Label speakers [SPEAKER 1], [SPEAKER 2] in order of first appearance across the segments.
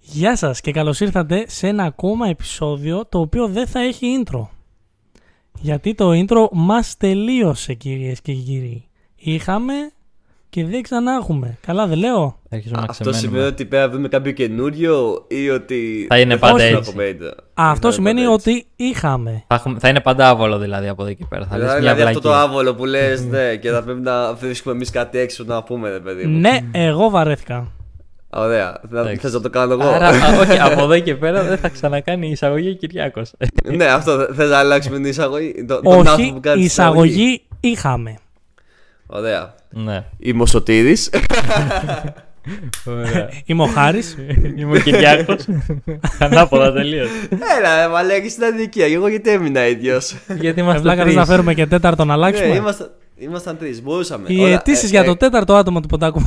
[SPEAKER 1] Γεια σας και καλώς ήρθατε σε ένα ακόμα επεισόδιο το οποίο δεν θα έχει intro. Γιατί το intro μας τελείωσε κυρίες και κύριοι. Είχαμε και δεν ξανά έχουμε. Καλά δεν λέω.
[SPEAKER 2] Αρχίζουμε να
[SPEAKER 3] Αυτό
[SPEAKER 2] ξεμένουμε.
[SPEAKER 3] σημαίνει ότι πρέπει να βρούμε κάποιο καινούριο ή ότι.
[SPEAKER 2] Θα είναι
[SPEAKER 3] δεν
[SPEAKER 2] πάντα
[SPEAKER 3] θα
[SPEAKER 2] έτσι.
[SPEAKER 3] έχουμε ίντερνετ.
[SPEAKER 1] Αυτό
[SPEAKER 3] Δεν θα
[SPEAKER 1] σημαίνει
[SPEAKER 3] είναι πάντα Ε, ναι, έτσι.
[SPEAKER 1] ότι είχαμε.
[SPEAKER 2] Θα, έχουμε- θα είναι πάντα άβολο δηλαδή από εδώ και πέρα. Θα λες μια
[SPEAKER 3] Δηλαδή αυτό το
[SPEAKER 2] βλακία.
[SPEAKER 3] άβολο που λες, ναι, και θα πρέπει να βρίσκουμε εμείς κάτι έξω να πούμε, ρε παιδί μου.
[SPEAKER 1] Ναι, εγώ βαρέθηκα.
[SPEAKER 3] Ωραία.
[SPEAKER 2] Εντάξει.
[SPEAKER 3] Θες να το κάνω εγώ.
[SPEAKER 2] Άρα, α, όχι, από εδώ και πέρα δεν θα ξανακάνει εισαγωγή ο Κυριάκος.
[SPEAKER 3] ναι, αυτό. Θες να αλλάξουμε την εισαγωγή. το- τον άνθρωπο
[SPEAKER 1] Όχι,
[SPEAKER 3] που κάνει την
[SPEAKER 1] εισαγωγή είχαμε.
[SPEAKER 3] Ωραία.
[SPEAKER 2] ναι,
[SPEAKER 3] Είμαι ο Σωτήρης.
[SPEAKER 2] ωραία.
[SPEAKER 1] Είμαι ο Χάρης.
[SPEAKER 2] Είμαι ο Κυριάκος. Ανάποδα τελείως.
[SPEAKER 3] Έλα, ρε, μαλάκι στην αδικία. Εγώ γιατί έμεινα ίδιος.
[SPEAKER 2] Γιατί
[SPEAKER 1] Ε,
[SPEAKER 2] είμαστε
[SPEAKER 1] Βλάκα θες
[SPEAKER 2] τρεις.
[SPEAKER 1] να φέρουμε και τέταρτο να
[SPEAKER 3] ναι,
[SPEAKER 1] αλλάξουμε.
[SPEAKER 3] ήμασταν, ήμασταν τρεις. Μπορούσαμε.
[SPEAKER 1] Οι
[SPEAKER 3] Ωραία,
[SPEAKER 1] αιτήσεις
[SPEAKER 3] ε,
[SPEAKER 1] για
[SPEAKER 3] ε,
[SPEAKER 1] το τέταρτο άτομο του ποντάκου.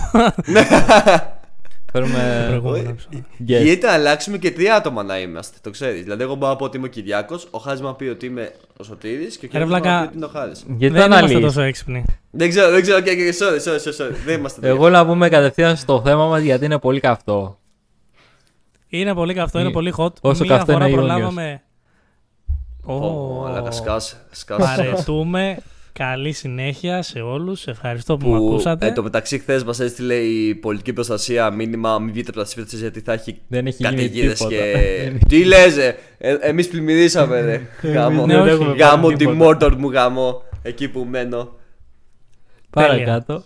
[SPEAKER 2] Φέρουμε
[SPEAKER 1] Προηγούμενο
[SPEAKER 3] ε,
[SPEAKER 1] επεισόδιο.
[SPEAKER 2] guest.
[SPEAKER 3] Γίνεται να αλλάξουμε και τρία άτομα να είμαστε. Το ξέρεις. Δηλαδή, εγώ μπορώ να πω ότι είμαι ο Κυριάκος, ο Χάζη να πει ότι είμαι ο Σωτήρης και ο Κυριάκος να πει
[SPEAKER 1] βλάκα.
[SPEAKER 3] ότι είναι ο Χάζης.
[SPEAKER 2] Γιατί
[SPEAKER 1] δεν
[SPEAKER 2] δεν
[SPEAKER 1] είμαστε
[SPEAKER 2] αναλύεις.
[SPEAKER 1] τόσο έξυπνοι.
[SPEAKER 3] Δεν ξέρω, δεν ξέρω. Και, και, sorry, sorry, sorry, sorry. Δεν είμαστε τρία.
[SPEAKER 2] Εγώ να πούμε κατευθείαν στο θέμα μας γιατί είναι πολύ καυτό.
[SPEAKER 1] Είναι πολύ καυτό, είναι
[SPEAKER 2] Ε,
[SPEAKER 1] πολύ hot.
[SPEAKER 2] όσο
[SPEAKER 1] Μία
[SPEAKER 2] καυτό
[SPEAKER 1] φορά
[SPEAKER 2] είναι Ιόνιος.
[SPEAKER 1] προλάβαμε.
[SPEAKER 3] Ω, Αλλά
[SPEAKER 1] Ω,
[SPEAKER 3] σκάσε. σκάσε.
[SPEAKER 1] Παρετούμε. Καλή συνέχεια σε όλους. Ευχαριστώ που, με
[SPEAKER 3] Που ε,
[SPEAKER 1] ακούσατε.
[SPEAKER 3] εν τω μεταξύ, χθες μας έστειλε η πολιτική προστασία μήνυμα: Μην βγείτε από τα σπίτια σας γιατί θα έχει
[SPEAKER 2] Δεν έχει γίνει
[SPEAKER 3] καταιγίδες
[SPEAKER 2] τίποτα.
[SPEAKER 3] και. Τι λες Εμείς πλημμυρίσαμε, ρε. Γάμο.
[SPEAKER 1] ναι, όχι.
[SPEAKER 2] έχουμε
[SPEAKER 3] Γάμο
[SPEAKER 2] πάρει
[SPEAKER 3] τη
[SPEAKER 2] τίποτα.
[SPEAKER 3] Μόρτορ μου γάμο. Εκεί που μένω.
[SPEAKER 2] Παρακάτω.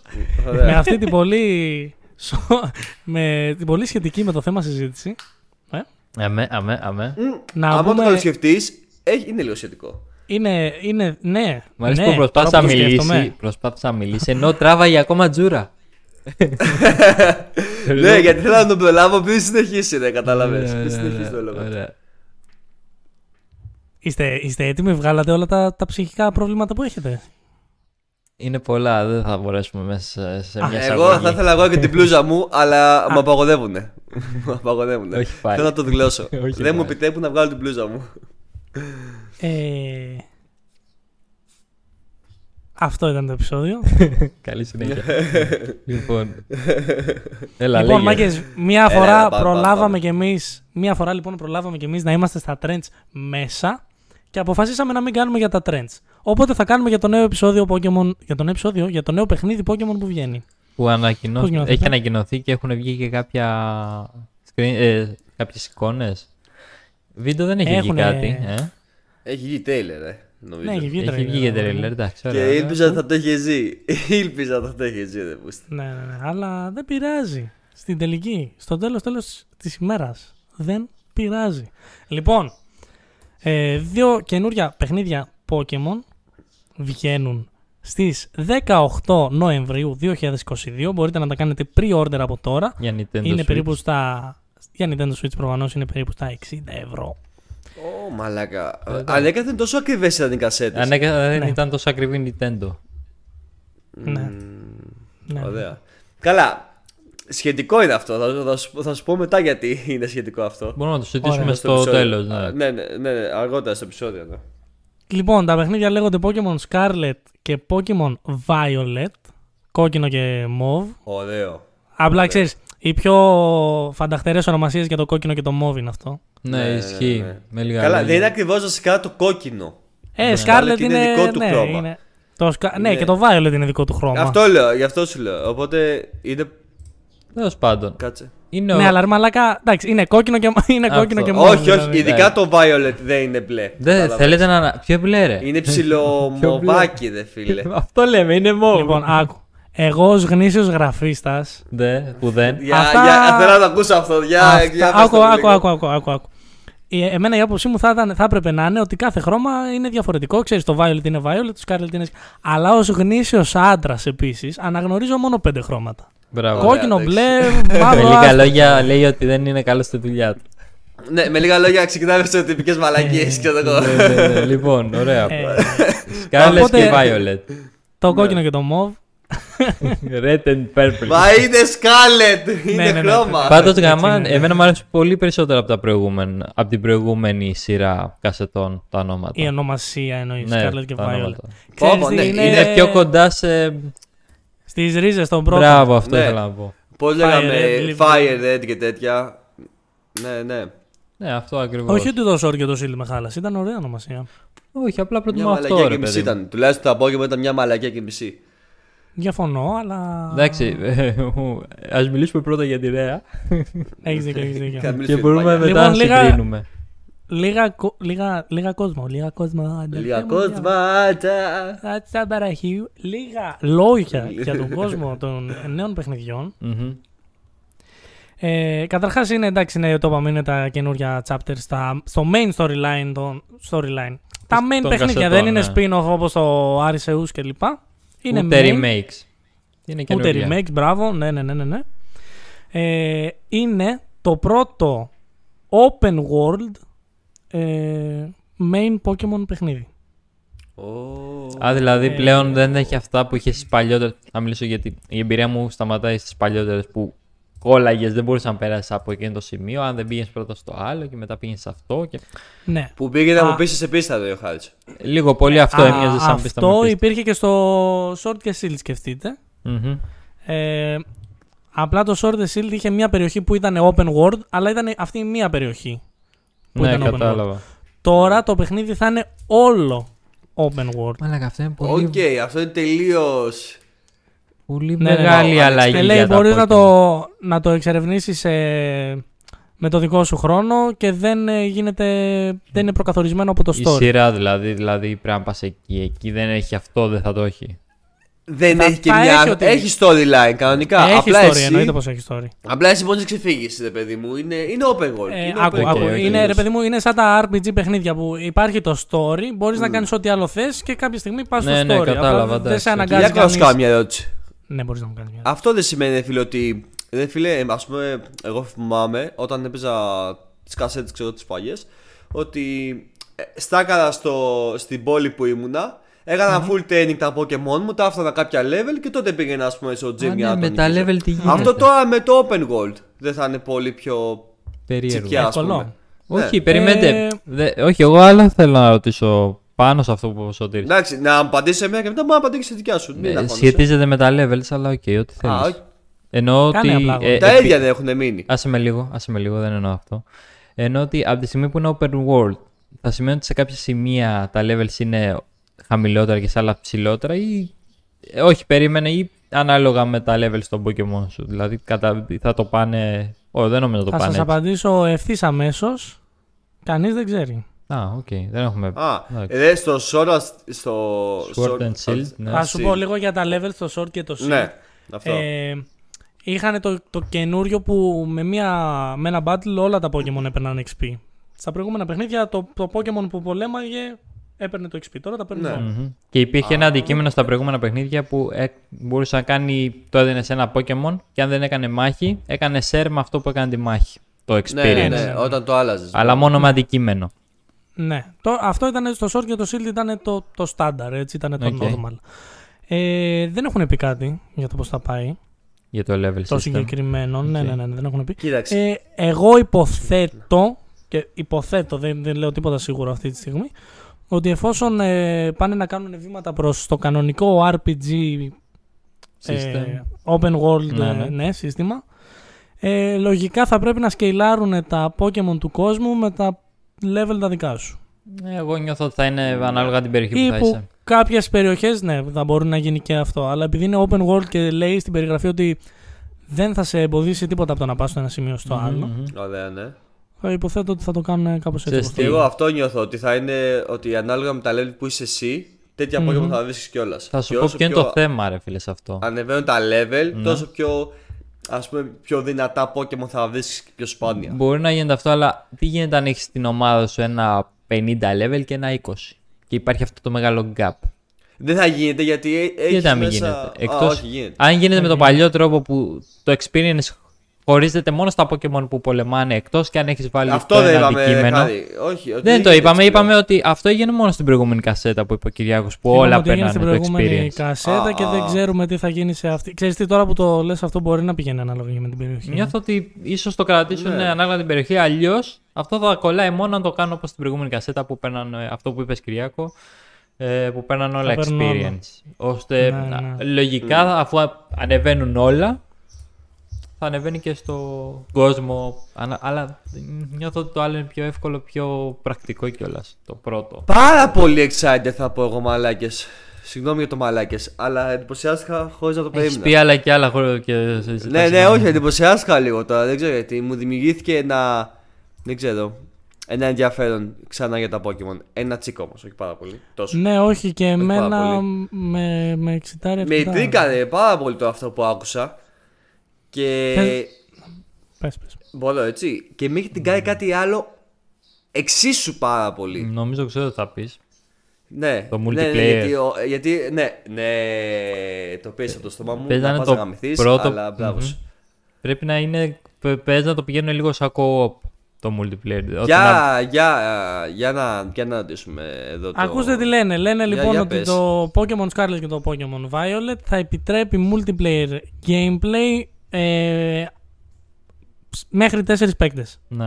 [SPEAKER 3] Ωραία.
[SPEAKER 1] με αυτή την πολύ... σο- με την πολύ σχετική με το θέμα συζήτηση. ε,
[SPEAKER 2] Αμέ, αμέ, αμέ.
[SPEAKER 1] να
[SPEAKER 3] Αν το
[SPEAKER 1] πούμε...
[SPEAKER 3] καλοσκεφτείς, είναι λίγο σχετικό.
[SPEAKER 1] Είναι, είναι, ναι.
[SPEAKER 2] Μ' αρέσει
[SPEAKER 1] ναι,
[SPEAKER 2] που προσπάθησα
[SPEAKER 1] τώρα
[SPEAKER 2] να
[SPEAKER 1] που το σκέφτομαι.
[SPEAKER 2] μιλήσει, προσπάθησα να μιλήσει ενώ τράβαγε ακόμα τζούρα.
[SPEAKER 3] Ναι, γιατί θέλω να τον προλάβω πριν συνεχίσει, ρε.
[SPEAKER 2] Ωραία,
[SPEAKER 3] Κατάλαβε. Πριν
[SPEAKER 2] ωραία,
[SPEAKER 3] συνεχίσει το
[SPEAKER 2] ωραία,
[SPEAKER 3] λόγο.
[SPEAKER 2] Ναι, ωραία.
[SPEAKER 1] Είστε, είστε έτοιμοι, βγάλατε όλα τα, τα ψυχικά προβλήματα που έχετε.
[SPEAKER 2] Είναι πολλά, δεν θα μπορέσουμε μέσα σε- σε μια
[SPEAKER 3] Εγώ θα
[SPEAKER 2] εισαγωγή.
[SPEAKER 3] ήθελα εγώ και την πλούζα μου, αλλά με απαγορεύουνε. Μου απαγορεύουνε.
[SPEAKER 2] Όχι πάλι.
[SPEAKER 3] Θέλω να το δηλώσω.
[SPEAKER 2] Όχι
[SPEAKER 3] Δεν μου
[SPEAKER 2] πάλι.
[SPEAKER 3] επιτρέπουν να βγάλω την πλούζα μου.
[SPEAKER 1] Ε, αυτό ήταν το επεισόδιο.
[SPEAKER 2] Καλή συνέχεια. λοιπόν. Έλα,
[SPEAKER 1] λοιπόν,
[SPEAKER 2] λοιπόν,
[SPEAKER 1] μάγκε, μία
[SPEAKER 3] Έλα,
[SPEAKER 1] φορά
[SPEAKER 3] έλα, πάμε,
[SPEAKER 1] προλάβαμε
[SPEAKER 3] πάμε.
[SPEAKER 1] κι εμείς. Μία φορά λοιπόν προλάβαμε κι εμείς να είμαστε στα trends μέσα και αποφασίσαμε να μην κάνουμε για τα trends. Οπότε θα κάνουμε για το νέο επεισόδιο Pokemon. Για το νέο επεισόδιο, για το νέο παιχνίδι Pokemon που βγαίνει.
[SPEAKER 2] Που ανακοινώ...
[SPEAKER 1] Πώς νιώθετε?
[SPEAKER 2] έχει ανακοινωθεί και έχουν βγει και κάποια screen... ε, κάποιες εικόνες. Βίντεο δεν έχει
[SPEAKER 1] Έχουνε-
[SPEAKER 2] βγει κάτι. Ε.
[SPEAKER 3] Έχει βγει Taylor, ρε. Νομίζω.
[SPEAKER 1] Ναι, έχει βγει
[SPEAKER 2] Έχει
[SPEAKER 1] trailer,
[SPEAKER 2] βγει ε. και
[SPEAKER 1] ναι.
[SPEAKER 2] τρέλερ, εντάξει.
[SPEAKER 3] Και
[SPEAKER 2] Ωραία, ωραία.
[SPEAKER 3] ήλπιζα ότι θα το είχε ζει. Ήλπιζα ότι θα το είχε ζει, ρε πούστη.
[SPEAKER 1] Ναι, ναι, ναι. Αλλά δεν πειράζει. Στην τελική, στο τέλος τέλος της ημέρας. Δεν πειράζει. Λοιπόν, ε, δύο καινούρια παιχνίδια Pokemon βγαίνουν στις 18 Νοεμβρίου 2022. Μπορείτε να τα κάνετε pre-order από τώρα.
[SPEAKER 2] Για Nintendo
[SPEAKER 1] είναι
[SPEAKER 2] Switch.
[SPEAKER 1] περίπου στα. Για Nintendo Switch προφανώς είναι περίπου στα 60 ευρώ.
[SPEAKER 3] Ω, μαλάκα.
[SPEAKER 2] Ε,
[SPEAKER 3] Ανέκαθεν τόσο ακριβές ήταν οι κασέτες.
[SPEAKER 2] Αν έκα- δεν
[SPEAKER 1] Ναι.
[SPEAKER 2] ήταν τόσο ακριβή Nintendo.
[SPEAKER 1] Ναι. ναι.
[SPEAKER 3] Ωραία. Καλά. Σχετικό είναι αυτό. Θα, θα σου, θα σου πω μετά γιατί είναι σχετικό αυτό.
[SPEAKER 2] Μπορούμε να το συζητήσουμε
[SPEAKER 1] Ωραία.
[SPEAKER 2] στο
[SPEAKER 3] επεισόδιο.
[SPEAKER 2] τέλος.
[SPEAKER 3] Α,
[SPEAKER 2] Ναι.
[SPEAKER 3] Ναι, ναι, ναι, ναι, αργότερα στο επεισόδιο. ναι.
[SPEAKER 1] Λοιπόν, τα παιχνίδια λέγονται Pokemon Scarlet και Pokemon Violet. Κόκκινο και μοβ.
[SPEAKER 3] Ωραίο.
[SPEAKER 1] Απλά ξέρει, οι πιο φανταχτερές ονομασίες για το κόκκινο και το μόβ είναι αυτό.
[SPEAKER 2] Ναι, ισχύει. Με λίγα
[SPEAKER 3] Καλά,
[SPEAKER 2] λόγια.
[SPEAKER 3] δεν είναι ακριβώς βασικά το κόκκινο.
[SPEAKER 1] Ε,
[SPEAKER 3] Ναι.
[SPEAKER 1] Scarlet
[SPEAKER 3] Scarlet
[SPEAKER 1] είναι.
[SPEAKER 3] είναι δικό του
[SPEAKER 1] ναι,
[SPEAKER 3] χρώμα.
[SPEAKER 1] είναι- Το Scar- Ναι,
[SPEAKER 3] Είναι-
[SPEAKER 1] και το Violet είναι δικό του χρώμα.
[SPEAKER 3] Αυτό λέω, γι' αυτό σου λέω. Οπότε είναι.
[SPEAKER 2] Τέλος πάντων.
[SPEAKER 3] Κάτσε.
[SPEAKER 2] Είναι
[SPEAKER 1] Ναι,
[SPEAKER 2] ο-
[SPEAKER 1] αλλά ρε μαλάκα. Εντάξει, είναι κόκκινο και, είναι
[SPEAKER 2] Αυτό.
[SPEAKER 1] κόκκινο και μόβ.
[SPEAKER 3] Όχι, όχι,
[SPEAKER 1] δηλαδή.
[SPEAKER 3] ειδικά το Violet δεν είναι μπλε.
[SPEAKER 2] Δεν
[SPEAKER 3] Κατάλαβα.
[SPEAKER 2] θέλετε να. Ποιο μπλε, ρε.
[SPEAKER 3] Είναι ψιλομοβάκι, δε φίλε.
[SPEAKER 2] Αυτό λέμε, είναι μόνο.
[SPEAKER 1] Λοιπόν, άκου. Εγώ ως γνήσιος γραφίστας.
[SPEAKER 2] Δε, που δεν.
[SPEAKER 3] Για,
[SPEAKER 1] Αυτά-
[SPEAKER 3] για, θέλω να το ακούσω αυτό. Για, για πες το
[SPEAKER 1] Άκου,
[SPEAKER 3] μου
[SPEAKER 1] άκου,
[SPEAKER 3] λίγο.
[SPEAKER 1] άκου, άκου, άκου, άκου. Ε, Εμένα η άποψή μου θα, ήταν, θα έπρεπε να είναι ότι κάθε χρώμα είναι διαφορετικό. Ξέρεις, το Violet είναι Violet, το Scarlet είναι. Αλλά ως γνήσιος άντρας επίσης αναγνωρίζω μόνο πέντε χρώματα.
[SPEAKER 2] Μπράβο.
[SPEAKER 3] Ωραία,
[SPEAKER 1] Κόκκινο,
[SPEAKER 3] εντάξει.
[SPEAKER 1] μπλε,
[SPEAKER 2] Με
[SPEAKER 1] μαύρο.
[SPEAKER 2] λίγα
[SPEAKER 1] άσπρο.
[SPEAKER 2] λόγια λέει ότι δεν είναι καλό στη δουλειά του.
[SPEAKER 3] Ναι, με λίγα λόγια ξεκινάμε σε τυπικές μαλακίες, ξέρω εγώ.
[SPEAKER 2] Ναι, ναι, ναι, λοιπόν, ωραία.
[SPEAKER 1] Ε,
[SPEAKER 2] Scarlet
[SPEAKER 1] Οπότε-
[SPEAKER 2] και Violet. Ναι.
[SPEAKER 1] Το κόκκινο και το μοβ.
[SPEAKER 2] Red and purple.
[SPEAKER 3] Μα είναι Scarlet,
[SPEAKER 1] ναι,
[SPEAKER 3] είναι
[SPEAKER 1] ναι.
[SPEAKER 3] χρώμα.
[SPEAKER 2] Πάντως γαμά,
[SPEAKER 1] ναι.
[SPEAKER 2] εμένα μου άρεσε πολύ περισσότερο από, τα προηγούμενα, από την προηγούμενη σειρά κασετών τα ονόματα.
[SPEAKER 1] Η ονομασία εννοείς.
[SPEAKER 2] Ναι,
[SPEAKER 1] Scarlet και
[SPEAKER 2] τα
[SPEAKER 1] Violet.
[SPEAKER 2] ονόματα.
[SPEAKER 1] Ξέρεις
[SPEAKER 3] Πω,
[SPEAKER 1] τι
[SPEAKER 3] ναι,
[SPEAKER 2] Είναι πιο κοντά σε.
[SPEAKER 1] Στις ρίζες των πρώτων.
[SPEAKER 2] Μπράβο, αυτό
[SPEAKER 3] Ναι.
[SPEAKER 2] ήθελα να πω.
[SPEAKER 3] Πώς
[SPEAKER 1] Fire
[SPEAKER 3] λέγαμε
[SPEAKER 1] Red, Blue.
[SPEAKER 3] Fire Red και τέτοια. Ναι, ναι.
[SPEAKER 2] Ναι, αυτό ακριβώς.
[SPEAKER 1] Όχι ότι το Σόρ και το Σίλ με χάλασε, ήταν ωραία ονομασία.
[SPEAKER 2] Όχι, απλά
[SPEAKER 3] Μια
[SPEAKER 2] προτιμώ αυτό.
[SPEAKER 3] μαλακιά
[SPEAKER 2] Ρε,
[SPEAKER 3] και μισή
[SPEAKER 2] παιδί μου.
[SPEAKER 3] ήταν. Τουλάχιστον το απόγευμα ήταν μια μαλακιά και μισή.
[SPEAKER 1] Διαφωνώ, αλλά.
[SPEAKER 2] Εντάξει, ας μιλήσουμε πρώτα για τη Ρέα
[SPEAKER 1] Έχεις δίκιο, έχεις δίκιο.
[SPEAKER 3] Είχα
[SPEAKER 2] και
[SPEAKER 3] μιλήσει για την
[SPEAKER 2] μπορούμε
[SPEAKER 3] Παγιά.
[SPEAKER 2] μετά να
[SPEAKER 1] Λοιπόν, λίγα-
[SPEAKER 2] συγκρίνουμε.
[SPEAKER 1] λίγα, κο- λίγα, λίγα κόσμο. Λίγα κόσμο. αδερφέ μου,
[SPEAKER 3] Λίγα κοσμάτα.
[SPEAKER 1] Κάτσα παραχείου. Λίγα λόγια για τον κόσμο των νέων παιχνιδιών.
[SPEAKER 2] Μμμ.
[SPEAKER 1] Ε, Καταρχάς είναι εντάξει, ναι, το είπαμε, είναι τα καινούργια chapters στα, στο main storyline. Των, storyline. Τα main
[SPEAKER 2] Των
[SPEAKER 1] παιχνίδια
[SPEAKER 2] κασετών,
[SPEAKER 1] δεν είναι
[SPEAKER 2] ναι.
[SPEAKER 1] spin-off όπως το Ariseus κλπ. Είναι
[SPEAKER 2] Ούτε
[SPEAKER 1] main.
[SPEAKER 2] remakes. Είναι
[SPEAKER 1] Ούτε
[SPEAKER 2] καινούργια.
[SPEAKER 1] remakes, μπράβο, ναι, ναι, ναι, ναι. ναι. Ε, είναι το πρώτο open world ε, main Pokemon παιχνίδι.
[SPEAKER 3] Ω.
[SPEAKER 2] Α, δηλαδή
[SPEAKER 1] Ε,
[SPEAKER 2] πλέον δεν έχει αυτά που είχε στις παλιότερες. Θα μιλήσω γιατί η εμπειρία μου σταματάει στις παλιότερες που κόλλαγες, δεν μπορούσε να περάσεις από εκείνο το σημείο. Αν δεν πήγες πρώτα στο άλλο και μετά πήγες σε αυτό. Και...
[SPEAKER 1] Ναι.
[SPEAKER 3] Που πήγε να
[SPEAKER 1] Α.
[SPEAKER 3] μου πείσει σε πίστα το Ιωχάλης.
[SPEAKER 2] Λίγο πολύ αυτό
[SPEAKER 1] Ε, Α,
[SPEAKER 2] έμοιαζε σαν πίστα
[SPEAKER 1] αυτό
[SPEAKER 2] με πίστα.
[SPEAKER 1] υπήρχε και στο Sword και Shield, σκεφτείτε.
[SPEAKER 2] Μμμ.
[SPEAKER 1] Ε, απλά το Sword and Shield είχε μια περιοχή που ήταν open world, αλλά ήταν αυτή η μία περιοχή. Που
[SPEAKER 2] Ναι,
[SPEAKER 1] ήταν open world.
[SPEAKER 2] κατάλαβα.
[SPEAKER 1] Τώρα το παιχνίδι θα είναι όλο open world.
[SPEAKER 2] Μαλάκα, αυτό
[SPEAKER 1] Ε,
[SPEAKER 2] είναι πολύ,
[SPEAKER 3] Οκ, αυτό είναι τελείως.
[SPEAKER 2] πολύ
[SPEAKER 1] Ναι, ναι,
[SPEAKER 2] μεγάλη
[SPEAKER 3] ναι.
[SPEAKER 2] αλλαγή.
[SPEAKER 1] Και
[SPEAKER 2] για
[SPEAKER 1] λέει
[SPEAKER 2] τα
[SPEAKER 1] μπορείς να
[SPEAKER 2] Pokemon.
[SPEAKER 1] το, να το εξερευνήσεις ε, με το δικό σου χρόνο και δεν ε, γίνεται, δεν είναι προκαθορισμένο από το
[SPEAKER 2] Η
[SPEAKER 1] story.
[SPEAKER 2] σειρά δηλαδή, δηλαδή πρέπει να πας εκεί. Εκεί δεν έχει αυτό, δεν θα το έχει.
[SPEAKER 3] Δεν
[SPEAKER 1] Θα-
[SPEAKER 3] έχει και
[SPEAKER 1] θα έχει
[SPEAKER 3] μια.
[SPEAKER 1] ότι-
[SPEAKER 3] Έχει storyline κανονικά.
[SPEAKER 1] έχει
[SPEAKER 3] απλά
[SPEAKER 1] story,
[SPEAKER 3] εσύ.
[SPEAKER 1] εννοείται πως έχει story.
[SPEAKER 3] Απλά εσύ μπορείς να ξεφύγεις, ρε παιδί μου. Είναι, είναι open world.
[SPEAKER 1] Ε,
[SPEAKER 3] είναι
[SPEAKER 1] άκου,
[SPEAKER 3] open
[SPEAKER 2] οκ,
[SPEAKER 1] άκου.
[SPEAKER 2] οκ.
[SPEAKER 1] είναι, ρε παιδί μου, είναι σαν τα RPG παιχνίδια που υπάρχει το story, μπορείς να κάνεις ό,τι άλλο θες και κάποια στιγμή πας
[SPEAKER 2] Ναι,
[SPEAKER 1] στο
[SPEAKER 2] ναι,
[SPEAKER 1] story. Απλά
[SPEAKER 2] κατάλαβα,
[SPEAKER 1] δεν
[SPEAKER 2] εντάξει.
[SPEAKER 1] σε
[SPEAKER 3] Για
[SPEAKER 1] αναγκάζει
[SPEAKER 3] να σου κάνω
[SPEAKER 1] κανείς.
[SPEAKER 3] μια ερώτηση.
[SPEAKER 1] Ναι, μπορείς να μου κάνεις μια.
[SPEAKER 3] Αυτό δεν σημαίνει, ρε φίλε, ότι. Ρε φίλε, ας πούμε, εγώ θυμάμαι όταν έπαιζα τις κασέτες, ξέρω τις παγιές, ότι ε, στάκαρα στο, στην πόλη που ήμουνα, έκανα full training τα Pokémon μου, τα έφτανα κάποια level και τότε πήγαινα, ας πούμε, στο gym
[SPEAKER 2] Α,
[SPEAKER 3] για να
[SPEAKER 2] ναι, με
[SPEAKER 3] τα
[SPEAKER 2] τα
[SPEAKER 3] νικήσω.
[SPEAKER 2] level τι γίνεται.
[SPEAKER 3] Αυτό τώρα με το open world δεν θα είναι πολύ πιο
[SPEAKER 2] Περίεργο.
[SPEAKER 3] τσικιά, ας
[SPEAKER 1] Εύκολο.
[SPEAKER 3] πούμε.
[SPEAKER 2] Όχι,
[SPEAKER 3] Ναι.
[SPEAKER 2] περιμένετε.
[SPEAKER 1] Ε,
[SPEAKER 2] Δε- όχι, εγώ άλλα θέλω να ρωτήσω πάνω σε αυτό που ο Σωτήρης.
[SPEAKER 3] Εντάξει, να απαντήσεις σε μένα και μετά μπορεί να απαντήσεις στη δικιά σου. Μην
[SPEAKER 2] Ε,
[SPEAKER 3] αγχώνεσαι.
[SPEAKER 2] σχετίζεται με τα levels, αλλά οκ, ό,τι θέλει.
[SPEAKER 3] Α, οκ.
[SPEAKER 2] Εννοώ ότι.
[SPEAKER 1] Κάνε απλά αγώνα.
[SPEAKER 3] Τα
[SPEAKER 2] επί-
[SPEAKER 3] ίδια δεν έχουν μείνει.
[SPEAKER 2] Άσε με λίγο, άσε με λίγο, δεν εννοώ αυτό. Εννοώ ότι από τη στιγμή που είναι open world, θα σημαίνει ότι σε κάποια σημεία τα levels είναι χαμηλότερα και σε άλλα ψηλότερα ή. ε, όχι, περίμενε, ή ανάλογα με τα levels των Pokémon σου. Δηλαδή κατά, θα το πάνε. Ω, δεν νομίζω να το
[SPEAKER 1] Θα
[SPEAKER 2] πάνε.
[SPEAKER 1] σας
[SPEAKER 2] έτσι.
[SPEAKER 1] απαντήσω ευθύς αμέσως. Κανείς δεν ξέρει.
[SPEAKER 2] Α, οκ, δεν έχουμε.
[SPEAKER 3] Α,
[SPEAKER 2] εντάξει.
[SPEAKER 3] ρε, στο Sword, στο
[SPEAKER 2] Sword and Shield, ναι.
[SPEAKER 1] Θα σου πω
[SPEAKER 3] Shield.
[SPEAKER 1] λίγο για τα level στο short και το shield.
[SPEAKER 3] Ναι, αυτό.
[SPEAKER 1] Ε, είχαν το, το καινούριο που με, μια, με ένα battle όλα τα Pokemon έπαιρναν XP. Στα προηγούμενα παιχνίδια το, το Pokemon που πολέμαγε έπαιρνε το XP. Τώρα τα παίρνει
[SPEAKER 3] Ναι.
[SPEAKER 1] όλα.
[SPEAKER 2] Μμμ. Mm-hmm. Και υπήρχε ένα αντικείμενο στα προηγούμενα παιχνίδια που ε, μπορούσε να κάνει. Το έδινε σε ένα Pokémon και αν δεν έκανε μάχη, έκανε share με αυτό που έκανε τη μάχη. Το experience.
[SPEAKER 3] Ναι, ναι,
[SPEAKER 1] experience.
[SPEAKER 3] ναι, όταν το άλλαζες.
[SPEAKER 2] Αλλά μόνο με αντικείμενο.
[SPEAKER 1] Ναι. Το, αυτό ήταν στο short και το shield ήταν το, το standard, έτσι ήταν το
[SPEAKER 2] Οκ.
[SPEAKER 1] normal. Ε, δεν έχουν πει κάτι για το πώς θα πάει.
[SPEAKER 2] Για το level
[SPEAKER 1] Το
[SPEAKER 2] system.
[SPEAKER 1] συγκεκριμένο. Ναι,
[SPEAKER 2] Οκ.
[SPEAKER 1] ναι, ναι, ναι, δεν έχουν πει.
[SPEAKER 3] Κοίταξε.
[SPEAKER 1] Ε, εγώ υποθέτω, και υποθέτω, δεν, δεν λέω τίποτα σίγουρο αυτή τη στιγμή, ότι εφόσον ε, πάνε να κάνουν βήματα προς το κανονικό RPG
[SPEAKER 2] System.
[SPEAKER 1] ε, open world
[SPEAKER 2] Ναι,
[SPEAKER 1] ε,
[SPEAKER 2] ναι.
[SPEAKER 1] ναι, σύστημα, ε, λογικά θα πρέπει να σκεϊλάρουν τα Pokemon του κόσμου με τα level τα δικά σου.
[SPEAKER 2] Ε, Εγώ νιώθω ότι θα είναι ανάλογα την περιοχή
[SPEAKER 1] Ή
[SPEAKER 2] που θα
[SPEAKER 1] που
[SPEAKER 2] είσαι.
[SPEAKER 1] κάποιες περιοχές, ναι, θα μπορεί να γίνει και αυτό. Αλλά επειδή είναι open world και λέει στην περιγραφή ότι δεν θα σε εμποδίσει τίποτα από το να πας στο ένα σημείο στο άλλο,
[SPEAKER 2] Μμμ.
[SPEAKER 3] Ωραία, ναι.
[SPEAKER 1] θα υποθέτω ότι θα το κάνουν κάπως έτσι.
[SPEAKER 2] Ξέρεις
[SPEAKER 1] όπως
[SPEAKER 2] τι,
[SPEAKER 1] το-
[SPEAKER 3] Και εγώ αυτό νιώθω ότι θα είναι ότι ανάλογα με τα level που είσαι εσύ, τέτοια
[SPEAKER 1] Μμμ.
[SPEAKER 3] Pokémon θα βρίσκει κιόλας.
[SPEAKER 2] Θα σου πω ποιο είναι το θέμα, Ναι. ρε φίλε, σε αυτό.
[SPEAKER 3] Ανεβαίνουν τα level, τόσο πιο ας πούμε πιο δυνατά Pokémon θα βρίσκει και πιο σπάνια.
[SPEAKER 2] Μπορεί να γίνεται αυτό, αλλά τι γίνεται αν έχεις στην ομάδα σου ένα 50 level και ένα 20. Και υπάρχει αυτό το μεγάλο gap.
[SPEAKER 3] Δεν θα γίνεται γιατί έχει.
[SPEAKER 2] Τι να
[SPEAKER 3] Μέσα...
[SPEAKER 2] μην
[SPEAKER 3] Α,
[SPEAKER 2] γίνεται.
[SPEAKER 3] όχι, γίνεται.
[SPEAKER 2] αν γίνεται με τον παλιό τρόπο που το experience χωρίζεται μόνο στα Pokémon που πολεμάνε εκτός και αν έχεις βάλει
[SPEAKER 3] Αυτό
[SPEAKER 2] το
[SPEAKER 3] δεν
[SPEAKER 2] ένα
[SPEAKER 3] είπαμε.
[SPEAKER 2] αντικείμενο.
[SPEAKER 3] Χάρη. Όχι, ότι
[SPEAKER 2] Δεν το
[SPEAKER 3] γίνεται
[SPEAKER 2] είπαμε.
[SPEAKER 3] έτσι
[SPEAKER 2] Είπαμε ότι αυτό έγινε μόνο στην προηγούμενη κασέτα που είπε ο Κυριάκος που
[SPEAKER 1] Είπαμε
[SPEAKER 2] όλα
[SPEAKER 1] ότι έγινε
[SPEAKER 2] περνάνε
[SPEAKER 1] στην
[SPEAKER 2] το
[SPEAKER 1] προηγούμενη
[SPEAKER 2] experience.
[SPEAKER 1] κασέτα
[SPEAKER 3] Α,
[SPEAKER 1] και δεν
[SPEAKER 3] α.
[SPEAKER 1] ξέρουμε τι θα γίνει σε αυτή. Ξέρεις τι, τώρα που το λες αυτό μπορεί να πηγαίνει ανάλογα και με την περιοχή.
[SPEAKER 2] Νιώθω ότι ίσως το κρατήσουν
[SPEAKER 3] Ναι.
[SPEAKER 2] ανάλογα την περιοχή. Αλλιώς αυτό θα κολλάει μόνο αν το κάνω όπως στην προηγούμενη κασέτα που παίρνανε αυτό που είπες Κυριακό. ε, Που παίρναν όλα
[SPEAKER 1] παίρνω όλα.
[SPEAKER 2] experience. Ώστε
[SPEAKER 1] Ναι, ναι.
[SPEAKER 2] α, λογικά αφού α- ανεβαίνουν όλα θα ανεβαίνει και στο κόσμο. ανα- Αλλά νιώθω ότι το άλλο είναι πιο εύκολο, πιο πρακτικό κιόλας. Το πρώτο.
[SPEAKER 3] Πάρα πολύ excited θα πω εγώ μαλάκες. Συγγνώμη για το μαλάκες, αλλά εντυπωσιάστηκα χωρίς να το
[SPEAKER 2] Έχεις
[SPEAKER 3] περίμενα.
[SPEAKER 2] πει άλλα και άλλα χώρο και σε
[SPEAKER 3] Ναι, ναι, όχι, εντυπωσιάστηκα λίγο τώρα. Δεν ξέρω γιατί. Μου δημιουργήθηκε ένα. Δεν ξέρω. Ένα ενδιαφέρον ξανά για τα Pokémon. Ένα τσίκο όμως, όχι πάρα πολύ. Τόσο.
[SPEAKER 1] Ναι, όχι και
[SPEAKER 3] πάρα
[SPEAKER 1] εμένα
[SPEAKER 3] πολύ.
[SPEAKER 1] με, με εξητάρει
[SPEAKER 3] Με
[SPEAKER 1] αρκετά.
[SPEAKER 3] τρίκαρε πάρα πολύ το αυτό που άκουσα. Και.
[SPEAKER 1] Θες- Πες, πες.
[SPEAKER 3] Μπορώ έτσι. Και με έχει την κάνει κάτι άλλο εξίσου πάρα
[SPEAKER 1] Ναι.
[SPEAKER 3] πολύ.
[SPEAKER 2] Νομίζω ξέρω τι θα πεις.
[SPEAKER 3] Ναι.
[SPEAKER 2] Το
[SPEAKER 3] ναι, ναι,
[SPEAKER 2] multiplayer.
[SPEAKER 3] γιατί, ο- γιατί, ναι, ναι, το πέσει από το στόμα μου.
[SPEAKER 2] Παίζει να
[SPEAKER 3] να
[SPEAKER 2] είναι
[SPEAKER 3] πας
[SPEAKER 2] το
[SPEAKER 3] να γαμηθείς,
[SPEAKER 2] πρώτο-
[SPEAKER 3] Αλλά μπράβος σου.
[SPEAKER 2] Πρέπει να είναι. πε- Παίζει να το πηγαίνουν λίγο σαν co-op το multiplayer. Ώστε να-
[SPEAKER 3] Για, για, για, να, για να ρωτήσουμε εδώ το...
[SPEAKER 1] Ακούστε τι λένε. Λένε
[SPEAKER 3] Για-
[SPEAKER 1] λοιπόν
[SPEAKER 3] για
[SPEAKER 1] ότι
[SPEAKER 3] πες.
[SPEAKER 1] το Pokemon Scarlet και το Pokemon Violet θα επιτρέπει multiplayer gameplay ε, ψ- μέχρι τέσσερις παίκτες.
[SPEAKER 2] Ναι.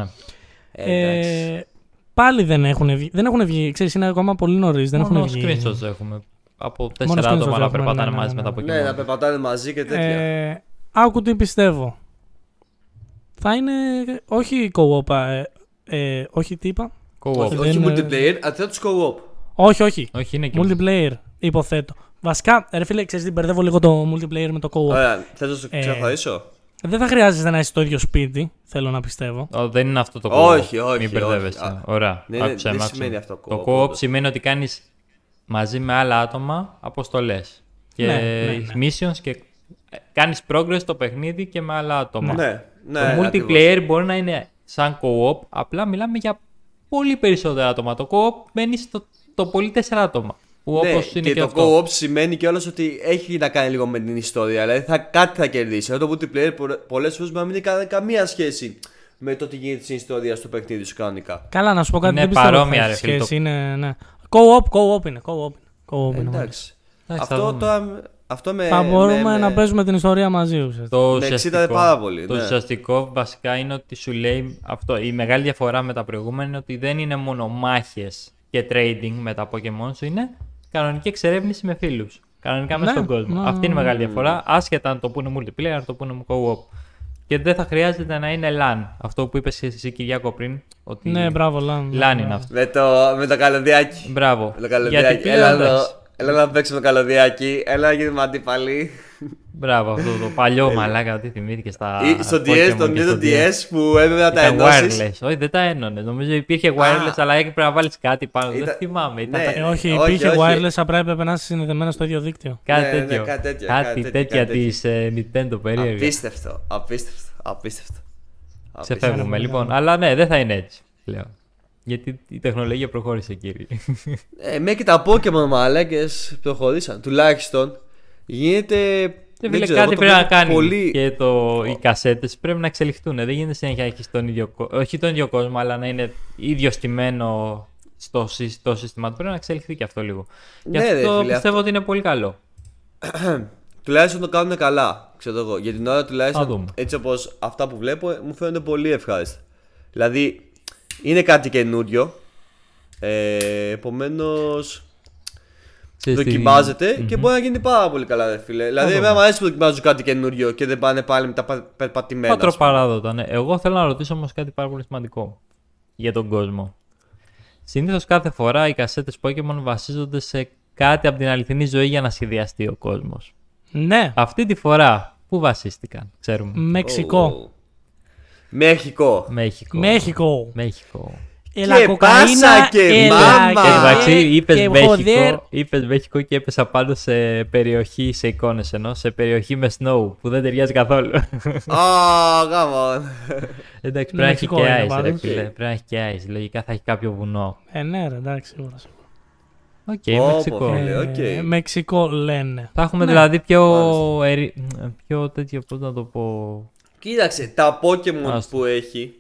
[SPEAKER 3] Ε, εντάξει.
[SPEAKER 1] Ε, πάλι δεν έχουν βγει. Δεν έχουν βγει. Ξέρεις, είναι ακόμα πολύ νωρίς. Δεν
[SPEAKER 2] Μόνο
[SPEAKER 1] έχουν βγει.
[SPEAKER 2] screenshots έχουμε. Από τέσσερα
[SPEAKER 1] screenshots
[SPEAKER 2] άτομα να
[SPEAKER 1] έχουμε,
[SPEAKER 2] περπατάνε
[SPEAKER 1] ναι,
[SPEAKER 2] μαζί
[SPEAKER 1] ναι,
[SPEAKER 2] με τα
[SPEAKER 1] ναι.
[SPEAKER 3] ναι, να
[SPEAKER 2] Pokemon.
[SPEAKER 3] περπατάνε μαζί και τέτοια.
[SPEAKER 1] Ε, άκου τι πιστεύω. Θα είναι. Όχι co-op. ε, ε, όχι τι είπα.
[SPEAKER 2] Co-op.
[SPEAKER 1] όχι.
[SPEAKER 3] Όχι
[SPEAKER 1] δεν-
[SPEAKER 3] multiplayer, αλλά θα τους co-op.
[SPEAKER 1] Όχι, όχι.
[SPEAKER 2] Όχι, είναι και.
[SPEAKER 1] Multiplayer, υποθέτω. Βασικά, ρε φίλε, ξέρεις τι μπερδεύω λίγο το multiplayer με το co-op.
[SPEAKER 3] Ωραία, θες να σου
[SPEAKER 1] Ε,
[SPEAKER 3] ξεκαθαρίσω.
[SPEAKER 1] Δεν θα χρειάζεται να είσαι στο ίδιο σπίτι, θέλω να πιστεύω.
[SPEAKER 2] Ω, δεν είναι αυτό το co-op.
[SPEAKER 3] Όχι, όχι,
[SPEAKER 2] Μην
[SPEAKER 3] όχι.
[SPEAKER 2] μπερδεύεσαι.
[SPEAKER 3] Α,
[SPEAKER 2] Ωραία.
[SPEAKER 3] ναι, ναι,
[SPEAKER 2] Άκουσα,
[SPEAKER 3] δεν
[SPEAKER 2] μ' άκουσα.
[SPEAKER 3] σημαίνει αυτό
[SPEAKER 2] Το
[SPEAKER 3] co-op,
[SPEAKER 2] co-op
[SPEAKER 3] όντως.
[SPEAKER 2] σημαίνει ότι κάνεις μαζί με άλλα άτομα αποστολές. Και
[SPEAKER 1] Ναι, ναι,
[SPEAKER 2] missions και κάνεις progress στο παιχνίδι και με άλλα άτομα.
[SPEAKER 3] Ναι, ναι.
[SPEAKER 2] το
[SPEAKER 3] ακριβώς.
[SPEAKER 2] multiplayer μπορεί να είναι σαν co-op, απλά μιλάμε για πολύ περισσότερα άτομα. Το co-op μπαίνει στο το πολύ τέσσερα άτομα. Που
[SPEAKER 3] Ναι,
[SPEAKER 2] όπως είναι
[SPEAKER 3] και,
[SPEAKER 2] και,
[SPEAKER 3] το
[SPEAKER 2] αυτό.
[SPEAKER 3] co-op σημαίνει κιόλας ότι έχει να κάνει λίγο με την ιστορία. Δηλαδή θα, κάτι θα κερδίσει. Ενώ το multiplayer πολλές φορές να μην έχει κα- καμία σχέση με το τι γίνεται στην ιστορία στο παιχνίδι σου κανονικά.
[SPEAKER 1] Καλά, να σου πω κάτι.
[SPEAKER 2] Είναι
[SPEAKER 1] δεν πιστεύω ότι θα
[SPEAKER 2] παρόμοια,
[SPEAKER 1] έχει
[SPEAKER 2] ρε φίλε,
[SPEAKER 1] σχέση,
[SPEAKER 2] το-
[SPEAKER 1] Είναι, ναι. Co-op, co-op είναι. Co-op είναι. Co-op είναι μάλιστα.
[SPEAKER 3] Εντάξει.
[SPEAKER 2] Ναι,
[SPEAKER 3] ε, ναι,
[SPEAKER 2] Εντάξει, θα
[SPEAKER 3] αυτό
[SPEAKER 2] δούμε.
[SPEAKER 3] τώρα. Αυτό με.
[SPEAKER 1] θα
[SPEAKER 3] με-
[SPEAKER 1] μπορούμε
[SPEAKER 3] με-
[SPEAKER 1] να παίζουμε την ιστορία μαζί ουσιαστικά.
[SPEAKER 2] Το
[SPEAKER 3] εξήταρε
[SPEAKER 2] ουσιαστικό-
[SPEAKER 3] πάρα πολύ,
[SPEAKER 2] Το
[SPEAKER 3] ναι.
[SPEAKER 2] ουσιαστικό βασικά είναι ότι σου λέει αυτό. Η μεγάλη διαφορά με τα προηγούμενα είναι ότι δεν είναι μόνο μάχες και trading με τα Pokémon σου, είναι κανονική εξερεύνηση με φίλους. Κανονικά μέσα
[SPEAKER 1] Ναι,
[SPEAKER 2] στον κόσμο.
[SPEAKER 1] ναι,
[SPEAKER 2] Αυτή είναι η μεγάλη διαφορά, άσχετα αν το πούνε multiplayer, αν το πούνε co-op. Και δεν θα χρειάζεται να είναι LAN. Αυτό που είπες εσύ, Κυριάκο, πριν. Ότι
[SPEAKER 1] Ναι, μπράβο, Λάν.
[SPEAKER 2] LAN είναι αυτό.
[SPEAKER 3] Με το, με το καλωδιάκι.
[SPEAKER 2] Μπράβο.
[SPEAKER 3] Με το
[SPEAKER 2] Γιατί
[SPEAKER 3] καλωδιάκι.
[SPEAKER 2] πλέον,
[SPEAKER 3] ναι. Έλα, εδώ.
[SPEAKER 2] εντάξει.
[SPEAKER 3] Έλα να παίξουμε το καλωδιάκι. Έλα να γίνουμε αντίπαλοι.
[SPEAKER 2] Μπράβο αυτό το παλιό μαλάκα, τι θυμήθηκε στα.
[SPEAKER 3] Ή στο DS,
[SPEAKER 2] Pokémon
[SPEAKER 3] τον
[SPEAKER 2] και στο
[SPEAKER 3] Nintendo DS που έπρεπε να τα
[SPEAKER 2] Ήταν
[SPEAKER 3] ενώσεις.
[SPEAKER 2] wireless. Όχι, δεν τα ένωνε. Νομίζω υπήρχε wireless, αλλά έπρεπε να βάλεις κάτι πάνω. Δεν
[SPEAKER 3] Ήταν-
[SPEAKER 2] θυμάμαι. Ήταν
[SPEAKER 3] ναι.
[SPEAKER 2] τα-
[SPEAKER 1] Ε, όχι,
[SPEAKER 3] όχι,
[SPEAKER 1] υπήρχε
[SPEAKER 3] όχι.
[SPEAKER 1] wireless, απλά έπρεπε να είσαι συνδεδεμένο στο ίδιο δίκτυο.
[SPEAKER 2] κάτι,
[SPEAKER 3] ναι, ναι,
[SPEAKER 2] τέτοιο.
[SPEAKER 3] κάτι τέτοιο,
[SPEAKER 2] Κάτι
[SPEAKER 3] κάτι τέτοιο,
[SPEAKER 2] τέτοια
[SPEAKER 3] κάτι
[SPEAKER 2] της Nintendo περίεργα.
[SPEAKER 3] Απίστευτο, απίστευτο, απίστευτο. Απίστευτο.
[SPEAKER 2] Ξεφεύγουμε λοιπόν. Αλλά ναι, δεν θα είναι έτσι πλέον. Γιατί η τεχνολογία προχώρησε, κύριε.
[SPEAKER 3] Ε, με και τα Pokémon μαλάκες προχωρήσαν. Τουλάχιστον γίνεται.
[SPEAKER 2] Δεν
[SPEAKER 3] δεν
[SPEAKER 2] Ε, φίλε,
[SPEAKER 3] ξέρω,
[SPEAKER 2] κάτι
[SPEAKER 3] εγώ το
[SPEAKER 2] πρέπει να
[SPEAKER 3] βλέπω
[SPEAKER 2] κάνει.
[SPEAKER 3] Πολύ...
[SPEAKER 2] Και το, οι κασέτες πρέπει να εξελιχθούν. ε, Δεν γίνεται συνέχεια να έχει τον ίδιο, κο- όχι τον ίδιο κόσμο, αλλά να είναι ίδιο στημένο στο, σύ- στο σύστημα του. Πρέπει να εξελιχθεί και αυτό λίγο. Γι'
[SPEAKER 3] Ναι, ρε,
[SPEAKER 2] αυτό
[SPEAKER 3] φίλε,
[SPEAKER 2] πιστεύω ότι είναι πολύ καλό.
[SPEAKER 3] Τουλάχιστον το κάνουν καλά. Ξέρω εγώ. Για την ώρα
[SPEAKER 2] Θα δούμε.
[SPEAKER 3] τουλάχιστον έτσι όπως αυτά που βλέπω ε, μου φαίνονται πολύ ευχάριστα. Δηλαδή είναι κάτι καινούριο. Ε, Επομένως.
[SPEAKER 2] Ξέρεις τι-
[SPEAKER 3] δοκιμαζεται και μπορεί να γίνει πάρα πολύ καλά, ρε φίλε. Δηλαδή, εμένα μου αρέσει που δοκιμάζουν κάτι καινούριο και δεν πάνε πάλι με τα πα- περπατημένα. ας πούμε.
[SPEAKER 2] Πατροπαράδοτα, ναι. Εγώ θέλω να ρωτήσω όμως κάτι πάρα πολύ σημαντικό για τον κόσμο. Συνήθως κάθε φορά οι κασέτες Pokémon βασίζονται σε κάτι από την αληθινή ζωή για να σχεδιαστεί ο κόσμος.
[SPEAKER 1] Ναι,
[SPEAKER 2] Αυτή τη φορά, πού βασίστηκαν, ξέρουμε.
[SPEAKER 1] Μεξικό.
[SPEAKER 3] Ω. Μέχικο.
[SPEAKER 2] Μέχικο.
[SPEAKER 1] Μέχικο.
[SPEAKER 2] Μέχικο.
[SPEAKER 1] Ελα κοκαΐνα,
[SPEAKER 3] πάσα και
[SPEAKER 1] ελα και-
[SPEAKER 3] μάμα.
[SPEAKER 2] Και εντάξει,
[SPEAKER 1] Ε, και
[SPEAKER 2] είπες
[SPEAKER 1] joder.
[SPEAKER 2] Μέχικο, είπες Μέχικο και έπεσα πάνω σε περιοχή, σε εικόνες ενώ, σε περιοχή με snow που δεν ταιριάζει καθόλου.
[SPEAKER 3] Α, γάμο.
[SPEAKER 2] εντάξει, πρέπει να έχει
[SPEAKER 1] Μεχικό
[SPEAKER 2] και
[SPEAKER 1] είναι
[SPEAKER 2] ice, ρε
[SPEAKER 1] πάντως.
[SPEAKER 2] φίλε. Πρέπει να έχει και ice. Λογικά θα έχει κάποιο βουνό.
[SPEAKER 1] Ε, ναι, ρε, εντάξει, σίγουρα.
[SPEAKER 2] Οκ,
[SPEAKER 3] Όπο,
[SPEAKER 2] Μεξικό.
[SPEAKER 3] φίλε.
[SPEAKER 1] Ε,
[SPEAKER 3] οκ.
[SPEAKER 1] Μεξικό λένε.
[SPEAKER 2] Θα έχουμε δηλαδή πιο, ερη... πιο τέτοιο, πώς να το πω...
[SPEAKER 3] Κοίταξε, τα Pokémon
[SPEAKER 2] Άστο.
[SPEAKER 3] που έχει.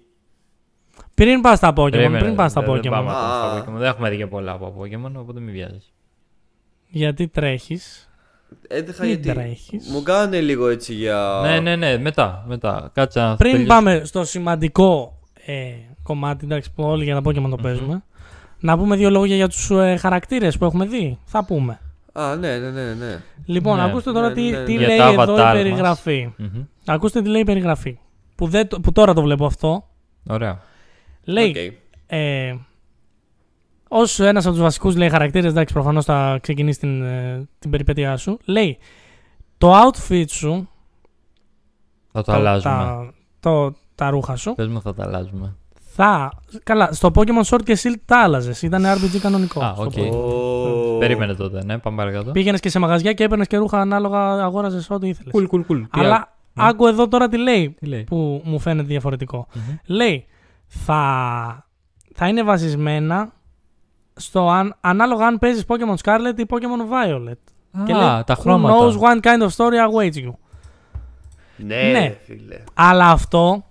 [SPEAKER 1] Πριν πας στα Pokémon,
[SPEAKER 2] Περίμενε,
[SPEAKER 1] πριν πα στα
[SPEAKER 2] δεν- Δεν, πάμε
[SPEAKER 1] Pokémon.
[SPEAKER 2] ακόμα στα
[SPEAKER 3] Α.
[SPEAKER 2] Pokemon. δεν έχουμε δει και πολλά από Pokemon, οπότε μην βιάζεις.
[SPEAKER 1] Γιατί τρέχεις.
[SPEAKER 3] Έτρεχα
[SPEAKER 1] Τι
[SPEAKER 3] ε, γιατί.
[SPEAKER 1] τρέχεις?
[SPEAKER 3] Μου κάνανε λίγο έτσι για.
[SPEAKER 2] Ναι, ναι, ναι, μετά, μετά. Κάτσε να
[SPEAKER 1] Πριν
[SPEAKER 2] τελειώσω.
[SPEAKER 1] πάμε στο σημαντικό ε, κομμάτι, εντάξει, που όλοι για τα Pokémon το παίζουμε, να πούμε δύο λόγια για τους ε, χαρακτήρες που έχουμε δει. Θα πούμε.
[SPEAKER 3] Α, ναι, ναι, ναι, ναι.
[SPEAKER 1] Λοιπόν,
[SPEAKER 2] Ναι,
[SPEAKER 1] ακούστε τώρα
[SPEAKER 3] ναι,
[SPEAKER 1] τι,
[SPEAKER 3] ναι, ναι.
[SPEAKER 1] τι
[SPEAKER 2] Για
[SPEAKER 1] λέει
[SPEAKER 2] τα
[SPEAKER 1] εδώ η
[SPEAKER 2] avatar
[SPEAKER 1] περιγραφή.
[SPEAKER 2] Μμμ.
[SPEAKER 1] Ακούστε τι λέει η περιγραφή. Που, δεν, το- που τώρα το βλέπω αυτό.
[SPEAKER 2] Ωραία.
[SPEAKER 1] Λέει,
[SPEAKER 3] Οκ.
[SPEAKER 1] ε, ως ένας από τους βασικούς λέει, χαρακτήρες, εντάξει προφανώς θα ξεκινήσει την, ε, την περιπέτειά σου, λέει το outfit σου,
[SPEAKER 2] Θα το αλλάζουμε.
[SPEAKER 1] τα, το, τα ρούχα σου,
[SPEAKER 2] Πες μου θα τα αλλάζουμε.
[SPEAKER 1] θα... Καλά, στο Pokemon Sword και Shield τα άλλαζες, ήταν RPG κανονικό.
[SPEAKER 2] Α, οκ.
[SPEAKER 1] Okay.
[SPEAKER 3] Ω.
[SPEAKER 2] Περίμενε τότε, ναι. Πάμε παρακάτω.
[SPEAKER 1] Πήγαινες και σε μαγαζιά και έπαιρνες και ρούχα ανάλογα, αγόραζες ό,τι ήθελες.
[SPEAKER 2] Κουλ, κουλ, κουλ. Τι άλλο-
[SPEAKER 1] Αλλά
[SPEAKER 2] ναι.
[SPEAKER 1] άκου εδώ τώρα τι λέει,
[SPEAKER 2] Τι λέει.
[SPEAKER 1] που μου φαίνεται διαφορετικό.
[SPEAKER 2] Μμμ.
[SPEAKER 1] Λέει, θα, θα είναι βασισμένα στο αν, ανάλογα αν παίζεις Pokemon Scarlet ή Pokemon Violet.
[SPEAKER 2] Α,
[SPEAKER 1] Και λέει,
[SPEAKER 2] τα
[SPEAKER 1] Who knows
[SPEAKER 2] χρώματα.
[SPEAKER 1] one kind of story awaits you.
[SPEAKER 3] Ναι,
[SPEAKER 1] Ναι.
[SPEAKER 3] ρε φίλε.
[SPEAKER 1] Αλλά αυτό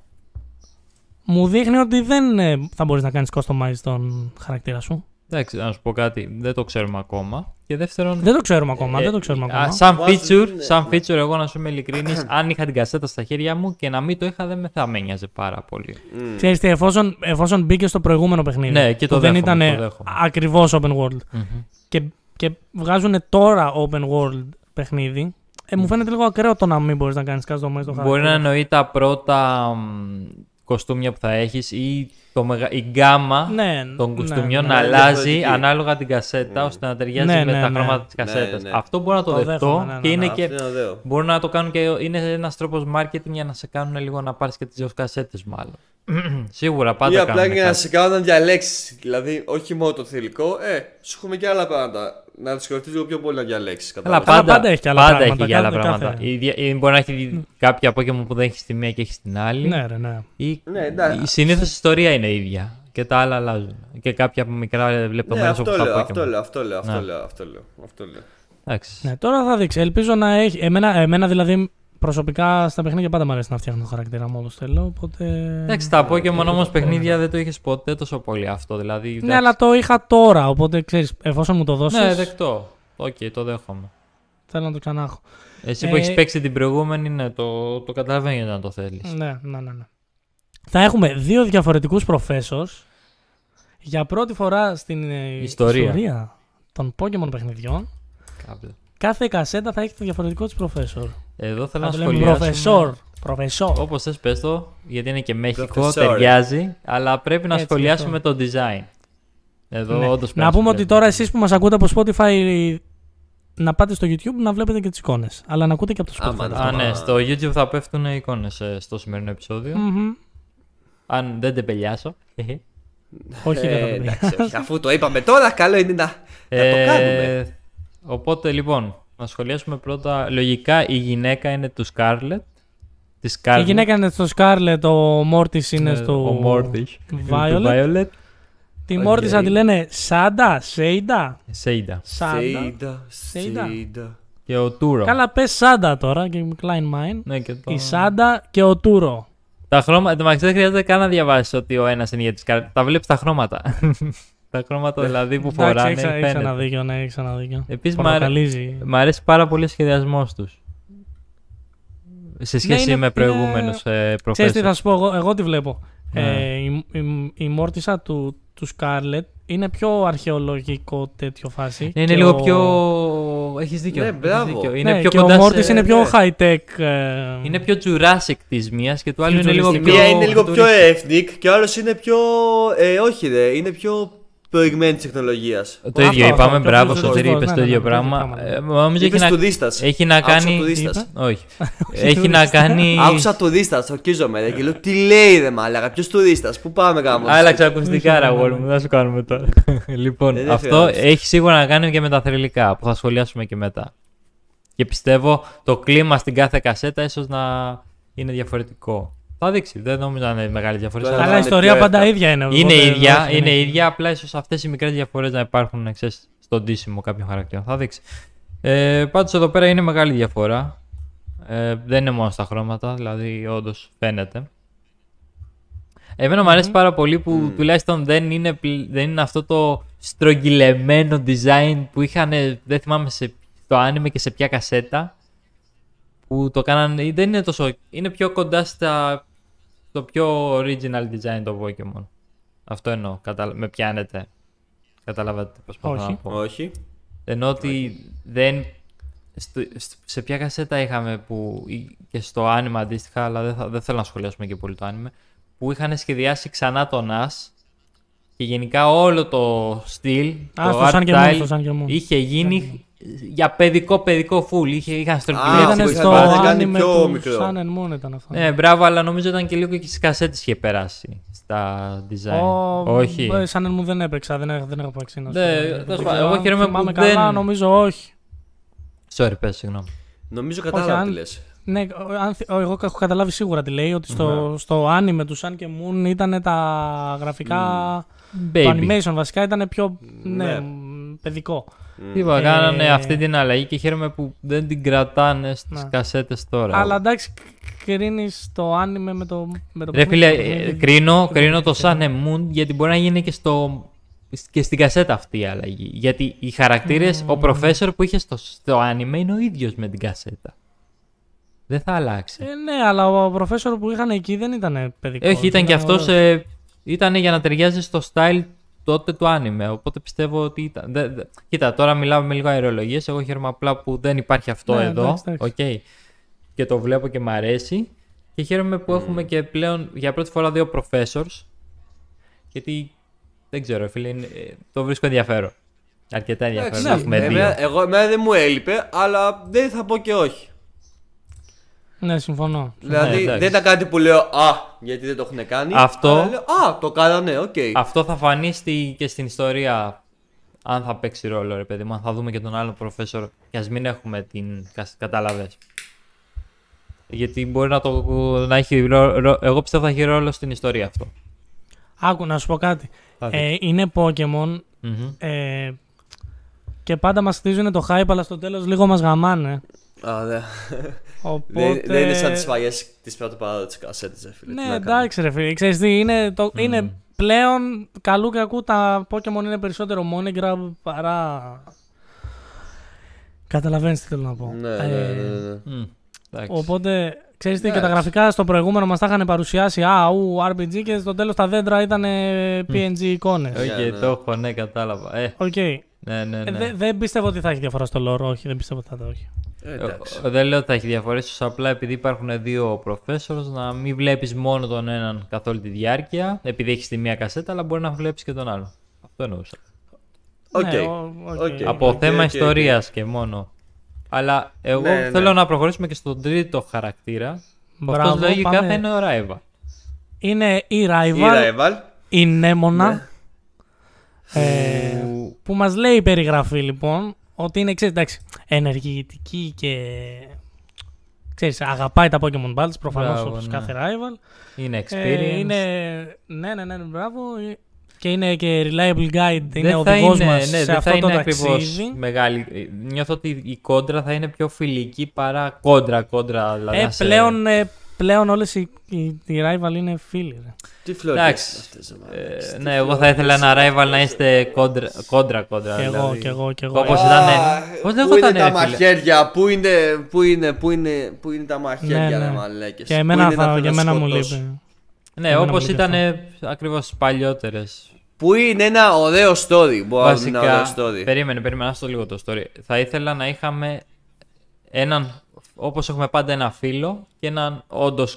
[SPEAKER 1] μου δείχνει ότι δεν ε, θα μπορείς να κάνεις customize τον χαρακτήρα σου.
[SPEAKER 2] Εντάξει, να σου πω κάτι. Δεν το ξέρουμε ακόμα. Και δεύτερον.
[SPEAKER 1] Δεν το ξέρουμε ακόμα,
[SPEAKER 2] ε,
[SPEAKER 1] δεν το ξέρουμε
[SPEAKER 2] α,
[SPEAKER 1] ακόμα.
[SPEAKER 2] σαν,
[SPEAKER 3] Βάζουν-
[SPEAKER 2] feature,
[SPEAKER 3] ναι.
[SPEAKER 2] σαν feature, εγώ να σου είμαι ειλικρινής, αν είχα την κασέτα στα χέρια μου και να μην το είχα, δεν με θα με νοιάζε πάρα πολύ.
[SPEAKER 3] Μμ.
[SPEAKER 1] Ξέρεις τι, εφόσον, εφόσον μπήκε στο προηγούμενο παιχνίδι,
[SPEAKER 2] Ναι, και το
[SPEAKER 1] που δεν
[SPEAKER 2] δέχομαι, το
[SPEAKER 1] ήταν
[SPEAKER 2] δέχομαι.
[SPEAKER 1] ακριβώς open world,
[SPEAKER 2] Μμμ.
[SPEAKER 1] και, και βγάζουν τώρα open world παιχνίδι, ε, μου φαίνεται λίγο ακραίο το να μην μπορείς να κάνεις customize τον χαρακτήρα.
[SPEAKER 2] Μπορεί να εννοεί τα πρώτα μ, κοστούμια που θα έχεις ή το μεγα... η γκάμα
[SPEAKER 1] Ναι,
[SPEAKER 2] των
[SPEAKER 1] ναι,
[SPEAKER 2] κοστούμιων
[SPEAKER 1] ναι.
[SPEAKER 2] να
[SPEAKER 3] Είναι
[SPEAKER 2] αλλάζει
[SPEAKER 3] διαφορετική.
[SPEAKER 2] ανάλογα την κασέτα ώστε να ταιριάζει
[SPEAKER 1] Ναι,
[SPEAKER 2] με
[SPEAKER 1] ναι,
[SPEAKER 2] τα
[SPEAKER 1] ναι.
[SPEAKER 2] χρώματα της
[SPEAKER 3] Ναι,
[SPEAKER 2] κασέτας.
[SPEAKER 3] ναι.
[SPEAKER 2] Αυτό μπορώ να το,
[SPEAKER 1] Το
[SPEAKER 2] δεχτώ
[SPEAKER 1] δέχομαι, ναι, ναι,
[SPEAKER 2] και
[SPEAKER 1] ναι.
[SPEAKER 2] είναι
[SPEAKER 3] Αυτό
[SPEAKER 2] και
[SPEAKER 3] είναι ωραίο.
[SPEAKER 2] μπορούν να το κάνουν και είναι ένας τρόπος marketing για να σε κάνουν λίγο να πάρεις και τις δύο κασέτες μάλλον. Σίγουρα πάντα
[SPEAKER 3] Ή απλά
[SPEAKER 2] κάνουν
[SPEAKER 3] για να
[SPEAKER 2] κάτι.
[SPEAKER 3] σε κάνουν να διαλέξεις. Δηλαδή, όχι μόνο το θηλυκό, ε, σου έχουμε και άλλα πράγματα. Να δυσκολευτεί λίγο πιο πολύ να διαλέξεις.
[SPEAKER 2] Αλλά
[SPEAKER 1] Καλά,
[SPEAKER 2] πάντα,
[SPEAKER 1] πάντα έχει και άλλα
[SPEAKER 2] πάντα
[SPEAKER 1] πράγματα,
[SPEAKER 2] έχει και άλλα
[SPEAKER 1] κάθε-
[SPEAKER 2] πράγματα.
[SPEAKER 1] κάθε-
[SPEAKER 2] Η δια- η- Μπορεί να έχει κάποια Pokémon που δεν έχει τη μία και έχει την άλλη.
[SPEAKER 1] Ναι, ρε, ναι.
[SPEAKER 2] Η,
[SPEAKER 3] Ναι, εντάξει.
[SPEAKER 2] η συνήθως ιστορία είναι η ίδια. Και τα άλλα αλλάζουν. Και κάποια μικρά
[SPEAKER 3] Ναι,
[SPEAKER 2] λεπτομέρειε
[SPEAKER 3] αυτό
[SPEAKER 2] από τα
[SPEAKER 3] λέω,
[SPEAKER 2] Pokémon.
[SPEAKER 3] αυτό λέω, αυτό λέω, αυτό
[SPEAKER 2] Ναι.
[SPEAKER 3] λέω, αυτό λέω, αυτό λέω.
[SPEAKER 2] Εντάξει.
[SPEAKER 1] Ναι, τώρα θα δείξεις. Ελπίζω να έχει. Εμένα, εμένα δηλαδή προσωπικά στα παιχνίδια πάντα μου αρέσει να φτιάχνω το χαρακτήρα μου όπως θέλω. Οπότε.
[SPEAKER 2] Εντάξει, τα Pokémon όμως παιχνίδια δεν το είχες ποτέ τόσο πολύ αυτό. Δηλαδή,
[SPEAKER 1] ναι,
[SPEAKER 2] εντάξει.
[SPEAKER 1] αλλά το είχα τώρα. Οπότε ξέρεις, εφόσον μου το δώσει.
[SPEAKER 2] Ναι, δεκτό. Οκ, το δέχομαι.
[SPEAKER 1] Θέλω να το ξανά έχω.
[SPEAKER 2] Εσύ που
[SPEAKER 1] Ε,
[SPEAKER 2] έχει παίξει την προηγούμενη, ναι, το, το καταλαβαίνω γιατί να το θέλεις.
[SPEAKER 1] Ναι, ναι, ναι, ναι. Θα έχουμε δύο διαφορετικούς προφέσορ για πρώτη φορά στην ε,
[SPEAKER 2] Ιστορία.
[SPEAKER 1] των Pokémon παιχνιδιών. Κάθε κασέτα θα έχει το διαφορετικό της προφέσορ.
[SPEAKER 2] Εδώ θέλω
[SPEAKER 1] Θα
[SPEAKER 2] να
[SPEAKER 1] το λέμε
[SPEAKER 2] σχολιάσουμε.
[SPEAKER 1] προφεσόρ. Προφεσόρ.
[SPEAKER 2] Όπως θες, πες το, γιατί είναι και Μέχικο,
[SPEAKER 3] Professor.
[SPEAKER 2] ταιριάζει. Αλλά πρέπει να
[SPEAKER 1] Έτσι,
[SPEAKER 2] σχολιάσουμε το design. Εδώ
[SPEAKER 1] Ναι.
[SPEAKER 2] όντως πρέπει
[SPEAKER 1] να πούμε ότι
[SPEAKER 2] σχολιάσουμε.
[SPEAKER 1] τώρα εσείς που μας ακούτε από Spotify να πάτε στο YouTube να βλέπετε και τις εικόνες. Αλλά να ακούτε και από το Spotify.
[SPEAKER 3] Άμα,
[SPEAKER 1] τα
[SPEAKER 2] Α,
[SPEAKER 1] πράγματα.
[SPEAKER 2] ναι, στο YouTube θα πέφτουν εικόνε στο σημερινό επεισόδιο.
[SPEAKER 1] Μμμ.
[SPEAKER 2] Αν δεν τεπελιάσω. Ε,
[SPEAKER 1] Όχι, δεν θα
[SPEAKER 3] Ε,
[SPEAKER 1] το πει.
[SPEAKER 3] εντάξει, όχι, Αφού το είπαμε τώρα, καλό είναι να, να
[SPEAKER 2] Ε,
[SPEAKER 3] το κάνουμε.
[SPEAKER 2] Οπότε λοιπόν, να σχολιάσουμε πρώτα. Λογικά η γυναίκα είναι του Scarlett. Τη Scarlett.
[SPEAKER 1] Η γυναίκα είναι στο Scarlet, ο Mortis είναι
[SPEAKER 2] ε,
[SPEAKER 1] στο
[SPEAKER 2] Ο Mortis.
[SPEAKER 1] Violet.
[SPEAKER 2] Του Violet.
[SPEAKER 1] Τη
[SPEAKER 3] Οκ.
[SPEAKER 1] Mortis θα τη λένε Σάντα, Σέιντα,
[SPEAKER 2] Σέιντα.
[SPEAKER 1] Σάντα.
[SPEAKER 3] Σέιντα,
[SPEAKER 1] Σέιντα.
[SPEAKER 3] Σέιντα.
[SPEAKER 2] Και ο Τούρο.
[SPEAKER 1] Καλά, πες Σάντα τώρα και Klein Mine.
[SPEAKER 2] Ναι, και το...
[SPEAKER 1] Η Σάντα και ο Τούρο.
[SPEAKER 2] Τα χρώματα. εν τω μεταξύ, δεν χρειάζεται καν να διαβάσεις ότι ο ένας είναι για τη Scarlett. Τα βλέπεις τα χρώματα. τα χρώματα δηλαδή που
[SPEAKER 1] Ναι. Εντάξει,
[SPEAKER 2] φοράνε.
[SPEAKER 1] έχεις- έχεις ένα
[SPEAKER 2] φαίνεται.
[SPEAKER 1] δίκιο, ναι, έχεις ένα δίκιο.
[SPEAKER 2] Επίσης, μ' αρέ-
[SPEAKER 1] Πορτοκαλίζει.
[SPEAKER 2] Μ' αρέσει πάρα πολύ ο σχεδιασμός τους. Σε σχέση
[SPEAKER 1] Ναι, είναι-
[SPEAKER 2] με προηγούμενους ε,
[SPEAKER 1] Ξέρεις τι
[SPEAKER 2] professors.
[SPEAKER 1] θα σου πω, εγώ, εγώ τη βλέπω.
[SPEAKER 2] Ναι.
[SPEAKER 1] Ε, η, η, η μόρτισα του, του Scarlett είναι πιο αρχαιολογικό τέτοιο φάση.
[SPEAKER 2] Ναι, είναι
[SPEAKER 1] Και
[SPEAKER 2] λίγο
[SPEAKER 1] ο-
[SPEAKER 2] πιο. Έχεις δίκιο.
[SPEAKER 3] Ναι,
[SPEAKER 2] έχεις
[SPEAKER 3] μπράβο.
[SPEAKER 2] δίκιο.
[SPEAKER 1] ναι,
[SPEAKER 2] Είναι πιο
[SPEAKER 1] και
[SPEAKER 2] κοντά.
[SPEAKER 1] ο Μόρτις
[SPEAKER 2] σε-
[SPEAKER 1] είναι πιο
[SPEAKER 3] ναι.
[SPEAKER 1] high tech. ε,
[SPEAKER 2] Είναι πιο Jurassic της μία και του άλλου είναι λίγο
[SPEAKER 1] Η
[SPEAKER 3] Η
[SPEAKER 2] Ε, πιο.
[SPEAKER 1] Futuristic.
[SPEAKER 3] μία είναι λίγο πιο
[SPEAKER 2] futuristic.
[SPEAKER 3] ethnic και ο άλλος είναι πιο. Ε, όχι, ρε, είναι πιο προηγμένη τεχνολογίας.
[SPEAKER 2] Το ίδιο
[SPEAKER 1] Αυτό,
[SPEAKER 2] είπαμε,
[SPEAKER 1] αυτό,
[SPEAKER 2] μπράβο,
[SPEAKER 1] πιο
[SPEAKER 2] Σωτήρη,
[SPEAKER 1] futuristic,
[SPEAKER 2] είπες
[SPEAKER 1] ναι,
[SPEAKER 2] το
[SPEAKER 1] ναι,
[SPEAKER 2] ίδιο
[SPEAKER 1] ναι,
[SPEAKER 2] πράγμα.
[SPEAKER 1] πράγμα.
[SPEAKER 2] Ε, Νομίζω έχει
[SPEAKER 3] Είπε του
[SPEAKER 2] να,
[SPEAKER 3] Δίστα.
[SPEAKER 2] έχει να
[SPEAKER 3] Άκουσα
[SPEAKER 2] κάνει.
[SPEAKER 3] του Δίστα.
[SPEAKER 2] Όχι. Έχει να κάνει.
[SPEAKER 3] Άκουσα του Δίστα, σοκίζομαι. Ρε, και λέω τι λέει ρε μάλακα, ποιος τουρίστα, πού πάμε Ε, γάμο.
[SPEAKER 2] Άλλαξε ακουστικά, ρε αγόρι μου, δεν σου κάνουμε τώρα. λοιπόν,
[SPEAKER 3] Δεν
[SPEAKER 2] αυτό
[SPEAKER 3] χρειάζεται.
[SPEAKER 2] έχει σίγουρα να κάνει και με τα θρηλυκά που θα σχολιάσουμε και μετά. Και πιστεύω το κλίμα στην κάθε κασέτα ίσως να είναι διαφορετικό. Θα δείξει, δεν νομίζω να είναι μεγάλη διαφορά.
[SPEAKER 3] Τώρα
[SPEAKER 1] Αλλά η
[SPEAKER 3] είναι
[SPEAKER 1] ιστορία
[SPEAKER 3] πιο
[SPEAKER 1] πάντα
[SPEAKER 3] εύκολο.
[SPEAKER 1] ίδια είναι.
[SPEAKER 2] Ναι, Είναι
[SPEAKER 1] οπότε
[SPEAKER 2] ίδια,
[SPEAKER 1] εντάξει, ναι.
[SPEAKER 2] είναι ίδια, απλά ίσως αυτές οι μικρές διαφορές να υπάρχουν ξέρεις, στο ντύσιμο κάποιων χαρακτήρων. Θα δείξει. Ε, Πάντως εδώ πέρα είναι μεγάλη διαφορά. Ε, δεν είναι μόνο στα χρώματα, δηλαδή όντως φαίνεται. Εμένα μου αρέσει πάρα πολύ που τουλάχιστον δεν είναι, πλη- δεν είναι αυτό το στρογγυλεμένο design που είχαν, δεν θυμάμαι σε το άνιμε και σε ποια κασέτα που το κάνανε, δεν είναι τόσο, είναι πιο κοντά στα, στο πιο original design το Pokemon. Αυτό εννοώ, κατα... με πιάνετε. Καταλαβαίνετε τι προσπαθώ
[SPEAKER 1] Όχι.
[SPEAKER 2] να πω.
[SPEAKER 3] Όχι.
[SPEAKER 2] Ενώ ότι δεν. στο- στο- σε ποια κασέτα είχαμε που. ή- και στο άνιμα αντίστοιχα, αλλά δεν, θα, δεν θέλω να σχολιάσουμε και πολύ το άνιμα. Που είχαν σχεδιάσει ξανά τον Ας και γενικά όλο το στυλ.
[SPEAKER 1] Α,
[SPEAKER 2] το
[SPEAKER 1] στο Σαν
[SPEAKER 2] art
[SPEAKER 1] και Μόνο,
[SPEAKER 2] style,
[SPEAKER 1] στο Σαν και Μόνο.
[SPEAKER 2] Είχε γίνει για παιδικό παιδικό φουλ. Είχε, είχαν στρογγυλίσει.
[SPEAKER 3] Α,
[SPEAKER 1] Ήταν
[SPEAKER 3] που
[SPEAKER 1] στο
[SPEAKER 3] είχαν κάνει
[SPEAKER 1] anime
[SPEAKER 3] πιο
[SPEAKER 1] του
[SPEAKER 3] μικρό.
[SPEAKER 1] Sun and Moon ήταν αυτό.
[SPEAKER 2] Ναι, μπράβο, αλλά νομίζω ήταν και λίγο και στις κασέτες είχε περάσει στα design. όχι.
[SPEAKER 1] ε, Σαν and Moon δεν έπαιξα, δεν, έχ- δεν έχω παίξει. να σου
[SPEAKER 2] Ναι,
[SPEAKER 1] πω. Δεν
[SPEAKER 2] τέλος πάντων,
[SPEAKER 1] ξέρω
[SPEAKER 2] εγώ
[SPEAKER 1] αν
[SPEAKER 2] χαίρομαι που
[SPEAKER 1] θυμάμαι
[SPEAKER 2] δεν-
[SPEAKER 1] καλά, νομίζω όχι.
[SPEAKER 2] Sorry, πες, συγγνώμη.
[SPEAKER 3] Νομίζω κατάλαβα
[SPEAKER 1] αν-
[SPEAKER 3] τι λες.
[SPEAKER 1] Ναι, ο- αν, θυ- ο- εγώ έχω καταλάβει σίγουρα τι λέει, ότι στο,
[SPEAKER 2] Ναι.
[SPEAKER 1] στο anime του Sun και Moon ήταν τα γραφικά, το
[SPEAKER 2] Baby.
[SPEAKER 1] animation βασικά ήταν πιο ναι,
[SPEAKER 3] Ναι.
[SPEAKER 1] μ, παιδικό.
[SPEAKER 2] Τίποτα,
[SPEAKER 1] Ε,
[SPEAKER 2] κάνανε αυτή την αλλαγή και χαίρομαι που δεν την κρατάνε στις
[SPEAKER 1] Ναι.
[SPEAKER 2] κασέτες τώρα.
[SPEAKER 1] Αλλά εντάξει, κρίνεις το anime με το, με το
[SPEAKER 2] Ρε φίλε,
[SPEAKER 1] το
[SPEAKER 2] ε,
[SPEAKER 1] παιχνίδι.
[SPEAKER 2] κρίνω, κρίνω το Sun and Moon γιατί μπορεί να γίνει και, στο, και στην κασέτα αυτή η αλλαγή. Γιατί οι χαρακτήρες, ο professor που είχε στο, στο anime είναι ο ίδιος με την κασέτα. Δεν θα αλλάξει.
[SPEAKER 1] Ε, ναι, αλλά ο professor που είχαν εκεί δεν ήταν παιδικός.
[SPEAKER 2] Όχι, ήταν και αυτός,
[SPEAKER 1] ωραίος.
[SPEAKER 2] ε, ήταν για να ταιριάζει στο style τότε του anime. Οπότε πιστεύω ότι ήταν. δε- δε- Κοίτα, τώρα μιλάμε με λίγο αερολογίες. Εγώ χαίρομαι απλά που δεν υπάρχει αυτό
[SPEAKER 1] Ναι,
[SPEAKER 2] εδώ.
[SPEAKER 1] εντάξει, εντάξει.
[SPEAKER 2] Οκ. Και το βλέπω και μ' αρέσει. Και χαίρομαι
[SPEAKER 1] Mm.
[SPEAKER 2] που έχουμε και πλέον για πρώτη φορά δύο professors. Γιατί δεν ξέρω, φίλε, είναι- ε, το βρίσκω ενδιαφέρον. Αρκετά ενδιαφέρον να
[SPEAKER 3] Εντάξει,
[SPEAKER 2] έχουμε δύο.
[SPEAKER 3] εμένα- εγώ, εμένα δεν μου έλειπε, αλλά δεν θα πω και όχι.
[SPEAKER 1] Ναι, συμφωνώ.
[SPEAKER 3] Δηλαδή
[SPEAKER 2] εντάξει.
[SPEAKER 3] δεν ήταν κάτι που λέω Α, γιατί δεν το έχουν κάνει.
[SPEAKER 2] Αυτό-
[SPEAKER 3] αλλά λέω, Α, το κάνανε, οκ.
[SPEAKER 2] Αυτό θα φανεί στη- και στην ιστορία αν θα παίξει ρόλο, ρε παιδί μου. Αν θα δούμε και τον άλλο professor και ας μην έχουμε την. κασ- Κατάλαβες. Γιατί μπορεί να, το, να έχει ρό- ρό- Εγώ πιστεύω θα έχει ρόλο στην ιστορία αυτό.
[SPEAKER 1] Άκου, να σου πω κάτι.
[SPEAKER 2] Θα δεις.
[SPEAKER 1] Ε, είναι Pokemon
[SPEAKER 2] Μμμ.
[SPEAKER 1] ε, και πάντα μας χτίζουν το hype, αλλά στο τέλος λίγο μας γαμάνε.
[SPEAKER 3] Α, ναι.
[SPEAKER 1] Οπότε...
[SPEAKER 3] Δεν, δεν είναι σαν τις φαγές της πρώτη παράδοση της κασέτης, ρε φίλε. Τι
[SPEAKER 1] Ναι,
[SPEAKER 3] να
[SPEAKER 1] εντάξει ρε φίλε, ξέρεις τι, είναι, το, είναι πλέον καλού κακού τα Pokemon είναι περισσότερο monograph παρά... Καταλαβαίνεις τι θέλω να πω.
[SPEAKER 3] κάνουμε. Ναι,
[SPEAKER 1] Ε,
[SPEAKER 3] ναι, ναι, ναι, ναι.
[SPEAKER 2] Μμ. Εντάξει.
[SPEAKER 1] Οπότε, ξέρεις τι, και τα
[SPEAKER 3] Εντάξει.
[SPEAKER 1] γραφικά στο προηγούμενο μας τα είχαν παρουσιάσει αου, RPG και στο τέλος τα δέντρα ήταν PNG εικόνες.
[SPEAKER 2] Οκ,
[SPEAKER 3] ναι, ναι.
[SPEAKER 2] το έχω, ναι, κατάλαβα. Ε,
[SPEAKER 1] Οκ.
[SPEAKER 2] ναι, ναι,
[SPEAKER 1] Ε,
[SPEAKER 2] ναι.
[SPEAKER 1] δε- δεν πιστεύω ότι θα έχει διαφορά στο lore, όχι, δεν πιστεύω ότι θα το έχει.
[SPEAKER 3] Ε,
[SPEAKER 2] Ε,
[SPEAKER 3] εντάξει.
[SPEAKER 2] Δεν λέω ότι θα έχει διαφορές, απλά επειδή υπάρχουν δύο professors, να μην βλέπεις μόνο τον έναν καθ' όλη τη διάρκεια, επειδή έχεις τη μία κασέτα, αλλά μπορεί να βλέπεις και τον άλλο. Αυτό εννοούσα.
[SPEAKER 3] Οκ.
[SPEAKER 1] Ναι, ο- οκ.
[SPEAKER 3] Οκ.
[SPEAKER 2] Από
[SPEAKER 3] οκ,
[SPEAKER 2] θέμα
[SPEAKER 3] οκ, οκ.
[SPEAKER 2] ιστορία και μόνο. Αλλά εγώ
[SPEAKER 3] Ναι, ναι.
[SPEAKER 2] θέλω να προχωρήσουμε και στον τρίτο χαρακτήρα.
[SPEAKER 1] Μπράβο,
[SPEAKER 2] Αυτό λογικά
[SPEAKER 1] πάμε.
[SPEAKER 2] θα είναι ο Ράιβα.
[SPEAKER 1] Είναι η
[SPEAKER 3] Η
[SPEAKER 1] Rival,
[SPEAKER 3] Rival.
[SPEAKER 1] η Νέμονα. ε,
[SPEAKER 2] Ναι. Που-
[SPEAKER 1] που μας λέει η περιγραφή λοιπόν ότι είναι ξέρεις, εντάξει, ενεργητική και ξέρεις, αγαπάει τα Pokemon Balls προφανώς
[SPEAKER 2] Μπράβο,
[SPEAKER 1] όπως
[SPEAKER 2] ναι.
[SPEAKER 1] κάθε rival.
[SPEAKER 2] Είναι experience.
[SPEAKER 1] Ε, είναι... Ναι, ναι, ναι, ναι, μπράβο. Και είναι και reliable guide,
[SPEAKER 2] Δεν
[SPEAKER 1] είναι
[SPEAKER 2] θα
[SPEAKER 1] οδηγός
[SPEAKER 2] είναι-
[SPEAKER 1] μας
[SPEAKER 2] ναι,
[SPEAKER 1] σε
[SPEAKER 2] δεν
[SPEAKER 1] αυτό
[SPEAKER 2] θα
[SPEAKER 1] το
[SPEAKER 2] είναι ακριβώς
[SPEAKER 1] ταξίδι.
[SPEAKER 2] μεγάλη. ε, Νιώθω ότι η κόντρα θα είναι πιο φιλική παρά κόντρα-κόντρα. Δηλαδή
[SPEAKER 1] Ε,
[SPEAKER 2] να σε-
[SPEAKER 1] πλέον, ε, πλέον όλες οι, οι, οι rival είναι φίλοι. ρε.
[SPEAKER 3] Τι φλόγες
[SPEAKER 2] Εντάξει.
[SPEAKER 3] είναι αυτές, ρε
[SPEAKER 2] Ε,
[SPEAKER 3] μάνα. Τι
[SPEAKER 2] ναι, εγώ θα ήθελα ένα rival να είστε κόντρα- κόντρα-κόντρα.
[SPEAKER 1] Κι εγώ,
[SPEAKER 2] δηλαδή.
[SPEAKER 1] κι εγώ, κι εγώ.
[SPEAKER 2] Όπως
[SPEAKER 1] Ε,
[SPEAKER 2] ήταν.
[SPEAKER 3] Α,
[SPEAKER 2] ναι. Πώς
[SPEAKER 3] Πού είναι
[SPEAKER 2] λεγόταν,
[SPEAKER 3] τα
[SPEAKER 2] ρε φίλε.
[SPEAKER 3] μαχαίρια, πού είναι, πού είναι, πού είναι, πού είναι τα μαχαίρια,
[SPEAKER 1] Ναι,
[SPEAKER 3] ρε
[SPEAKER 1] ναι.
[SPEAKER 3] μαλέκες.
[SPEAKER 1] Και
[SPEAKER 3] Πού
[SPEAKER 1] εμένα,
[SPEAKER 3] είναι να
[SPEAKER 1] θα,
[SPEAKER 3] θέλω
[SPEAKER 1] και
[SPEAKER 3] να
[SPEAKER 1] εμένα μου
[SPEAKER 3] σκοτώσω.
[SPEAKER 1] λείπει.
[SPEAKER 2] Ναι,
[SPEAKER 1] Εμένα
[SPEAKER 2] όπως
[SPEAKER 1] μου
[SPEAKER 2] ήταν ακριβώς παλιότερες.
[SPEAKER 3] Που είναι ένα ωραίο story. Μπορεί να είναι ένα ωραίο
[SPEAKER 2] Βασικά.
[SPEAKER 3] story.
[SPEAKER 2] Περίμενε, περίμενε, άστο λίγο το story. Θα ήθελα να είχαμε έναν. Όπως έχουμε πάντα ένα φίλο και έναν όντως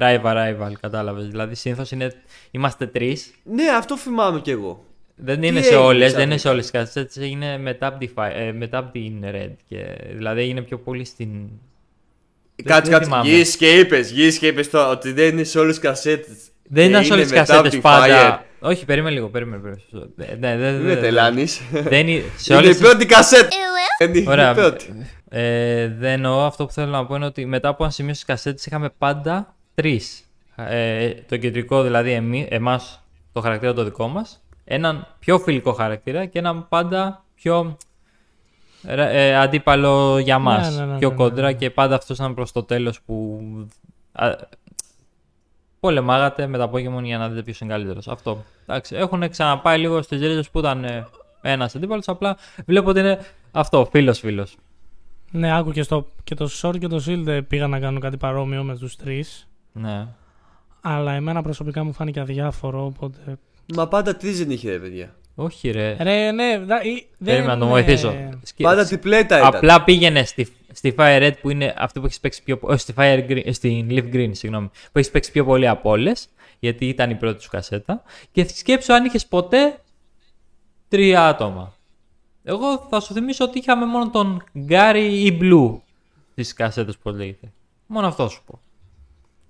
[SPEAKER 2] rival-rival, κατάλαβες. Δηλαδή, συνήθως είμαστε τρεις.
[SPEAKER 3] Ναι, αυτό θυμάμαι κι εγώ.
[SPEAKER 2] Δεν
[SPEAKER 3] Τι
[SPEAKER 2] είναι σε
[SPEAKER 3] έγινε
[SPEAKER 2] όλες, δεν
[SPEAKER 3] ξαφνικά?
[SPEAKER 2] είναι σε όλες τις κασέτε. Έγινε μετά από, τη, φα- ε, μετά απ' την Red. Και, δηλαδή, έγινε πιο πολύ στην.
[SPEAKER 3] Ε, Κάτσε,
[SPEAKER 2] δεν
[SPEAKER 3] κάτσε.
[SPEAKER 2] θυμάμαι.
[SPEAKER 3] Γη και είπες, γη και είπες το ότι δεν είναι σε όλες τις κασέτες.
[SPEAKER 2] Δεν ήταν σε όλες τις κασέτε πάντα. Όχι, περίμενε λίγο, περίμενε. περίμενε. Ε, Ναι, δεν-
[SPEAKER 3] Δεν
[SPEAKER 2] δεν-
[SPEAKER 3] τελάνεις.
[SPEAKER 2] Δεν είναι σε
[SPEAKER 3] Είναι
[SPEAKER 2] όλες
[SPEAKER 3] η
[SPEAKER 2] τις-
[SPEAKER 3] πρώτη κασέτα. Είναι η
[SPEAKER 2] Ωραία.
[SPEAKER 3] πρώτη.
[SPEAKER 2] Ε, δεν εννοώ. Αυτό που θέλω να πω είναι ότι μετά από ένα σημείο στις κασέτες είχαμε πάντα τρεις. Ε, το κεντρικό δηλαδή εμεί, εμάς, το χαρακτήρα το δικό μας, έναν πιο φιλικό χαρακτήρα και έναν πάντα πιο ρε- ε, αντίπαλο για μας.
[SPEAKER 1] ναι, ναι,
[SPEAKER 2] πιο
[SPEAKER 1] ναι, ναι,
[SPEAKER 2] κόντρα και πάντα αυτός ήταν προς το τέλος που. α, πολεμάγατε με τα Pokemon για να δείτε ποιος είναι καλύτερος. Αυτό. Εντάξει, έχουν ξαναπάει λίγο στις ρίζες που ήταν ένας αντίπαλος. Απλά βλέπω ότι είναι αυτό, φίλο-φίλο.
[SPEAKER 1] Ναι, άκου και, στο, και το Sword και το Shield ε, πήγαν να κάνουν κάτι παρόμοιο με τους τρεις.
[SPEAKER 2] Ναι.
[SPEAKER 1] Αλλά εμένα προσωπικά μου φάνηκε αδιάφορο, οπότε...
[SPEAKER 3] Μα πάντα τρει δεν είχε, ρε παιδιά.
[SPEAKER 2] Όχι, ρε.
[SPEAKER 1] Ρε, ναι, δα- ή- δεν ναι.
[SPEAKER 2] Περίμενα να το
[SPEAKER 1] είναι-
[SPEAKER 2] βοηθήσω. Σκ-
[SPEAKER 3] Ε, Πάντα διπλέτα ήταν.
[SPEAKER 2] Απλά πήγαινε στη, στη Fire Red που είναι αυτή που έχεις παίξει πιο πολύ. Στη Fire Green, ε, στην Leaf Green, συγγνώμη. Που έχεις παίξει πιο πολύ από όλες. Γιατί ήταν η πρώτη σου κασέτα. Και σκέψου αν είχες ποτέ τρία άτομα. Εγώ θα σου θυμίσω ότι είχαμε μόνο τον Γκάρι ή Blue στις κασέτες που λέγεται. Μόνο αυτό σου πω.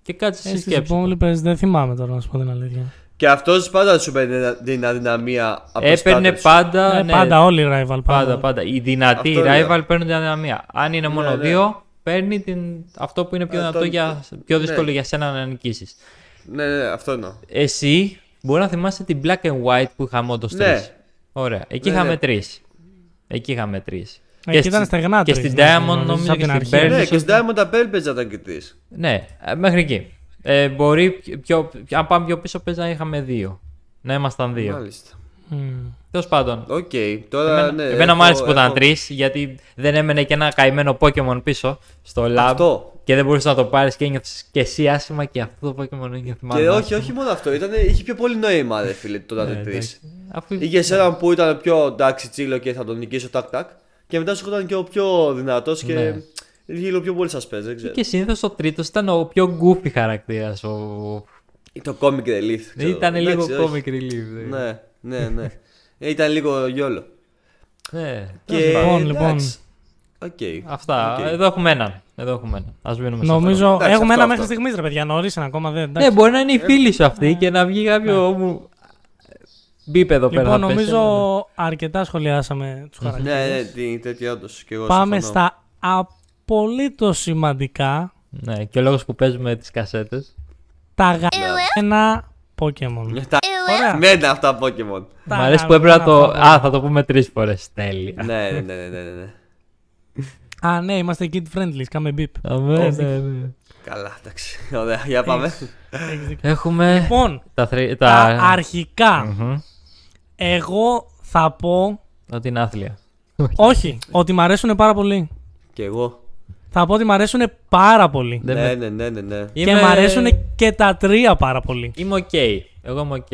[SPEAKER 2] Και κάτσε
[SPEAKER 1] Ε,
[SPEAKER 2] εσύ
[SPEAKER 1] Στις
[SPEAKER 2] σκέψου. το.
[SPEAKER 1] υπόλοιπες δεν θυμάμαι τώρα να σου πω την αλήθεια.
[SPEAKER 3] Και αυτός πάντα σου παίρνει την αδυναμία από το
[SPEAKER 2] Έπαιρνε
[SPEAKER 3] starter σου.
[SPEAKER 2] πάντα.
[SPEAKER 1] Ε,
[SPEAKER 2] ναι,
[SPEAKER 1] πάντα όλοι οι rival.
[SPEAKER 2] Πάντα, πάντα. Οι δυνατοί
[SPEAKER 3] Αυτό
[SPEAKER 2] οι
[SPEAKER 3] λέω.
[SPEAKER 2] rival παίρνουν την αδυναμία. Αν είναι μόνο
[SPEAKER 3] ναι.
[SPEAKER 2] δύο, παίρνει την... αυτό που είναι πιο,
[SPEAKER 3] Ε,
[SPEAKER 2] δυνατό
[SPEAKER 3] τον-
[SPEAKER 2] για... πιο
[SPEAKER 3] ναι.
[SPEAKER 2] δύσκολο για σένα να νικήσεις.
[SPEAKER 3] Ναι, ναι, ναι, αυτό εννοώ.
[SPEAKER 2] Εσύ μπορεί να θυμάσαι την black and white που είχαμε όντως
[SPEAKER 3] Ναι.
[SPEAKER 2] τρεις. Ωραία. Εκεί
[SPEAKER 3] Ναι,
[SPEAKER 2] είχαμε
[SPEAKER 3] ναι.
[SPEAKER 2] τρεις. Εκεί είχαμε τρεις.
[SPEAKER 1] Εκεί ήταν στεγνά
[SPEAKER 2] Και
[SPEAKER 1] τρεις,
[SPEAKER 2] στην
[SPEAKER 1] ναι,
[SPEAKER 2] Diamond
[SPEAKER 1] νομίζω,
[SPEAKER 2] νομίζω
[SPEAKER 1] απ'
[SPEAKER 2] και
[SPEAKER 1] την
[SPEAKER 2] στην
[SPEAKER 1] αρχή.
[SPEAKER 2] Pearl.
[SPEAKER 3] Ναι,
[SPEAKER 2] ίσως-
[SPEAKER 3] και στην Diamond Apple παίζα κριτή.
[SPEAKER 2] Ναι, ε, μέχρι εκεί. Ε, μπορεί, πιο- πιο, αν πάμε πιο πίσω, πες να είχαμε δύο. Να ήμασταν δύο.
[SPEAKER 3] Μάλιστα.
[SPEAKER 1] Μμμ.
[SPEAKER 2] Τέλος πάντων,
[SPEAKER 3] Οκ, τώρα
[SPEAKER 2] Εμένα,
[SPEAKER 3] ναι.
[SPEAKER 2] εμένα μου
[SPEAKER 3] έχω-
[SPEAKER 2] άρεσε που ήταν
[SPEAKER 3] έχω-
[SPEAKER 2] τρεις, γιατί δεν έμενε και ένα καημένο Pokémon πίσω στο lab.
[SPEAKER 3] Αυτό.
[SPEAKER 2] Και δεν μπορούσες να το πάρεις και ένιωθες και εσύ άσχημα και αυτό το Pokémon ένιωθε μάλλον. Ναι,
[SPEAKER 3] Και όχι,
[SPEAKER 2] άσχημα.
[SPEAKER 3] όχι μόνο αυτό. Ήταν, είχε πιο πολύ νόημα, ρε φίλε, το ήταν τρει.
[SPEAKER 2] Αφού...
[SPEAKER 3] Είχε έναν που ήταν πιο εντάξει, τσίλο και θα τον νικήσω τάκ-τάκ. Και μετά σου ήταν και ο πιο δυνατός και.
[SPEAKER 2] Ναι.
[SPEAKER 3] είχε λίγο πιο πολύ σας παίζει, δεν ξέρω.
[SPEAKER 2] Και συνήθως ο τρίτος ήταν ο πιο goofy χαρακτήρας. Ο...
[SPEAKER 3] Το comic relief. ξέρω.
[SPEAKER 2] Ήταν
[SPEAKER 3] Εντάξει,
[SPEAKER 2] λίγο
[SPEAKER 3] όχι.
[SPEAKER 2] comic relief. δεν-
[SPEAKER 3] Ναι, ναι, ναι. Ε, ήταν λίγο γιόλο.
[SPEAKER 2] Ναι.
[SPEAKER 3] Και
[SPEAKER 2] τέλος πάντων.
[SPEAKER 1] Λοιπόν,
[SPEAKER 3] εντάξει.
[SPEAKER 2] λοιπόν.
[SPEAKER 3] Οκ.
[SPEAKER 2] Αυτά.
[SPEAKER 3] Οκ.
[SPEAKER 2] Εδώ έχουμε έναν. Εδώ έχουμε έναν. Ας μείνουμε σε αυτό.
[SPEAKER 1] Νομίζω
[SPEAKER 3] Εντάξει,
[SPEAKER 1] έχουμε
[SPEAKER 3] αυτό,
[SPEAKER 1] ένα
[SPEAKER 3] αυτό.
[SPEAKER 1] μέχρι στιγμής ρε παιδιά. Νωρίς είναι ακόμα δεν.
[SPEAKER 2] Ναι,
[SPEAKER 1] εντάξει.
[SPEAKER 2] μπορεί να είναι η φίλη σου αυτή και να βγει κάποιο μου. Μπίπε εδώ πέρα.
[SPEAKER 1] Ναι. Λοιπόν,
[SPEAKER 2] να πέσει,
[SPEAKER 1] νομίζω
[SPEAKER 2] ναι.
[SPEAKER 1] αρκετά σχολιάσαμε τους χαρακτήρες.
[SPEAKER 3] Ναι, ναι, τι- τέτοια όντως.
[SPEAKER 1] Πάμε στα απολύτως σημαντικά.
[SPEAKER 2] Ναι, και ο λόγος που παίζουμε τις κασέτες.
[SPEAKER 1] Τα αγαπημένα
[SPEAKER 2] Ε,
[SPEAKER 1] Pokémon.
[SPEAKER 3] Τα
[SPEAKER 1] Ωραία.
[SPEAKER 3] μένα Ναι, αυτά Pokémon.
[SPEAKER 2] Μ'
[SPEAKER 1] Τα
[SPEAKER 2] αρέσει που έπρεπε να το.
[SPEAKER 1] αγαπημένα
[SPEAKER 2] Α, θα το πούμε τρεις φορές. Τέλεια.
[SPEAKER 3] ναι, ναι, ναι, ναι, ναι, ναι.
[SPEAKER 1] Pokémon. Α, ναι, είμαστε kid friendly. Κάμε beep.
[SPEAKER 2] Αμέ,
[SPEAKER 1] Έχεις
[SPEAKER 2] ναι, ναι.
[SPEAKER 3] Καλά, εντάξει. Ωραία, για πάμε.
[SPEAKER 1] Έχεις δίκιο.
[SPEAKER 2] Έχουμε.
[SPEAKER 1] Λοιπόν,
[SPEAKER 2] Τα θρι...
[SPEAKER 1] τα
[SPEAKER 2] τα...
[SPEAKER 1] αρχικά.
[SPEAKER 2] Μμμ.
[SPEAKER 1] Εγώ θα πω.
[SPEAKER 2] Ότι είναι άθλια.
[SPEAKER 1] Όχι, ότι μ' αρέσουν πάρα πολύ.
[SPEAKER 3] Κι εγώ.
[SPEAKER 1] Θα πω ότι μ' αρέσουν πάρα πολύ.
[SPEAKER 2] Δεν
[SPEAKER 3] Ναι,
[SPEAKER 2] με-
[SPEAKER 3] ναι, ναι, ναι, ναι.
[SPEAKER 1] Και μ' αρέσουν και τα τρία πάρα πολύ.
[SPEAKER 2] Είμαι οκ. Εγώ είμαι οκ.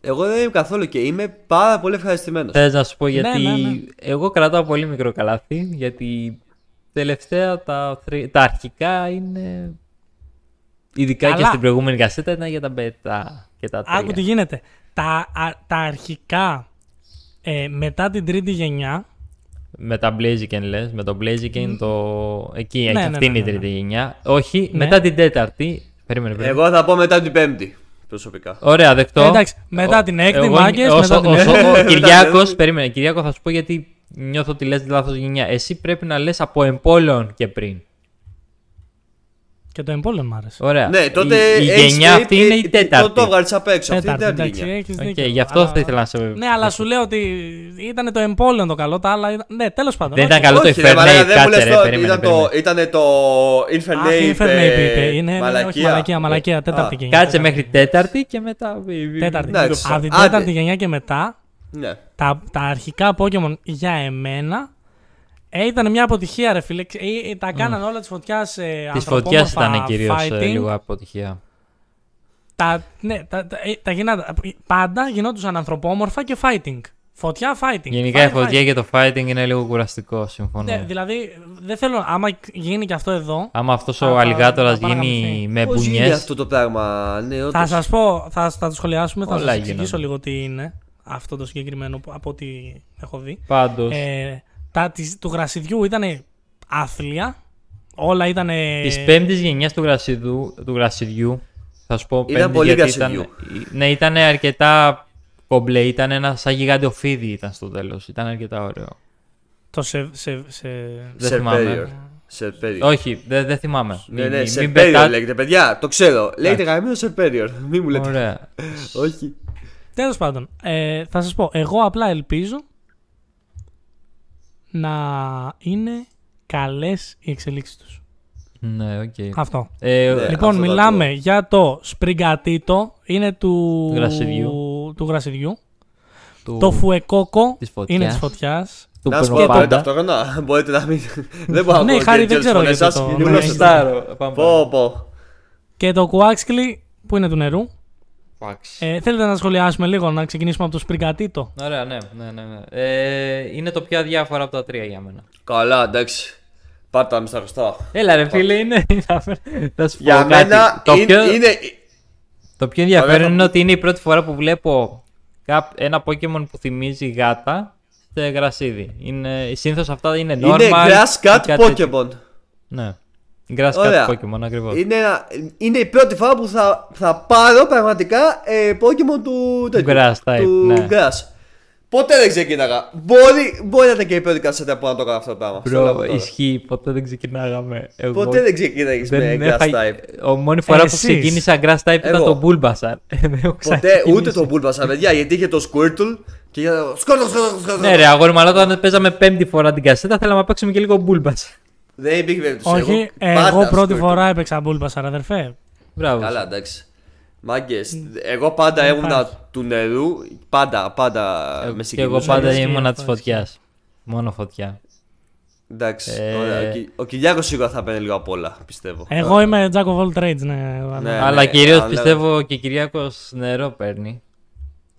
[SPEAKER 3] Εγώ δεν είμαι καθόλου και είμαι πάρα πολύ ευχαριστημένος.
[SPEAKER 2] Θες να σου πω γιατί.
[SPEAKER 1] ναι, ναι.
[SPEAKER 2] Εγώ κρατάω πολύ μικρό καλάθι. Γιατί τελευταία τα, θρι- τα αρχικά είναι. Ειδικά και
[SPEAKER 1] Καλά.
[SPEAKER 2] στην προηγούμενη κασέτα ήταν για τα πετά και τα τρία.
[SPEAKER 1] Άκου τι γίνεται. Τα, α- τα αρχικά ε, μετά την τρίτη γενιά.
[SPEAKER 2] Με τα Blaziken λες, με το Blaziken το... Εκεί, εκεί
[SPEAKER 1] ναι,
[SPEAKER 2] αυτή είναι
[SPEAKER 1] ναι,
[SPEAKER 2] η
[SPEAKER 1] ναι,
[SPEAKER 2] τρίτη γενιά. Όχι,
[SPEAKER 1] Ναι.
[SPEAKER 2] μετά την τέταρτη. Περίμενε, περίμενε.
[SPEAKER 3] Εγώ θα πω μετά την Πέμπτη. Προσωπικά.
[SPEAKER 2] Ωραία, δεκτό.
[SPEAKER 1] Ε, Εντάξει, μετά την έκτη, μάγκες, μετά την
[SPEAKER 2] όσο,
[SPEAKER 1] έκτη.
[SPEAKER 2] ο
[SPEAKER 3] Μετά την
[SPEAKER 2] Κυριάκος,
[SPEAKER 3] έκτη.
[SPEAKER 2] περίμενε, Κυριάκο θα σου πω γιατί νιώθω ότι λες λάθος γενιά. Εσύ πρέπει να λες από εμπόλεων και πριν.
[SPEAKER 1] Και το εμπόλεμο μ' άρεσε.
[SPEAKER 2] Ωραία.
[SPEAKER 3] Ναι, τότε.
[SPEAKER 2] η, η
[SPEAKER 3] έχεις
[SPEAKER 2] γενιά
[SPEAKER 3] πει-
[SPEAKER 2] αυτή είναι η
[SPEAKER 3] ε, ε,
[SPEAKER 2] τέταρτη.
[SPEAKER 3] Το, το βγάλεις απ' έξω. Αυτή είναι η
[SPEAKER 1] Τέταρτη,
[SPEAKER 3] τέταρτη
[SPEAKER 1] εντάξει,
[SPEAKER 3] γενιά.
[SPEAKER 1] έχεις
[SPEAKER 2] Οκ,
[SPEAKER 1] δίκιο.
[SPEAKER 2] γι' αυτό
[SPEAKER 1] Αλλά-
[SPEAKER 2] θα ήθελα να σε
[SPEAKER 1] Ναι, αλλά σου λέω ότι ήταν το εμπόλεμο το καλό, τα άλλα. ήταν- Ναι, τέλος πάντων.
[SPEAKER 2] Δεν
[SPEAKER 1] όχι.
[SPEAKER 2] ήταν καλό το
[SPEAKER 3] Όχι, ρε, μαλάκα,
[SPEAKER 2] Infernape,
[SPEAKER 3] δεν μου λες
[SPEAKER 2] κάτσε ρε,
[SPEAKER 3] το-
[SPEAKER 2] περίμενε,
[SPEAKER 3] ήταν το-
[SPEAKER 2] περίμενε.
[SPEAKER 3] Ήταν το Infernape.
[SPEAKER 2] Ναι,
[SPEAKER 1] Αχ, η Infernape
[SPEAKER 3] ε,
[SPEAKER 1] είπε. Είναι ναι, ναι, όχι μαλακία, μαλακία. Τέταρτη
[SPEAKER 3] Α,
[SPEAKER 1] γενιά.
[SPEAKER 2] Κάτσε
[SPEAKER 1] τέταρτη.
[SPEAKER 2] μέχρι τέταρτη και μετά...
[SPEAKER 1] Τέταρτη.
[SPEAKER 3] Εντάξει.
[SPEAKER 1] Από την
[SPEAKER 3] Άντε.
[SPEAKER 1] τέταρτη γενιά και μετά,
[SPEAKER 3] Ναι.
[SPEAKER 1] τα, τα αρχικά Pokémon για εμένα ε, ήταν μια αποτυχία, ρε φίλε. Ε, ε, τα κάνανε όλα της φωτιάς. Ε,
[SPEAKER 2] Της φωτιά
[SPEAKER 1] ανθρωπόμορφα
[SPEAKER 2] ήταν κυρίως
[SPEAKER 1] fighting.
[SPEAKER 2] λίγο αποτυχία.
[SPEAKER 1] Τα, ναι, τα, τα, ε, τα γινά- πάντα γινόντουσαν ανθρωπόμορφα και fighting. Φωτιά, fighting.
[SPEAKER 2] Γενικά
[SPEAKER 1] Fight,
[SPEAKER 2] η φωτιά
[SPEAKER 1] fight.
[SPEAKER 2] και το fighting είναι λίγο κουραστικό, συμφωνώ.
[SPEAKER 1] Ναι, δηλαδή, δεν θέλω, άμα γίνει και αυτό εδώ,
[SPEAKER 2] Άμα αυτός
[SPEAKER 1] Α,
[SPEAKER 2] ο
[SPEAKER 1] θα-
[SPEAKER 2] αλιγάτορα
[SPEAKER 1] θα
[SPEAKER 2] γίνει
[SPEAKER 1] παραγαμηθεί.
[SPEAKER 2] με
[SPEAKER 3] Πώς γίνεται
[SPEAKER 2] μπουνιέ.
[SPEAKER 3] αυτό το πράγμα, ναι,
[SPEAKER 1] θα
[SPEAKER 3] όντως.
[SPEAKER 1] σας πω, θα, θα το σχολιάσουμε, θα
[SPEAKER 2] Όλα
[SPEAKER 1] σας
[SPEAKER 2] γίνονται.
[SPEAKER 1] εξηγήσω λίγο τι είναι αυτό το συγκεκριμένο που- από ό,τι έχω δει.
[SPEAKER 2] Πάντως.
[SPEAKER 1] Ε, τα της, του γρασιδιού ήταν άθλια, όλα ήταν...
[SPEAKER 2] Της πέμπτης γενιάς του, γρασιδού, του γρασιδιού, θα σου πω. πέμπτης,
[SPEAKER 3] πολύ
[SPEAKER 2] γιατί
[SPEAKER 3] γρασιδιού.
[SPEAKER 2] Ήταν, ναι, ήταν αρκετά κομπλέ. Ήταν ένα σαν γιγάντιο φίδι ήταν στο τέλος. Ήταν αρκετά ωραίο.
[SPEAKER 1] Το σε, σε, σε-
[SPEAKER 2] Δεν
[SPEAKER 3] Superior.
[SPEAKER 2] θυμάμαι.
[SPEAKER 3] Superior.
[SPEAKER 2] Όχι, δεν δεν θυμάμαι.
[SPEAKER 3] Ε, Ναι, ναι,
[SPEAKER 2] μην
[SPEAKER 3] Serperior
[SPEAKER 2] πετά- Ναι.
[SPEAKER 3] λέγεται, παιδιά, το ξέρω. Λέγεται γαμμένο Serperior. Μη μου λέτε.
[SPEAKER 2] Ωραία.
[SPEAKER 3] Όχι.
[SPEAKER 1] Τέλος πάντων, ε, θα σας πω, εγώ απλά ελπίζω να είναι καλές οι εξελίξεις τους.
[SPEAKER 2] ναι, οκ.
[SPEAKER 1] Αυτό.
[SPEAKER 2] Ε,
[SPEAKER 3] Ναι.
[SPEAKER 1] λοιπόν,
[SPEAKER 3] αυτό το
[SPEAKER 1] μιλάμε για το σπριγκατίτο, είναι του
[SPEAKER 2] Γρασιδιού.
[SPEAKER 1] του γρασιδιού.
[SPEAKER 2] του-
[SPEAKER 1] Το φουεκόκο
[SPEAKER 2] Της φωτιάς.
[SPEAKER 1] είναι της φωτιάς.
[SPEAKER 2] του
[SPEAKER 3] Να σου πω
[SPEAKER 2] Περνοπάντα.
[SPEAKER 3] πέντε ταυτόχρονα. Μπορείτε να μην. Δεν μπορώ να
[SPEAKER 1] Ναι,
[SPEAKER 3] ακούω
[SPEAKER 1] χάρη,
[SPEAKER 3] και
[SPEAKER 1] δεν
[SPEAKER 3] τις
[SPEAKER 1] ξέρω
[SPEAKER 3] φωνές
[SPEAKER 1] γιατί
[SPEAKER 3] σας.
[SPEAKER 1] το-
[SPEAKER 3] Μην μου
[SPEAKER 1] ναι,
[SPEAKER 3] λες
[SPEAKER 1] έχεις
[SPEAKER 3] αυτά.
[SPEAKER 2] Γλωστάρο. Πάμε, πάμε.
[SPEAKER 3] Πω, πω.
[SPEAKER 1] Και το κουάξκλι που είναι του νερού.
[SPEAKER 2] Εντάξει.
[SPEAKER 1] Ε, θέλετε να σχολιάσουμε λίγο, να ξεκινήσουμε από το Σπριγκατίτο.
[SPEAKER 2] Ωραία, ναι, ναι, ναι. ναι. Ε, είναι το πιο αδιάφορο από τα τρία για μένα.
[SPEAKER 3] Καλά, εντάξει. Πάρτα με στα χρωστά.
[SPEAKER 2] Έλα ρε φίλε, είναι... θα σου πω
[SPEAKER 3] Για
[SPEAKER 2] κάτι.
[SPEAKER 3] μένα
[SPEAKER 2] το,
[SPEAKER 3] είναι,
[SPEAKER 2] πιο,
[SPEAKER 3] είναι-
[SPEAKER 2] το πιο ενδιαφέρον
[SPEAKER 3] Ωραία, θα-
[SPEAKER 2] είναι ότι είναι η πρώτη φορά που βλέπω κάπ- ένα Pokemon που θυμίζει γάτα σε γρασίδι. Είναι... Συνήθως αυτά είναι normal.
[SPEAKER 3] είναι grass
[SPEAKER 2] ή
[SPEAKER 3] cut
[SPEAKER 2] κάτι τέτοιο.
[SPEAKER 3] Pokemon.
[SPEAKER 2] Ναι. Grass
[SPEAKER 3] Ωραία.
[SPEAKER 2] cut Pokemon ακριβώς.
[SPEAKER 3] Είναι, ένα- είναι η πρώτη φορά που θα, θα πάρω πραγματικά ε, Pokemon του τέτοιου.
[SPEAKER 2] Grass type,
[SPEAKER 3] του
[SPEAKER 2] ναι.
[SPEAKER 3] Grass. Ποτέ δεν ξεκίναγα. Μπορεί, μπορεί να ήταν και η πρώτη κασέτα που να το έκανα αυτό το πράγμα. στο λαό
[SPEAKER 2] Bro, ε,
[SPEAKER 3] τώρα.
[SPEAKER 2] ισχύει, ποτέ δεν ξεκινάγαμε. Εγώ
[SPEAKER 3] Ποτέ δεν ξεκίναγες με
[SPEAKER 2] δεν
[SPEAKER 3] Grass
[SPEAKER 2] έφαγε-
[SPEAKER 3] type. Ε,
[SPEAKER 2] Ο μόνη φορά
[SPEAKER 1] Εσείς.
[SPEAKER 2] που ξεκίνησα Grass type ήταν
[SPEAKER 3] Εγώ.
[SPEAKER 2] το Bulbasaur. Δεν έχω
[SPEAKER 3] Ποτέ
[SPEAKER 2] ξανακινήσει.
[SPEAKER 3] ούτε το Bulbasaur, παιδιά, γιατί είχε το Squirtle και για σκόρτο, σκόρτο, σκόρτο.
[SPEAKER 2] Ναι, ρε, αγόρι μου, αλλά όταν παίζαμε πέμπτη φορά την κασέτα, θέλαμε να παίξουμε και λίγο Bulbasaur.
[SPEAKER 3] Δεν υπήρχε περίπτωση.
[SPEAKER 1] Όχι, ε,
[SPEAKER 2] ε,
[SPEAKER 3] πάντα
[SPEAKER 1] εγώ πρώτη
[SPEAKER 3] Squirtle.
[SPEAKER 1] φορά έπαιξα μπούλμπασαρ, αδερφέ.
[SPEAKER 2] Μπράβος.
[SPEAKER 3] Καλά, εντάξει. Μάγκες, εγώ πάντα ήμουνα του νερού. Πάντα, πάντα
[SPEAKER 2] Ε,
[SPEAKER 3] με
[SPEAKER 2] και εγώ
[SPEAKER 3] συγκινούσαν.
[SPEAKER 2] πάντα
[SPEAKER 1] και
[SPEAKER 2] ήμουνα τη
[SPEAKER 1] εμφάνιση.
[SPEAKER 2] φωτιά. Μόνο φωτιά.
[SPEAKER 3] Εντάξει,
[SPEAKER 2] Ε,
[SPEAKER 3] ωραία. Ο Κυ- Ο Κυριάκος σίγουρα θα παίρνει λίγο απ' όλα, πιστεύω.
[SPEAKER 1] Εγώ είμαι Jack of all trades, ναι.
[SPEAKER 3] Ε. Ναι.
[SPEAKER 2] Αλλά
[SPEAKER 3] ναι,
[SPEAKER 2] κυρίως
[SPEAKER 3] αλλά-
[SPEAKER 2] πιστεύω και Κυριάκος νερό παίρνει.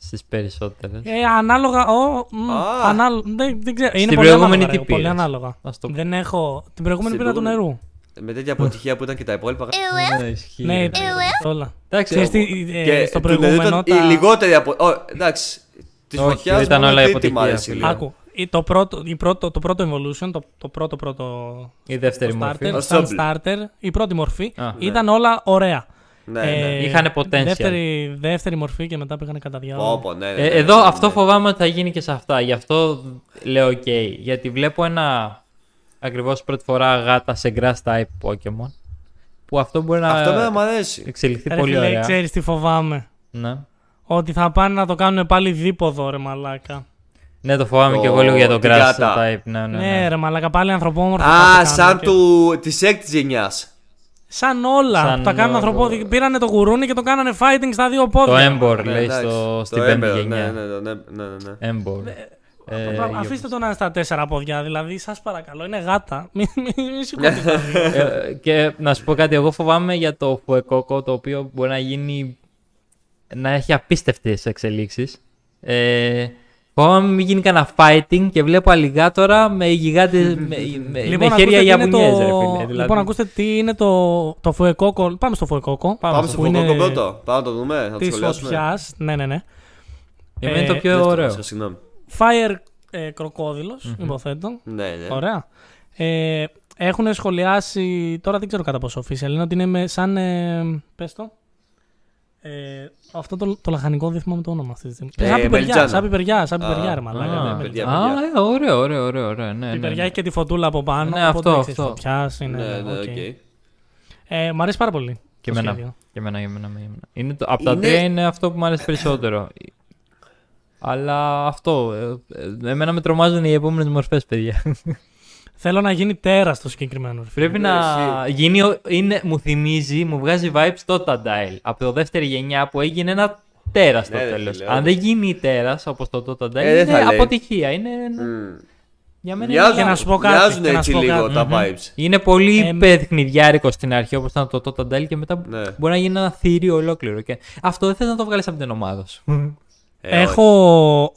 [SPEAKER 2] Στις περισσότερες.
[SPEAKER 1] Ε, ανάλογα. Ο, μ,
[SPEAKER 3] Α.
[SPEAKER 1] ανάλο- δεν, δεν ξέρω. Είναι
[SPEAKER 2] Στην
[SPEAKER 1] πολύ
[SPEAKER 2] προηγούμενη
[SPEAKER 1] ανάλογα,
[SPEAKER 2] τι
[SPEAKER 1] ρε, πολύ
[SPEAKER 2] πήρες?
[SPEAKER 1] ανάλογα.
[SPEAKER 2] Ας το πω.
[SPEAKER 1] Δεν έχω. Την προηγούμενη
[SPEAKER 3] Στην
[SPEAKER 1] πήρα του
[SPEAKER 3] προηγούμενη.
[SPEAKER 1] νερού.
[SPEAKER 3] Με τέτοια αποτυχία που ήταν και τα υπόλοιπα.
[SPEAKER 2] Ναι, ισχύει.
[SPEAKER 1] Ναι,
[SPEAKER 2] ρε.
[SPEAKER 1] ήταν όλα.
[SPEAKER 2] Εντάξει,
[SPEAKER 1] Ξέρεις τι, ε,
[SPEAKER 3] και
[SPEAKER 1] στο
[SPEAKER 3] του νερού
[SPEAKER 1] προηγούμενο.
[SPEAKER 3] ήταν
[SPEAKER 1] τα-
[SPEAKER 3] η λιγότερη από. Ω, Εντάξει, της
[SPEAKER 2] Όχι,
[SPEAKER 3] φωτιάς
[SPEAKER 2] ήταν όλα η αποτυχία, φίλε.
[SPEAKER 1] Άκου. ε, Το πρώτο, η πρώτο, το πρώτο evolution, το, το πρώτο πρώτο
[SPEAKER 2] Η δεύτερη
[SPEAKER 1] starter,
[SPEAKER 2] μορφή.
[SPEAKER 3] Ο
[SPEAKER 1] σαν
[SPEAKER 3] Stubble.
[SPEAKER 1] starter, η πρώτη μορφή,
[SPEAKER 2] Α, ναι.
[SPEAKER 1] ήταν όλα ωραία. Ε,
[SPEAKER 3] Ναι, ναι.
[SPEAKER 2] Είχανε potential.
[SPEAKER 1] Δεύτερη, δεύτερη μορφή και μετά πήγανε κατά διάολο.
[SPEAKER 3] Όπω, ναι. ναι,
[SPEAKER 2] Ε,
[SPEAKER 3] ναι,
[SPEAKER 2] εδώ
[SPEAKER 3] ναι,
[SPEAKER 2] αυτό
[SPEAKER 3] ναι.
[SPEAKER 2] φοβάμαι ότι θα γίνει και σε αυτά. Γι' αυτό λέω OK. Γιατί βλέπω ένα ακριβώς πρώτη φορά γάτα σε grass type Pokemon. Που αυτό μπορεί να
[SPEAKER 3] Αυτό με μου αρέσει.
[SPEAKER 2] εξελιχθεί
[SPEAKER 1] Ρε
[SPEAKER 2] πολύ
[SPEAKER 1] φίλε,
[SPEAKER 2] ωραία.
[SPEAKER 1] ξέρεις τι φοβάμαι.
[SPEAKER 2] Ναι.
[SPEAKER 1] Ότι θα πάνε να το κάνουν πάλι δίποδο, ρε μαλάκα.
[SPEAKER 2] Ναι, το φοβάμαι
[SPEAKER 3] Το-
[SPEAKER 2] και εγώ λίγο για τον
[SPEAKER 3] την
[SPEAKER 2] Grass
[SPEAKER 3] κάτα.
[SPEAKER 2] Type. Ναι, ναι,
[SPEAKER 1] Ναι,
[SPEAKER 2] ναι.
[SPEAKER 1] ρε μαλάκα, πάλι ανθρωπόμορφο. θα
[SPEAKER 3] Α,
[SPEAKER 1] το κάνουν
[SPEAKER 3] σαν
[SPEAKER 1] και-
[SPEAKER 3] του της έκτη γενιάς.
[SPEAKER 1] Σαν όλα.
[SPEAKER 2] Σαν
[SPEAKER 1] που τα κάνουν
[SPEAKER 2] όλο.
[SPEAKER 1] ανθρωπόμορφο. Πήρανε το γουρούνι και το κάνανε fighting στα δύο
[SPEAKER 2] Το
[SPEAKER 1] πόδια.
[SPEAKER 2] Embor, λέει, στο, στην πέμπτη γενιά.
[SPEAKER 3] Ναι, ναι, ναι. ναι, ναι.
[SPEAKER 2] Embor. Ε,
[SPEAKER 1] Ε,
[SPEAKER 2] για-
[SPEAKER 1] Αφήστε το να είναι στα τέσσερα πόδια. Δηλαδή, σας παρακαλώ, είναι γάτα. Μην μη, μη
[SPEAKER 3] Ναι,
[SPEAKER 1] σηκώνετε τα δύο.
[SPEAKER 2] ε, και να σου πω κάτι, εγώ φοβάμαι για το Φουεκόκο, το οποίο μπορεί να γίνει. να έχει απίστευτες εξελίξεις. Ε, φοβάμαι μην γίνει κανένα fighting και βλέπω αλιγάτορα με γιγάντες, με, με, με Ε, χέρια
[SPEAKER 1] ακούστε Λοιπόν,
[SPEAKER 2] για
[SPEAKER 1] τι είναι
[SPEAKER 2] μπουνιές,
[SPEAKER 1] το-
[SPEAKER 2] ρε φίλε. Δηλαδή,
[SPEAKER 1] Λοιπόν, ακούστε τι είναι το, το φουεκόκο. Πάμε στο φουεκόκο.
[SPEAKER 3] Πάμε στο
[SPEAKER 1] που είναι
[SPEAKER 3] φωτοκό πρώτο. Πάμε να το δούμε. Θα το
[SPEAKER 1] Της
[SPEAKER 3] σχολιάσουμε.
[SPEAKER 1] φωτιάς. Ναι, ναι, ναι.
[SPEAKER 2] για μένα είναι
[SPEAKER 1] ε,
[SPEAKER 2] το πιο ωραίο.
[SPEAKER 3] Σας, Συγγνώμη.
[SPEAKER 1] Fire ε, κροκόδυλος, υποθέτω.
[SPEAKER 3] Ναι, ναι.
[SPEAKER 1] Ωραία. Ε, έχουν σχολιάσει. Τώρα δεν ξέρω κατά πόσο official είναι ότι είναι με, σαν. Ε, πες το. Ε, αυτό το, το λαχανικό δεν θυμάμαι το όνομα αυτής της στιγμή.
[SPEAKER 3] Ε,
[SPEAKER 1] σαν πιπεριά,
[SPEAKER 3] μελιτζάνα.
[SPEAKER 1] σαν πιπεριά, σαν
[SPEAKER 3] Α,
[SPEAKER 1] πιπεριά, ρε μαλάκα.
[SPEAKER 2] α,
[SPEAKER 1] ναι,
[SPEAKER 2] παιδιά,
[SPEAKER 1] μελιτζάνα.
[SPEAKER 3] παιδιά.
[SPEAKER 2] Α, ε, ωραίο, ωραίο, ωραίο, ωραίο. Ναι, ναι,
[SPEAKER 1] Πιπεριά
[SPEAKER 2] ναι.
[SPEAKER 1] έχει και τη φωτούλα από πάνω.
[SPEAKER 2] Ναι,
[SPEAKER 1] οπότε
[SPEAKER 2] αυτό,
[SPEAKER 1] ξέρεις,
[SPEAKER 2] αυτό.
[SPEAKER 1] φωτιάς είναι.
[SPEAKER 3] Ναι, ναι,
[SPEAKER 1] οκ.
[SPEAKER 3] οκ.
[SPEAKER 1] Ε, μ' αρέσει πάρα πολύ.
[SPEAKER 2] Και
[SPEAKER 1] το
[SPEAKER 2] εμένα.
[SPEAKER 1] σχέδιο.
[SPEAKER 2] Και εμένα, και εμένα, και εμένα. Είναι το, από τα
[SPEAKER 3] Είναι-
[SPEAKER 2] τρία είναι αυτό που μου αρέσει περισσότερο. Αλλά αυτό. ε, ε, Εμένα με τρομάζουν οι επόμενες μορφές, παιδιά.
[SPEAKER 1] Θέλω να γίνει τέρας το συγκεκριμένο. ρε φίλε.
[SPEAKER 2] Πρέπει να γίνει. ο- Είναι, μου θυμίζει, μου βγάζει vibes το Tantile. Από το δεύτερη γενιά που έγινε ένα τέρας στο
[SPEAKER 3] Ναι, ρε
[SPEAKER 2] τέλος.
[SPEAKER 3] φίλε,
[SPEAKER 2] Αν
[SPEAKER 3] όντως.
[SPEAKER 2] δεν γίνει τέρας όπως το Tantile,
[SPEAKER 3] Ε, δεν θα
[SPEAKER 2] είναι
[SPEAKER 3] λέει.
[SPEAKER 2] αποτυχία. Είναι, ένα-
[SPEAKER 3] Μμμ.
[SPEAKER 2] για μένα είναι,
[SPEAKER 3] Μοιάζουν,
[SPEAKER 1] να
[SPEAKER 2] λάθος.
[SPEAKER 1] σου πω κάτι,
[SPEAKER 3] μοιάζουν
[SPEAKER 1] και να
[SPEAKER 3] έτσι
[SPEAKER 1] σου πω
[SPEAKER 3] λίγο
[SPEAKER 1] κάτι.
[SPEAKER 3] τα vibes.
[SPEAKER 2] είναι πολύ
[SPEAKER 1] Ε,
[SPEAKER 2] ε, παιχνιδιάρικο στην αρχή όπως ήταν το Tantile και μετά
[SPEAKER 3] Ναι.
[SPEAKER 2] μπορεί να γίνει ένα θηρίο ολόκληρο. Και αυτό δεν θες να το βγάλεις από την ομάδα σου.
[SPEAKER 3] Ε, όχι.
[SPEAKER 1] Έχω.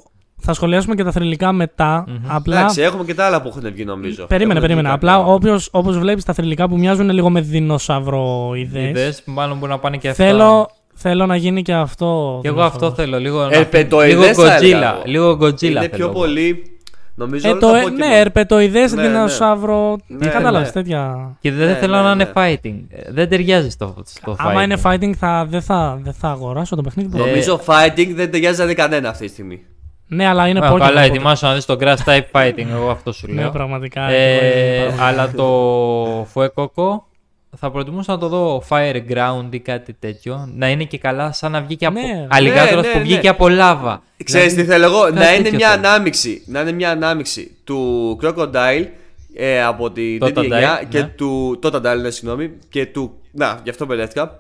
[SPEAKER 1] Θα σχολιάσουμε και τα θρηλυκά μετά, Απλά.
[SPEAKER 3] Εντάξει, έχουμε και τα άλλα που έχουν βγει νομίζω.
[SPEAKER 1] Περίμενε,
[SPEAKER 3] Έχουν βγει
[SPEAKER 1] περίμενε.
[SPEAKER 3] κάποια.
[SPEAKER 1] Απλά όποιος, όπως βλέπεις τα θρηλυκά που μοιάζουν λίγο με δεινοσαυροειδές.
[SPEAKER 2] Ιδέες, μάλλον μπορεί να πάνε και αυτά.
[SPEAKER 1] Θέλω, θέλω να γίνει και αυτό.
[SPEAKER 2] Και εγώ αυτό θέλω. Λίγο, να-
[SPEAKER 3] Ε,
[SPEAKER 2] λίγο
[SPEAKER 3] Ερπετοειδές θα έλεγα
[SPEAKER 2] Godzilla.
[SPEAKER 3] εγώ.
[SPEAKER 2] Λίγο Godzilla
[SPEAKER 3] Είναι
[SPEAKER 2] θέλω
[SPEAKER 3] πιο
[SPEAKER 2] εγώ.
[SPEAKER 3] πολύ. Νομίζω
[SPEAKER 1] Ε,
[SPEAKER 3] όλα
[SPEAKER 1] το,
[SPEAKER 3] τα
[SPEAKER 1] ε,
[SPEAKER 3] Pokemon.
[SPEAKER 1] ναι, ερπετοειδές,
[SPEAKER 3] Ναι, ναι.
[SPEAKER 1] δεινοσαύρο.
[SPEAKER 3] Ναι,
[SPEAKER 1] Κατάλαβες,
[SPEAKER 3] ναι.
[SPEAKER 1] τέτοια.
[SPEAKER 2] Και δεν
[SPEAKER 3] Ναι,
[SPEAKER 2] θέλω
[SPEAKER 3] ναι,
[SPEAKER 2] να είναι
[SPEAKER 3] ναι.
[SPEAKER 2] fighting. Ε, Δεν ταιριάζει στο, στο fighting.
[SPEAKER 1] Άμα είναι fighting, θα, δεν, θα, δεν θα αγοράσω το παιχνίδι. που-
[SPEAKER 2] Ε,
[SPEAKER 3] Νομίζω fighting δεν ταιριάζει να δει κανένα αυτή τη στιγμή.
[SPEAKER 1] Ναι, αλλά είναι
[SPEAKER 2] Α,
[SPEAKER 1] Pokemon.
[SPEAKER 2] καλά,
[SPEAKER 1] οπότε-
[SPEAKER 2] ετοιμάσου να δεις το grass type fighting. Εγώ αυτό σου
[SPEAKER 1] Ναι,
[SPEAKER 2] λέω.
[SPEAKER 1] πραγματικά.
[SPEAKER 2] Ε,
[SPEAKER 1] είναι πάρα
[SPEAKER 2] αλλά το Fuecoco θα πρotιμούσα να το δω Fire Ground ή κάτι τέτοιο. Να είναι και καλά σαν να βγει και από
[SPEAKER 1] Ναι.
[SPEAKER 2] αλιγάτορας
[SPEAKER 3] Ναι, ναι,
[SPEAKER 2] που βγήκε
[SPEAKER 3] ναι.
[SPEAKER 2] από λάβα.
[SPEAKER 3] Ξέρεις τι θέλω εγώ, να
[SPEAKER 2] κάτι
[SPEAKER 3] είναι
[SPEAKER 2] τέτοιο
[SPEAKER 3] μια
[SPEAKER 2] θέλω.
[SPEAKER 3] ανάμιξη Να είναι μια ανάμιξη του Crocodile ε, από την
[SPEAKER 2] Το
[SPEAKER 3] τρίτη γενιά
[SPEAKER 2] Totodile,
[SPEAKER 3] και
[SPEAKER 2] ναι.
[SPEAKER 3] του Totodile, ναι, συγγνώμη και του, να, γι' αυτό μπερδεύτηκα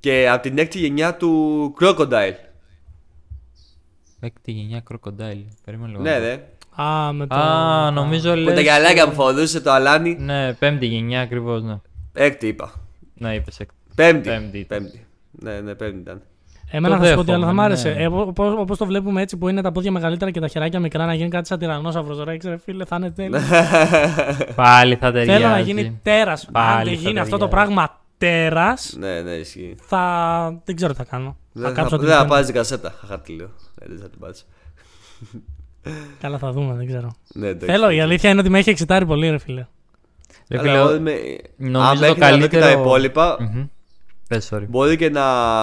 [SPEAKER 3] και από την έκτη γενιά του Crocodile
[SPEAKER 2] Δηλαδή, Έκτη γενιά Crocodile. Περίμενε λίγο.
[SPEAKER 3] Ναι ρε,
[SPEAKER 1] πολύ- Α, με το...
[SPEAKER 2] Α, νομίζω
[SPEAKER 3] που τα
[SPEAKER 2] λες...
[SPEAKER 3] γυαλάκια μου φορούσε το αλάνι
[SPEAKER 2] Ναι, πέμπτη γενιά ακριβώς, ναι.
[SPEAKER 3] Έκτη είπα,
[SPEAKER 2] Να είπες έκτη.
[SPEAKER 3] πέμπτη
[SPEAKER 2] Πέμπτη ήταν.
[SPEAKER 3] πέμπτη. Ναι, ναι, πέμπτη ήταν
[SPEAKER 1] Εμένα
[SPEAKER 2] Το
[SPEAKER 1] θα σου πω ότι
[SPEAKER 2] δέχομαι,
[SPEAKER 1] άλλο θα μ' άρεσε.
[SPEAKER 2] ναι.
[SPEAKER 1] Ε, Όπως όπως το βλέπουμε έτσι που είναι τα πόδια μεγαλύτερα και τα χεράκια μικρά, να γίνει κάτι σαν τυρανόσαυρο. Ρε, ξέρε, φίλε, θα είναι τέλειο.
[SPEAKER 2] Πάλι θα ταιριάζει.
[SPEAKER 1] Θέλω να γίνει τέρας. Αν
[SPEAKER 2] Πάλι
[SPEAKER 1] δεν
[SPEAKER 2] θα
[SPEAKER 1] γίνει αυτό το
[SPEAKER 2] ταιριάζει.
[SPEAKER 1] πράγμα τέρα,
[SPEAKER 3] ναι, ναι, ισχύει.
[SPEAKER 1] θα. δεν ξέρω τι θα κάνω. θα
[SPEAKER 3] Δεν θα,
[SPEAKER 1] κάψω
[SPEAKER 3] δεν
[SPEAKER 1] την
[SPEAKER 3] θα
[SPEAKER 1] πένα.
[SPEAKER 3] πάρει την κασέτα. Χαχά τι λέω. Ε, Δεν θα την πάρεις.
[SPEAKER 1] Καλά, θα δούμε, δεν ξέρω.
[SPEAKER 3] Ναι, εντάξει.
[SPEAKER 1] Θέλω, η αλήθεια είναι ότι με έχει εξετάρει πολύ, ρε φίλε.
[SPEAKER 2] Ρε
[SPEAKER 3] Αλλά
[SPEAKER 2] φίλε,
[SPEAKER 3] εγώ είμαι-
[SPEAKER 2] νομίζω
[SPEAKER 3] αν
[SPEAKER 2] το
[SPEAKER 3] μέχρι να δω και τα
[SPEAKER 2] καλύτερο-
[SPEAKER 3] υπόλοιπα,
[SPEAKER 2] Μμμ. Πες, sorry.
[SPEAKER 3] Μπορεί και να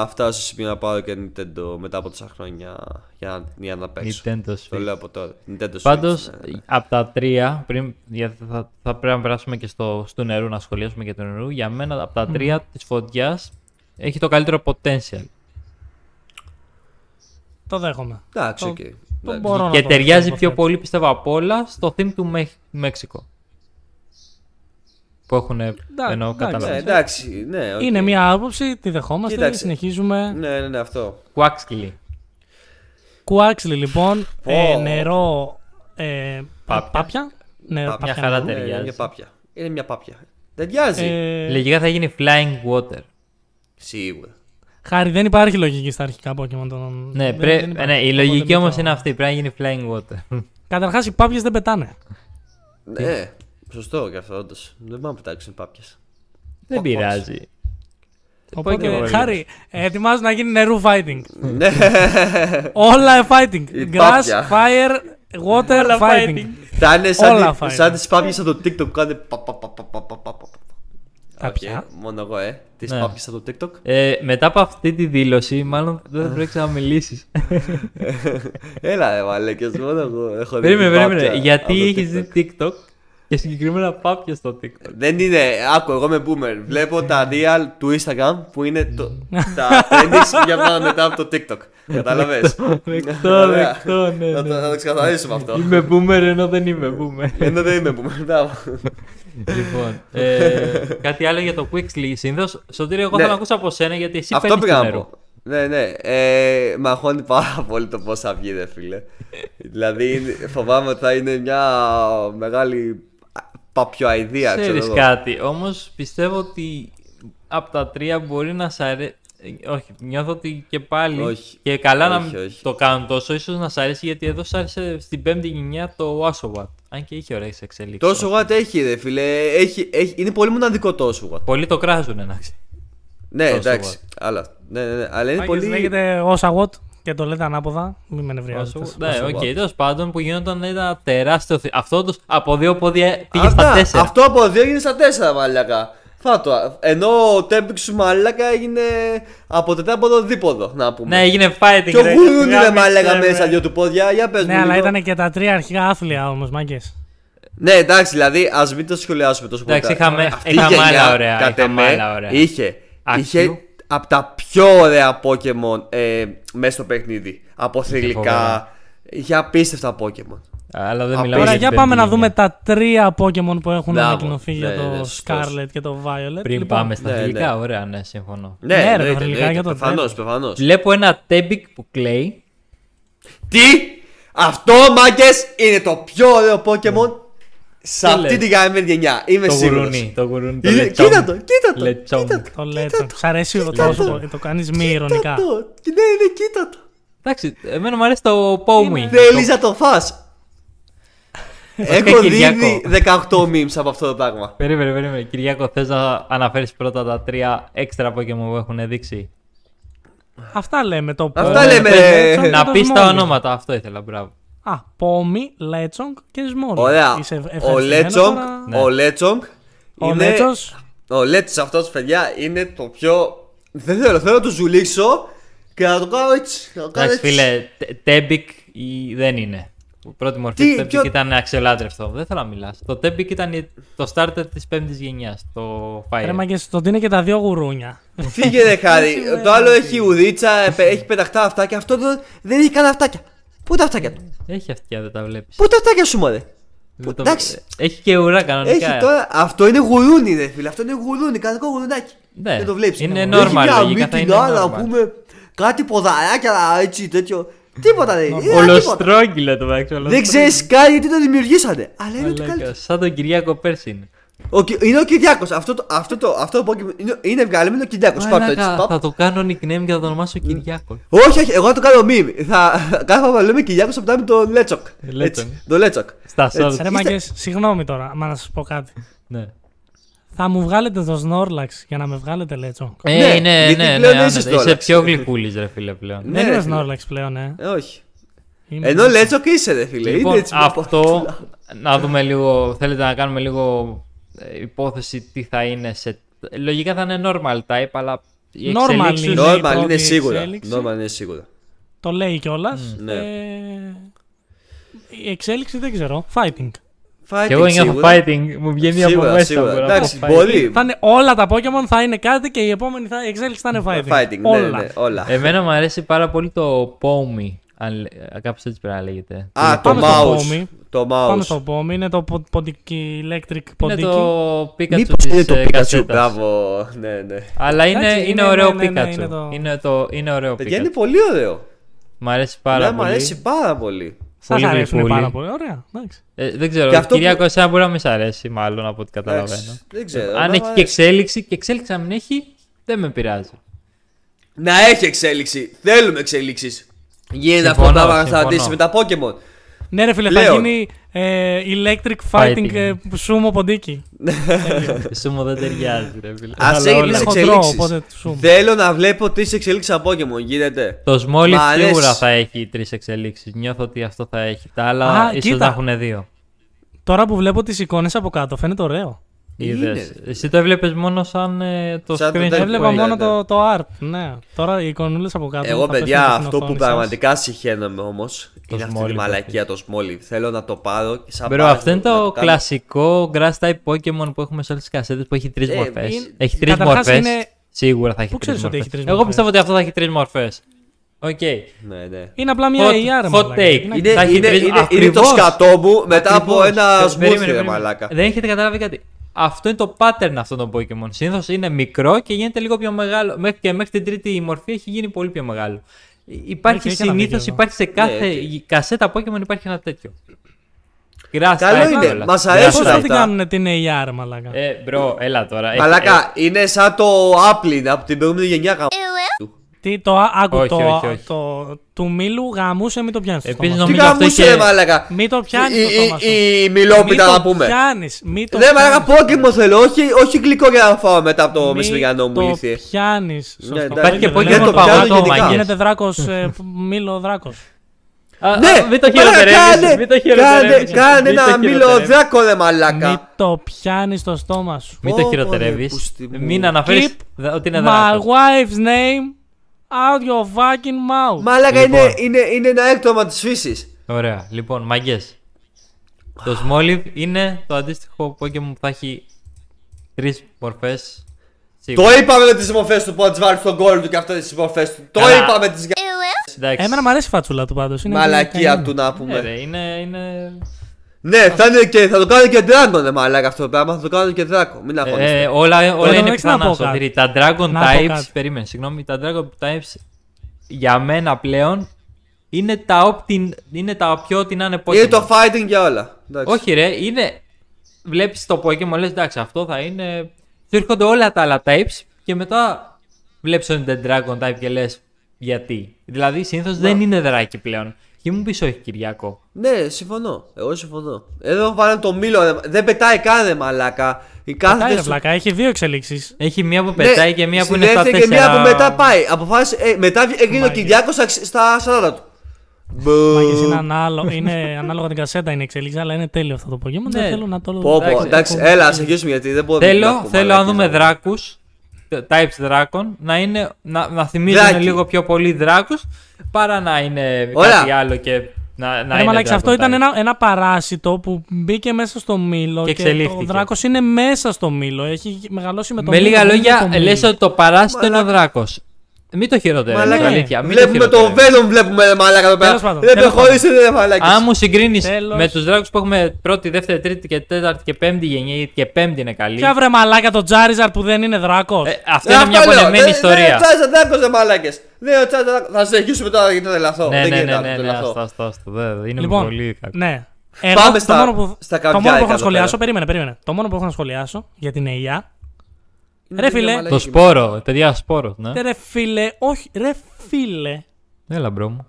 [SPEAKER 3] φτάσω σε σημείο να πάρω και Nintendo μετά από τόσα χρόνια για να, για να παίξω.
[SPEAKER 2] Nintendo
[SPEAKER 3] Το
[SPEAKER 2] Switch.
[SPEAKER 3] λέω από τώρα. Nintendo Switch.
[SPEAKER 2] Πάντως,
[SPEAKER 3] ναι.
[SPEAKER 2] από τα τρία, πριν, γιατί θα, θα πρέπει να περάσουμε και στο, στο νερού, να σχολιάσουμε και το νερού. Για μένα, από τα τρία της φωτιάς έχει το καλύτερο potential.
[SPEAKER 1] Το δέχομαι.
[SPEAKER 3] Εντάξει,
[SPEAKER 1] το-
[SPEAKER 3] οκ.
[SPEAKER 1] Το
[SPEAKER 3] Εντάξει.
[SPEAKER 1] μπορώ να
[SPEAKER 2] και
[SPEAKER 1] το
[SPEAKER 2] ταιριάζει πιο
[SPEAKER 1] σκεφτώ.
[SPEAKER 2] πολύ, πιστεύω, από όλα στο theme του Μέχ- Μέξικο. Που έχουν. Εννοώ,
[SPEAKER 1] εντάξει.
[SPEAKER 3] Ναι,
[SPEAKER 2] καταλαβαίνεις.
[SPEAKER 3] εντάξει, ναι. οκ.
[SPEAKER 1] Είναι μια άποψη, τη δεχόμαστε,
[SPEAKER 3] Κοίταξε.
[SPEAKER 1] συνεχίζουμε.
[SPEAKER 3] Ναι, ναι, ναι, αυτό.
[SPEAKER 2] Κουάξκλι.
[SPEAKER 1] Κουάξλι λοιπόν, ε,
[SPEAKER 3] Πω.
[SPEAKER 1] νερό, ε, πάπια.
[SPEAKER 2] Πάπια.
[SPEAKER 1] Νερό,
[SPEAKER 3] Πάπια.
[SPEAKER 1] πάπια
[SPEAKER 2] Μια χαρά
[SPEAKER 1] νερό.
[SPEAKER 3] Ναι, είναι
[SPEAKER 2] ταιριάζει.
[SPEAKER 3] μια πάπια. Είναι μια πάπια. Δεν ταιριάζει.
[SPEAKER 1] Ε,
[SPEAKER 2] Λογικά θα γίνει Flying Water.
[SPEAKER 3] Σίγουρα.
[SPEAKER 1] Χάρη, δεν υπάρχει λογική στα αρχικά Pokémon. Των...
[SPEAKER 2] Ναι,
[SPEAKER 1] δεν-
[SPEAKER 2] πρέ-
[SPEAKER 1] δεν υπάρχει.
[SPEAKER 2] ναι, η
[SPEAKER 1] Οπότε μην
[SPEAKER 2] λογική όμω
[SPEAKER 1] το-
[SPEAKER 2] είναι αυτή. Πρέπει να γίνει Flying Water.
[SPEAKER 1] Καταρχάς οι πάπιες δεν
[SPEAKER 2] Ε,
[SPEAKER 1] πετάνε.
[SPEAKER 3] Ναι, σωστό και αυτό όντως. Δεν πάμε να πετάξουν πάπιες.
[SPEAKER 2] Δεν πειράζει.
[SPEAKER 1] Οπότε,
[SPEAKER 2] Pokémon.
[SPEAKER 1] Χάρη, ε, ετοιμάζω να γίνει νερού fighting.
[SPEAKER 3] Ναι,
[SPEAKER 1] Όλα fighting.
[SPEAKER 3] Η
[SPEAKER 1] Grass,
[SPEAKER 3] πάπια.
[SPEAKER 1] fire, water, fighting.
[SPEAKER 3] θα είναι
[SPEAKER 1] Όλα
[SPEAKER 3] σαν, τη-
[SPEAKER 1] φάει.
[SPEAKER 3] σαν τις πάπιες από το TikTok που κάνουν. πα, πα, πα, πα, πα, πα, πα, πα.
[SPEAKER 1] Τα
[SPEAKER 3] Οκ,
[SPEAKER 1] πια.
[SPEAKER 3] Μόνο εγώ, ε. Τις
[SPEAKER 2] Ναι.
[SPEAKER 3] πάπιες από το TikTok.
[SPEAKER 2] Ε, μετά από αυτή τη δήλωση, μάλλον δεν θα πρέπει να μιλήσεις.
[SPEAKER 3] Έλα, ρε, μαλέκες, μόνο εγώ έχω δει
[SPEAKER 2] περίμενε,
[SPEAKER 3] πάπια
[SPEAKER 2] περίμενε.
[SPEAKER 3] από το
[SPEAKER 2] Γιατί έχεις
[SPEAKER 3] TikTok.
[SPEAKER 2] δει TikTok και συγκεκριμένα πάπια στο TikTok.
[SPEAKER 3] Δεν είναι, άκου, εγώ είμαι boomer. Βλέπω τα real του Instagram που είναι το, τα trending μια μέρα μετά από το TikTok. Κατάλαβες.
[SPEAKER 2] Δεκτό,
[SPEAKER 3] Ωραία.
[SPEAKER 2] δεκτό, ναι.
[SPEAKER 3] Να το-
[SPEAKER 2] ναι.
[SPEAKER 3] να το ξεκαθαρίσουμε αυτό.
[SPEAKER 2] Είμαι boomer ενώ δεν είμαι boomer.
[SPEAKER 3] Ενώ δεν είμαι boomer. μπράβο.
[SPEAKER 2] λοιπόν, ε, κάτι άλλο για το Quixley. Συνήθως, Σωτήρη, εγώ
[SPEAKER 3] Ναι.
[SPEAKER 2] θέλω να ακούσω από σένα γιατί εσύ
[SPEAKER 3] Αυτό
[SPEAKER 2] παίρνεις το
[SPEAKER 3] πήγα να
[SPEAKER 2] νερό.
[SPEAKER 3] πω. Ναι, ναι. Ε, με αγχώνει πάρα πολύ το πώς θα βγει, ρε φίλε. δηλαδή, είναι- φοβάμαι ότι θα είναι μια μεγάλη παπιοαιδία, ξέρω
[SPEAKER 2] Ξέρεις
[SPEAKER 3] εγώ.
[SPEAKER 2] κάτι, όμως πιστεύω ότι από τα τρία μπορεί να σ' αρέσει. Όχι, νιώθω ότι και πάλι.
[SPEAKER 3] Όχι.
[SPEAKER 2] Και καλά να
[SPEAKER 3] Όχι,
[SPEAKER 2] μην
[SPEAKER 3] όχι.
[SPEAKER 2] το κάνουν τόσο, ίσως να σ' αρέσει γιατί εδώ σ' άρεσε στην πέμπτη γενιά το Wasowat. Αν και είχε ωραίες εξελίξεις.
[SPEAKER 3] Το SWAT έχει, ρε φίλε. Έχει, έχει, είναι πολύ μοναδικό το SWAT.
[SPEAKER 2] Πολλοί το κράζουνε να ξέρεις.
[SPEAKER 3] Ναι,
[SPEAKER 2] Το
[SPEAKER 3] εντάξει.
[SPEAKER 2] SWAT.
[SPEAKER 3] Αλλά, ναι, ναι, ναι, αλλά είναι
[SPEAKER 1] Άγιος
[SPEAKER 3] πολύ.
[SPEAKER 1] λέγεται όσα what και το λέτε ανάποδα. Μην με νευριάζετε.
[SPEAKER 2] Wasowat. Ναι, οκ,
[SPEAKER 3] Wasowat.
[SPEAKER 2] τέλος πάντων που γινόταν ένα τεράστιο. θυ- Αυτό όντως από δύο πόδια πήγε στα
[SPEAKER 3] Αυτά.
[SPEAKER 2] τέσσερα.
[SPEAKER 3] Αυτό από δύο έγινε στα τέσσερα, μαλάκα. Θα το. Ενώ ο Τέμπιξ σου μαλάκα έγινε από τετράποδο δίποδο, να πούμε.
[SPEAKER 2] Ναι, έγινε ναι, fighting.
[SPEAKER 3] Και ο
[SPEAKER 2] ρε.
[SPEAKER 3] Γουρούνι
[SPEAKER 2] Γάμισε
[SPEAKER 3] ρε μαλάκα
[SPEAKER 2] με.
[SPEAKER 3] μέσα δυο του πόδια. Για πες
[SPEAKER 1] Ναι,
[SPEAKER 3] μου
[SPEAKER 1] αλλά
[SPEAKER 3] λίγο.
[SPEAKER 1] ήταν και τα τρία αρχικά άθλια όμως, μάγκες.
[SPEAKER 3] Ναι, εντάξει, δηλαδή ας μην το σχολιάσουμε τόσο πολύ.
[SPEAKER 2] Εντάξει, είχαμε-
[SPEAKER 3] Αυτή η
[SPEAKER 2] είχαμε
[SPEAKER 3] γενιά,
[SPEAKER 2] άλλα ωραία,
[SPEAKER 3] κατ'
[SPEAKER 2] είχαμε
[SPEAKER 3] εμέ,
[SPEAKER 2] άλλα ωραία.
[SPEAKER 3] Είχε,
[SPEAKER 2] Άξιο.
[SPEAKER 3] είχε από τα πιο ωραία Pokémon ε, μέσα στο παιχνίδι. Από θρηλυκά.
[SPEAKER 2] φοβερά.
[SPEAKER 3] Είχε απίστευτα Pokémon.
[SPEAKER 2] Αλλά δεν
[SPEAKER 3] Απίστευτο.
[SPEAKER 2] μιλάμε
[SPEAKER 1] Τώρα
[SPEAKER 2] την
[SPEAKER 1] για πάμε
[SPEAKER 2] πέμπτη
[SPEAKER 1] να δούμε
[SPEAKER 2] γενιά.
[SPEAKER 1] τα τρία Pokémon που έχουν
[SPEAKER 3] Μπράβο,
[SPEAKER 1] ανακοινωθεί για
[SPEAKER 3] ναι,
[SPEAKER 1] το
[SPEAKER 3] ναι, σωστός.
[SPEAKER 1] Scarlet και το Violet.
[SPEAKER 2] Πριν
[SPEAKER 1] Λοιπόν,
[SPEAKER 2] πάμε στα
[SPEAKER 3] ναι, ναι.
[SPEAKER 2] θηλυκά, ωραία, ναι, συμφωνώ.
[SPEAKER 3] Ναι,
[SPEAKER 1] Ναι, ρε,
[SPEAKER 3] εννοείται,
[SPEAKER 1] θρηλυκά
[SPEAKER 3] εννοείται,
[SPEAKER 1] για το
[SPEAKER 3] Προφανώς,
[SPEAKER 1] Τέμπιξ.
[SPEAKER 3] προφανώς.
[SPEAKER 2] Βλέπω ένα τέμπικ που κλαίει.
[SPEAKER 3] Τι! Αυτό μάγκες είναι το πιο ωραίο Pokémon σε
[SPEAKER 2] Τι
[SPEAKER 3] αυτή
[SPEAKER 2] λες?
[SPEAKER 3] τη γαμμένη γενιά. Είμαι
[SPEAKER 2] Το
[SPEAKER 3] σίγουρος.
[SPEAKER 2] γουρούνι. Το γουρούνι. Το
[SPEAKER 3] Είναι-
[SPEAKER 2] λετσόμ.
[SPEAKER 3] Κοίτα το, κοίτα το.
[SPEAKER 2] Λετσόμ.
[SPEAKER 3] Κοίτα το.
[SPEAKER 1] Το λέτε. Σ' αρέσει ο πρόσωπο, το κάνεις μη ηρωνικά.
[SPEAKER 3] Κοίτα το. Ναι, ναι, κοίτα το.
[SPEAKER 2] Εντάξει, εμένα μου αρέσει το πόμι.
[SPEAKER 3] Θέλει να το φας Έχω
[SPEAKER 2] Κυριακό.
[SPEAKER 3] δει 18 memes από αυτό το πράγμα.
[SPEAKER 2] Περίμενε, περίμενε. Κυριάκο, θες να αναφέρεις πρώτα τα τρία έξτρα Pokémon που έχουν δείξει.
[SPEAKER 1] Αυτά λέμε. Το
[SPEAKER 3] Αυτά
[SPEAKER 1] Pony,
[SPEAKER 3] λέμε,
[SPEAKER 1] το
[SPEAKER 3] ρε.
[SPEAKER 1] Lechonk και
[SPEAKER 2] να
[SPEAKER 1] το
[SPEAKER 2] πεις τα
[SPEAKER 1] Smogon.
[SPEAKER 2] ονόματα, αυτό ήθελα. Μπράβο.
[SPEAKER 1] Α, Πόμι, Λέτσονγκ και Σμόλ.
[SPEAKER 3] Ωραία. Ο Λέτσονγκ, Ναι.
[SPEAKER 2] Ναι.
[SPEAKER 3] ο Λέτσονγκ
[SPEAKER 1] Ο
[SPEAKER 3] είναι-
[SPEAKER 1] Λέτσος.
[SPEAKER 3] Ο Λέτσος αυτός, παιδιά, είναι το πιο. Δεν θέλω, θέλω να το ζουλήξω και να το κάνω έτσι. να το κάνω
[SPEAKER 2] Εντάξει,
[SPEAKER 3] έτσι.
[SPEAKER 2] φίλε, τε- τέμπικ ή- δεν είναι. Η πρώτη
[SPEAKER 3] Τι,
[SPEAKER 2] μορφή του
[SPEAKER 3] ποιο-
[SPEAKER 2] τέμπικ ήταν αξιολάτρευτο. Δεν θέλω να μιλάς. Το τέμπικ ήταν η- το starter της πέμπτης γενιάς. Το
[SPEAKER 1] Ρε
[SPEAKER 2] Fire.
[SPEAKER 1] μάγκες, το ότι είναι και τα δύο γουρούνια.
[SPEAKER 3] Φύγε ρε χάρη.
[SPEAKER 1] σημαίνει
[SPEAKER 3] το άλλο
[SPEAKER 1] ότι-
[SPEAKER 3] έχει ουδίτσα, ε, πε- έχει πεταχτά αυτάκια. Αυτό δεν, δεν έχει καν αυτάκια. Πού τα αυτάκια του.
[SPEAKER 2] Έχει αυτιά, δεν τα βλέπεις.
[SPEAKER 3] Πού τα αυτάκια σου, μωρέ.
[SPEAKER 2] Δεν το-
[SPEAKER 3] εντάξει.
[SPEAKER 2] Έχει και ουρά κανονικά.
[SPEAKER 3] Έχει τώρα. Αυτό είναι γουρούνι, ρε φίλε. Αυτό είναι γουρούνι, κανονικό γουρουνάκι.
[SPEAKER 2] Ναι.
[SPEAKER 3] Δεν το βλέπεις.
[SPEAKER 2] Είναι normal, λογικά θα είναι
[SPEAKER 3] να
[SPEAKER 2] normal.
[SPEAKER 3] πούμε κάτι ποδαράκια έτσι τέτοιο. Τίποτα δεν είναι. Ε, τίποτα.
[SPEAKER 2] Ολοστρόγγυλο το μεταξύ.
[SPEAKER 3] Δεν ξέρεις καν γιατί το δημιουργήσατε. Αλλά είναι ότι
[SPEAKER 2] Μαλάκα,
[SPEAKER 3] καλύτερο.
[SPEAKER 2] Σαν τον Κυριάκο πέρσι είναι.
[SPEAKER 3] Ο Κι- είναι ο Κυριάκος. Αυτό το, αυτό το, αυτό το Pokemon είναι, είναι βγαλμένο ο Κυριάκος. Πάρ' το έτσι.
[SPEAKER 2] Μαλάκα,
[SPEAKER 3] παπ.
[SPEAKER 2] θα το κάνω nickname και θα το
[SPEAKER 3] Ε,
[SPEAKER 2] ονομάσω Κυριάκος.
[SPEAKER 3] Όχι, όχι, εγώ θα το κάνω meme. Θα, κάθε φορά που λέμε Κυριάκος θα πετάμε τον Λέτσοκ.
[SPEAKER 2] Λέτσοκ.
[SPEAKER 3] Έτσι, τον Λέτσοκ.
[SPEAKER 2] Στα
[SPEAKER 3] Έτσι.
[SPEAKER 2] σόρτ.
[SPEAKER 3] Είστε-
[SPEAKER 1] Ρε μάγκες, συγγνώμη τώρα, μα να σας πω κάτι.
[SPEAKER 2] Ναι.
[SPEAKER 1] Θα μου βγάλετε το Snorlax για να με βγάλετε λέτσο.
[SPEAKER 2] Ε,
[SPEAKER 3] Ναι,
[SPEAKER 2] ναι, ναι,
[SPEAKER 3] γιατί
[SPEAKER 2] ναι,
[SPEAKER 3] πλέον
[SPEAKER 2] άνετα.
[SPEAKER 3] είσαι στο
[SPEAKER 2] Είσαι
[SPEAKER 3] Alex.
[SPEAKER 2] πιο γλυκούλης ρε φίλε πλέον.
[SPEAKER 3] Ναι,
[SPEAKER 1] Δεν
[SPEAKER 3] ρε,
[SPEAKER 1] είμαι
[SPEAKER 3] φίλε.
[SPEAKER 1] Snorlax πλέον, ε.
[SPEAKER 3] Ε, όχι.
[SPEAKER 1] Είμαι-
[SPEAKER 3] Ενώ Λέτσοκ είσαι, ρε φίλε. είναι
[SPEAKER 2] Λοιπόν,
[SPEAKER 3] έτσι,
[SPEAKER 2] αυτό να δούμε λίγο. Θέλετε να κάνουμε λίγο ε, υπόθεση τι θα είναι σε. Λογικά θα είναι normal type, αλλά. οι
[SPEAKER 1] Normal
[SPEAKER 2] εξελίξεις-
[SPEAKER 1] είναι. η
[SPEAKER 3] Normal
[SPEAKER 1] πρώτη
[SPEAKER 3] είναι σίγουρα.
[SPEAKER 1] εξέλιξη.
[SPEAKER 3] Normal είναι σίγουρα.
[SPEAKER 1] Το λέει κιόλας.
[SPEAKER 3] ναι.
[SPEAKER 1] Ε, η εξέλιξη δεν ξέρω. Fighting.
[SPEAKER 3] Fighting
[SPEAKER 2] Κι εγώ νιώθω
[SPEAKER 3] σίγουρα.
[SPEAKER 2] fighting, μου βγαίνει από
[SPEAKER 3] Σίγουρα,
[SPEAKER 2] μέσα.
[SPEAKER 3] σίγουρα.
[SPEAKER 2] μου, να
[SPEAKER 3] Εντάξει,
[SPEAKER 2] πω fighting.
[SPEAKER 3] μπορεί.
[SPEAKER 1] Θα είναι όλα τα Pokemon θα είναι κάτι και η επόμενη θα, η εξέλιξη θα είναι fighting.
[SPEAKER 3] Fighting, ναι,
[SPEAKER 1] όλα.
[SPEAKER 3] ναι, όλα.
[SPEAKER 2] Εμένα μου αρέσει πάρα πολύ το Pomi. Αν... λέ- ε, κάπως έτσι πρέπει να λέγεται.
[SPEAKER 3] Α, το
[SPEAKER 1] Πάμε στο
[SPEAKER 3] mouse.
[SPEAKER 1] Pomi.
[SPEAKER 3] Το
[SPEAKER 1] Πάμε
[SPEAKER 3] mouse.
[SPEAKER 1] στο Boom. Είναι το πο- ποντικι electric
[SPEAKER 2] Είναι
[SPEAKER 1] ποντίκι.
[SPEAKER 2] το Pikachu
[SPEAKER 3] Μήπως
[SPEAKER 2] της
[SPEAKER 3] είναι το
[SPEAKER 2] ε,
[SPEAKER 3] Pikachu.
[SPEAKER 2] κατσέτας.
[SPEAKER 3] Μπράβο. Ναι, ναι.
[SPEAKER 2] Αλλά είναι,
[SPEAKER 1] Εντάξει,
[SPEAKER 2] είναι,
[SPEAKER 1] είναι-
[SPEAKER 2] ωραίο
[SPEAKER 1] ναι, ναι, ναι,
[SPEAKER 2] Pikachu.
[SPEAKER 1] είναι το-
[SPEAKER 2] Είναι, το... είναι ωραίο
[SPEAKER 3] Παιδιά είναι
[SPEAKER 2] Pikachu.
[SPEAKER 3] πολύ ωραίο.
[SPEAKER 2] Μ' αρέσει πάρα
[SPEAKER 3] Ναι,
[SPEAKER 2] πολύ.
[SPEAKER 3] μου αρέσει πάρα πολύ.
[SPEAKER 1] Σας
[SPEAKER 2] πολύ
[SPEAKER 1] αρέσουν
[SPEAKER 2] γλυκούλη.
[SPEAKER 1] πάρα πολύ. Ωραία. εντάξει.
[SPEAKER 2] Ε, δεν
[SPEAKER 3] Και
[SPEAKER 2] ξέρω.
[SPEAKER 3] αυτό που-
[SPEAKER 2] Κυριάκο, εσένα μπορεί να μην σ' αρέσει, μάλλον από ό,τι καταλαβαίνω.
[SPEAKER 3] Εντάξει, Δεν ξέρω.
[SPEAKER 2] Αν
[SPEAKER 3] εμένα μου
[SPEAKER 2] έχει και
[SPEAKER 3] αρέσει.
[SPEAKER 2] εξέλιξη, και εξέλιξη να μην έχει, δεν με πειράζει.
[SPEAKER 3] Να έχει εξέλιξη. Θέλουμε εξέλιξεις. Γίνεται αυτό το
[SPEAKER 2] Συμφωνώ,
[SPEAKER 3] πράγμα να
[SPEAKER 2] συμφωνώ.
[SPEAKER 3] σταματήσει με τα Pokémon.
[SPEAKER 1] Ναι, ρε φίλε,
[SPEAKER 3] Λέω.
[SPEAKER 1] θα γίνει ε, electric fighting,
[SPEAKER 2] Fighting.
[SPEAKER 1] ε, sumo ποντίκι.
[SPEAKER 2] Σούμο δεν ταιριάζει, ρε φίλε.
[SPEAKER 3] Ας
[SPEAKER 2] Αλλά
[SPEAKER 3] έγινε
[SPEAKER 2] Ε, όλα-
[SPEAKER 1] είναι
[SPEAKER 3] τι
[SPEAKER 1] χοντρό,
[SPEAKER 3] εξελίξει.
[SPEAKER 1] οπότε του σούμε.
[SPEAKER 3] Θέλω να βλέπω τι εξελίξεις από Pokémon. Γίνεται.
[SPEAKER 2] Το Smolly
[SPEAKER 3] Μ' αρέσει.
[SPEAKER 2] σίγουρα θα έχει τρεις εξελίξεις. Νιώθω ότι αυτό θα έχει. Τα άλλα
[SPEAKER 1] Α,
[SPEAKER 2] ίσως
[SPEAKER 1] κοίτα.
[SPEAKER 2] να έχουν δύο.
[SPEAKER 1] Τώρα που βλέπω τις εικόνες από κάτω, φαίνεται ωραίο.
[SPEAKER 2] Είδες. Εσύ το έβλεπες μόνο σαν ε, το
[SPEAKER 3] Σαν το
[SPEAKER 2] screen.
[SPEAKER 3] τέλειο.
[SPEAKER 2] shot
[SPEAKER 1] Έβλεπα
[SPEAKER 2] που
[SPEAKER 1] μόνο
[SPEAKER 3] ναι.
[SPEAKER 1] το, το ARP. Ναι. Τώρα οι εικονούλες από κάτω.
[SPEAKER 3] Εγώ,
[SPEAKER 1] θα πέσουν
[SPEAKER 3] παιδιά,
[SPEAKER 1] από την
[SPEAKER 3] αυτό που
[SPEAKER 1] οθόνη σας.
[SPEAKER 3] πραγματικά συχαίνομαι όμως είναι αυτή τη
[SPEAKER 2] Smolly,
[SPEAKER 3] μαλακία το Smolly. Θέλω να το πάρω και σαν
[SPEAKER 2] Μπρο,
[SPEAKER 3] παράδειγμα
[SPEAKER 2] αυτό είναι
[SPEAKER 3] να
[SPEAKER 2] το
[SPEAKER 3] κάνω.
[SPEAKER 2] κλασικό grass type Pokemon που έχουμε σε όλες τις κασέτες που έχει τρεις
[SPEAKER 3] Ε,
[SPEAKER 2] μορφές.
[SPEAKER 1] είναι-
[SPEAKER 2] Έχει τρεις
[SPEAKER 1] καταρχάς
[SPEAKER 2] μορφές.
[SPEAKER 1] είναι-
[SPEAKER 2] Σίγουρα θα έχει
[SPEAKER 1] Πού
[SPEAKER 2] τρεις
[SPEAKER 1] ξέρεις ότι
[SPEAKER 2] μορφέ.
[SPEAKER 1] έχει τρεις
[SPEAKER 2] Εγώ
[SPEAKER 1] μορφές?
[SPEAKER 2] πιστεύω ότι αυτό θα έχει τρεις μορφές. Οκ.
[SPEAKER 3] Ναι, ναι.
[SPEAKER 1] Είναι απλά μια AI,
[SPEAKER 2] Hot,
[SPEAKER 1] ρε
[SPEAKER 2] hot
[SPEAKER 1] μαλάκα.
[SPEAKER 2] take.
[SPEAKER 1] Είναι-
[SPEAKER 3] Είναι,
[SPEAKER 2] Θα Ναι. έχει
[SPEAKER 3] είναι,
[SPEAKER 2] τρεις-
[SPEAKER 3] είναι, είναι το
[SPEAKER 2] ακριβώς.
[SPEAKER 3] σκατό μου μετά από
[SPEAKER 2] Ακριβώς.
[SPEAKER 3] ένα
[SPEAKER 2] Περίμενε,
[SPEAKER 3] σμούθι, ρε
[SPEAKER 2] Λοιπόν, περίμενε.
[SPEAKER 3] μαλάκα.
[SPEAKER 2] Δεν έχετε καταλάβει κάτι. Αυτό είναι το pattern αυτών των Pokémon. Συνήθως είναι μικρό και γίνεται λίγο πιο μεγάλο. Μέχρι και μέχρι την τρίτη μορφή έχει γίνει πολύ πιο μεγάλο. Υ- Υπάρχει
[SPEAKER 1] Ναι, και έκανα
[SPEAKER 2] συνήθω,
[SPEAKER 1] δίκιο
[SPEAKER 2] υπάρχει σε κάθε
[SPEAKER 3] έτσι.
[SPEAKER 2] κασέτα Pokémon υπάρχει ένα τέτοιο. Grass
[SPEAKER 3] Καλό
[SPEAKER 2] type
[SPEAKER 3] είναι.
[SPEAKER 2] κιόλας.
[SPEAKER 3] Μας
[SPEAKER 2] Grass
[SPEAKER 3] αρέσουν
[SPEAKER 1] Πώς
[SPEAKER 2] type.
[SPEAKER 1] θα
[SPEAKER 3] αυτά.
[SPEAKER 1] την κάνουν την AI, ρε μαλάκα.
[SPEAKER 2] Ε, μπρο, έλα τώρα. Έχει- ε,
[SPEAKER 3] Μαλάκα, είναι σαν το Apple είναι από την προηγούμενη γενιά γαμ- του.
[SPEAKER 1] Τι, το α- άκου,
[SPEAKER 2] Όχι,
[SPEAKER 1] το,
[SPEAKER 2] όχι, όχι.
[SPEAKER 1] το, του μήλου γαμούσε, μην το πιάνεις.
[SPEAKER 2] Επίσης,
[SPEAKER 1] Επίσης,
[SPEAKER 3] Τι
[SPEAKER 2] νομίζω αυτό
[SPEAKER 3] γαμούσε
[SPEAKER 2] είχε-
[SPEAKER 3] ρε μαλάκα.
[SPEAKER 1] Μην το πιάνεις
[SPEAKER 3] Η-
[SPEAKER 1] το στόμα σου.
[SPEAKER 3] η- Η μιλόπιτα να πούμε.
[SPEAKER 1] πιάνεις, μην το
[SPEAKER 3] Ναι, μαλάκα,
[SPEAKER 1] πιάνεις.
[SPEAKER 3] Pokémon θέλω, όχι, όχι γλυκό για να φάω μετά από το
[SPEAKER 1] Μη
[SPEAKER 3] μεσημεριανό μου
[SPEAKER 1] Το
[SPEAKER 3] ήλθε.
[SPEAKER 1] πιάνεις.
[SPEAKER 3] Ναι,
[SPEAKER 1] Σωστό.
[SPEAKER 3] εντάξει,
[SPEAKER 2] Υπάρχει και
[SPEAKER 1] Δεν
[SPEAKER 3] δεν
[SPEAKER 2] Pokémon
[SPEAKER 3] το
[SPEAKER 1] λέμε-
[SPEAKER 3] πιάνω
[SPEAKER 2] παγωτό,
[SPEAKER 3] γενικά.
[SPEAKER 2] μάγκες.
[SPEAKER 1] Γίνεται δράκος, ε, μήλο δράκος.
[SPEAKER 2] Α,
[SPEAKER 3] Ναι,
[SPEAKER 2] α, μην το
[SPEAKER 3] μαλάκα,
[SPEAKER 2] χειροτερεύεις,
[SPEAKER 3] κάνε-
[SPEAKER 2] μην το
[SPEAKER 3] Κάνε,
[SPEAKER 2] χειροτερεύεις.
[SPEAKER 3] κάνε
[SPEAKER 2] Μην το
[SPEAKER 3] ένα μήλο
[SPEAKER 2] χειροτερεύεις.
[SPEAKER 3] δράκο ρε μαλάκα.
[SPEAKER 1] Μην το πιάνεις στο στόμα σου.
[SPEAKER 2] Μην
[SPEAKER 3] Ω,
[SPEAKER 2] το
[SPEAKER 3] ρε,
[SPEAKER 2] χειροτερεύει.
[SPEAKER 3] πούστη μου.
[SPEAKER 2] Μην αναφέρεις
[SPEAKER 1] Keep
[SPEAKER 2] ότι είναι
[SPEAKER 1] My
[SPEAKER 2] δράκος.
[SPEAKER 1] wife's name out your fucking mouth.
[SPEAKER 3] Μαλάκα
[SPEAKER 2] Λοιπόν.
[SPEAKER 3] είναι, είναι, είναι ένα έκτομα της φύσης.
[SPEAKER 2] Ωραία, λοιπόν, μαγκέ. Το Smoliv είναι το αντίστοιχο Pokémon που θα έχει τρεις μορφές.
[SPEAKER 3] Το είπαμε με τις μορφές του Πόντς βάλει στον κόλλο του και αυτό τις μορφές του. Το
[SPEAKER 2] Καλά.
[SPEAKER 3] είπαμε τις γα-
[SPEAKER 2] Εντάξει.
[SPEAKER 1] Εμένα μου αρέσει η φατσούλα του πάντως. Είναι δηλαδή
[SPEAKER 3] μαλακία
[SPEAKER 1] καλή.
[SPEAKER 3] του να
[SPEAKER 2] Ναι,
[SPEAKER 3] πούμε.
[SPEAKER 2] ρε, είναι. είναι... ε,
[SPEAKER 3] Ναι, θα, είναι και, θα το κάνω και Dragon ρε μαλάκα αυτό το πράγμα. Θα το κάνω και Dragon. Μην αγχώνεστε.
[SPEAKER 2] Ε, ε, όλα όλα
[SPEAKER 1] Τώρα
[SPEAKER 2] είναι
[SPEAKER 1] μεταξύ να
[SPEAKER 2] πιθανά
[SPEAKER 1] πω
[SPEAKER 2] στο
[SPEAKER 1] κάτι.
[SPEAKER 2] τρίτο. Τα Dragon
[SPEAKER 1] Να πω
[SPEAKER 2] Types.
[SPEAKER 1] κάτι.
[SPEAKER 2] Περίμενε, συγγνώμη. Τα Dragon Types για μένα πλέον είναι τα, optin, είναι τα πιο ό,τι να είναι Pokémon.
[SPEAKER 3] Είναι το fighting για όλα. Εντάξει.
[SPEAKER 2] Όχι, ρε, είναι. Βλέπεις το Pokémon, λες εντάξει, αυτό θα είναι. Σου έρχονται όλα τα άλλα types και μετά βλέπεις τον The Dragon type και λες γιατί. Δηλαδή συνήθως δεν είναι δράκι πλέον. Και μου πεις όχι, Κυριακό.
[SPEAKER 3] Ναι, συμφωνώ. Εγώ συμφωνώ. Εδώ βάλανε το μήλο. ρε. Δεν πετάει καν ρε μαλάκα. Η
[SPEAKER 1] Πατάει
[SPEAKER 3] κάθεται
[SPEAKER 1] ρε
[SPEAKER 3] στο-
[SPEAKER 1] βλάκα, έχει δύο εξελίξεις.
[SPEAKER 2] Έχει μία που
[SPEAKER 3] Ναι,
[SPEAKER 2] πετάει και μία που είναι στα
[SPEAKER 3] συνδέεται
[SPEAKER 2] τέσσερα.
[SPEAKER 3] και μία που μετά πάει. Αποφάσισε. Ε, μετά βγει- έγινε ο
[SPEAKER 1] Μάγκες.
[SPEAKER 3] Κυριάκος στα 40 του.
[SPEAKER 1] Μάγκες, είναι,
[SPEAKER 3] Μπου.
[SPEAKER 1] ανάλο, είναι ανάλογα την κασέτα είναι η εξέλιξη, αλλά είναι τέλειο αυτό το Pokemon.
[SPEAKER 2] Ναι.
[SPEAKER 1] Δεν θέλω να το
[SPEAKER 3] Πω, πω,
[SPEAKER 2] Εντάξει,
[SPEAKER 3] εντάξει,
[SPEAKER 2] ακόμα-
[SPEAKER 3] έλα, συνεχίσουμε γιατί δεν μπορούμε.
[SPEAKER 2] Θέλω,
[SPEAKER 3] πούμε
[SPEAKER 2] θέλω να
[SPEAKER 3] μαλακίες.
[SPEAKER 2] δούμε δράκου. Types δράκων να, είναι, να, να θυμίζουν
[SPEAKER 3] Δράκοι.
[SPEAKER 2] λίγο πιο πολύ δράκου παρά να είναι
[SPEAKER 3] Ωραία.
[SPEAKER 2] κάτι άλλο και να,
[SPEAKER 1] Ρε
[SPEAKER 2] να είναι.
[SPEAKER 1] μαλάκα,
[SPEAKER 2] Dragon
[SPEAKER 1] αυτό ήταν
[SPEAKER 2] type.
[SPEAKER 1] ένα, ένα παράσιτο που μπήκε μέσα στο μήλο
[SPEAKER 2] Και
[SPEAKER 1] και,
[SPEAKER 2] εξελίχθηκε.
[SPEAKER 1] ο δράκο είναι μέσα στο μήλο. Έχει μεγαλώσει με το
[SPEAKER 2] με
[SPEAKER 1] μήλο.
[SPEAKER 2] λίγα
[SPEAKER 1] δεν είναι
[SPEAKER 2] λόγια,
[SPEAKER 1] στο μήλο.
[SPEAKER 2] λε ότι το παράσιτο είναι ο
[SPEAKER 3] Μαλάκα.
[SPEAKER 2] δράκο. Μην το χειροτερεύει.
[SPEAKER 3] Μαλάκα.
[SPEAKER 2] αλήθεια. Μην
[SPEAKER 3] Ναι, Βλέπουμε
[SPEAKER 2] το
[SPEAKER 3] το
[SPEAKER 2] χειροτερεύεις.
[SPEAKER 3] Venom, βλέπουμε ρε μαλάκα εδώ
[SPEAKER 1] Τέλος
[SPEAKER 3] πέρα.
[SPEAKER 1] πάντων,
[SPEAKER 3] Δεν
[SPEAKER 1] τέλος
[SPEAKER 3] προχωρήσετε ρε μαλάκα.
[SPEAKER 2] Αν μου συγκρίνεις
[SPEAKER 1] Τέλος.
[SPEAKER 2] με τους δράκου που έχουμε πρώτη, δεύτερη, τρίτη και τέταρτη και πέμπτη γενιά, γιατί και πέμπτη είναι καλή.
[SPEAKER 1] Ποια βρε μαλάκα το Τζάριζαρ που δεν είναι δράκος.
[SPEAKER 2] Ε, αυτή είναι μια
[SPEAKER 3] Δεν
[SPEAKER 2] πολεμένη
[SPEAKER 3] είναι ο
[SPEAKER 2] ιστορία.
[SPEAKER 3] Τσάζα Ντάκο, ρε μαλάκες. Ναι, ε, Δεν είναι ο Τσάζα Ντάκο. Θα συνεχίσουμε τώρα γιατί ήταν λαθό.
[SPEAKER 2] Ναι,
[SPEAKER 3] Δεν
[SPEAKER 2] ναι,
[SPEAKER 3] γίνεται
[SPEAKER 2] ναι,
[SPEAKER 3] άλλο
[SPEAKER 2] ναι,
[SPEAKER 3] το
[SPEAKER 2] ναι,
[SPEAKER 3] λαθό.
[SPEAKER 2] άστο, άστο, άστο, δε, Είναι
[SPEAKER 1] λοιπόν,
[SPEAKER 2] πολύ κακό.
[SPEAKER 1] ναι. Εγώ
[SPEAKER 3] Πάμε
[SPEAKER 1] το
[SPEAKER 3] στα-
[SPEAKER 1] μόνο που,
[SPEAKER 3] στα
[SPEAKER 1] το μόνο που
[SPEAKER 3] καβιάρικα
[SPEAKER 1] έχω να
[SPEAKER 3] εδώ
[SPEAKER 1] σχολιάσω,
[SPEAKER 3] πέρα.
[SPEAKER 1] περίμενε, περίμενε. Το μόνο που έχω να σχολιάσω για την ΕΙΑ.
[SPEAKER 3] Είναι
[SPEAKER 1] Ρε
[SPEAKER 3] μια
[SPEAKER 1] φίλε.
[SPEAKER 3] μαλακή
[SPEAKER 2] Το σπόρο, παιδιά, σπόρος. Ναι.
[SPEAKER 1] Ρε φίλε, όχι, ρε φίλε.
[SPEAKER 2] Έλα, μπρο μου.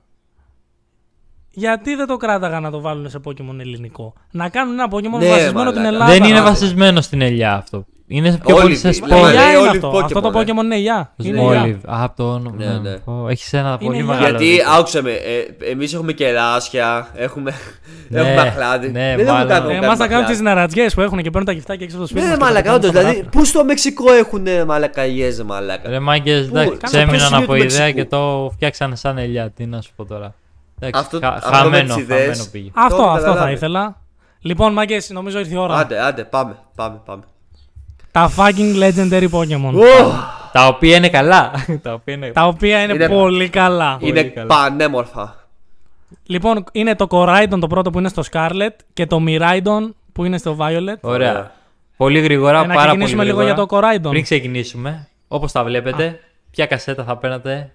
[SPEAKER 1] Γιατί δεν το κράταγα να το βάλουν σε Pokémon ελληνικό. Να κάνουν ένα Pokémon
[SPEAKER 3] Ναι,
[SPEAKER 1] βασισμένο
[SPEAKER 3] μαλάκα.
[SPEAKER 1] την Ελλάδα.
[SPEAKER 2] Δεν είναι
[SPEAKER 3] άντε.
[SPEAKER 2] βασισμένο στην ελιά αυτό. Είναι πιο
[SPEAKER 3] Olive,
[SPEAKER 2] πολύ σε
[SPEAKER 3] λέει,
[SPEAKER 1] Ελιά
[SPEAKER 2] σπόρο.
[SPEAKER 3] λέει,
[SPEAKER 1] είναι
[SPEAKER 3] Olive
[SPEAKER 1] αυτό. αυτό το
[SPEAKER 3] Pokémon, ε.
[SPEAKER 1] Pokémon είναι ελιά.
[SPEAKER 2] Olive.
[SPEAKER 1] Είναι ελιά.
[SPEAKER 2] Α, από το όνομα.
[SPEAKER 3] Ναι, ναι.
[SPEAKER 2] Ω, έχεις ένα πολύ
[SPEAKER 1] ελιά.
[SPEAKER 2] μεγάλο.
[SPEAKER 3] Γιατί
[SPEAKER 2] δίκιο.
[SPEAKER 3] άκουσε με, ε, εμείς έχουμε κεράσια, έχουμε,
[SPEAKER 2] Ναι,
[SPEAKER 3] έχουμε αχλάδι.
[SPEAKER 2] ναι,
[SPEAKER 3] δεν έχουμε
[SPEAKER 2] μάλλον.
[SPEAKER 3] κάνει.
[SPEAKER 2] Ε,
[SPEAKER 1] Εμά θα κάνουν τι ναρατιέ που έχουν και παίρνουν τα γυφτάκια έξω από το σπίτι.
[SPEAKER 3] Ναι,
[SPEAKER 1] μας
[SPEAKER 3] ρε
[SPEAKER 1] και τα
[SPEAKER 3] μαλακά,
[SPEAKER 1] πετάνε
[SPEAKER 3] όντω.
[SPEAKER 1] στα
[SPEAKER 3] Δηλαδή,
[SPEAKER 1] παράθυρα.
[SPEAKER 3] πού στο Μεξικό έχουν ε, μαλακαγιές, μαλακά.
[SPEAKER 2] Ρε μάγκες, εντάξει,
[SPEAKER 3] Κάνε
[SPEAKER 2] ξέμειναν
[SPEAKER 3] το
[SPEAKER 2] από
[SPEAKER 3] σημείο του
[SPEAKER 2] ιδέα
[SPEAKER 3] Μεξικού.
[SPEAKER 2] και το φτιάξανε σαν ελιά. Τι να σου πω τώρα. Εντάξει,
[SPEAKER 3] Αυτό-
[SPEAKER 2] χα-
[SPEAKER 3] αυτό με
[SPEAKER 2] χαμένο,
[SPEAKER 3] τις ιδέες.
[SPEAKER 2] χαμένο πήγε.
[SPEAKER 1] Αυτό,
[SPEAKER 3] Τώρα
[SPEAKER 1] αυτό θα
[SPEAKER 3] καταλάβει.
[SPEAKER 1] ήθελα. Λοιπόν, μάγκες, νομίζω ήρθε η ώρα.
[SPEAKER 3] Άντε, άντε, πάμε, πάμε, πάμε.
[SPEAKER 1] Τα fucking legendary Pokémon.
[SPEAKER 3] Ωχ,
[SPEAKER 2] Τα οποία είναι καλά. Τα οποία είναι.
[SPEAKER 1] Τα οποία είναι
[SPEAKER 3] Είναι-
[SPEAKER 1] πολύ καλά.
[SPEAKER 3] Είναι
[SPEAKER 2] καλά.
[SPEAKER 3] πανέμορφα.
[SPEAKER 1] Λοιπόν, είναι το Coraidon το πρώτο που είναι στο Scarlet και το Miraidon που είναι στο Violet.
[SPEAKER 2] Ωραία.
[SPEAKER 3] Ωραία.
[SPEAKER 2] Πολύ γρήγορα,
[SPEAKER 1] Ε, να
[SPEAKER 2] πάρα πολύ
[SPEAKER 1] ξεκινήσουμε λίγο
[SPEAKER 2] γρήγορα.
[SPEAKER 1] για το Coraidon.
[SPEAKER 2] Πριν ξεκινήσουμε, όπως τα βλέπετε, ποια κασέτα θα παίρνατε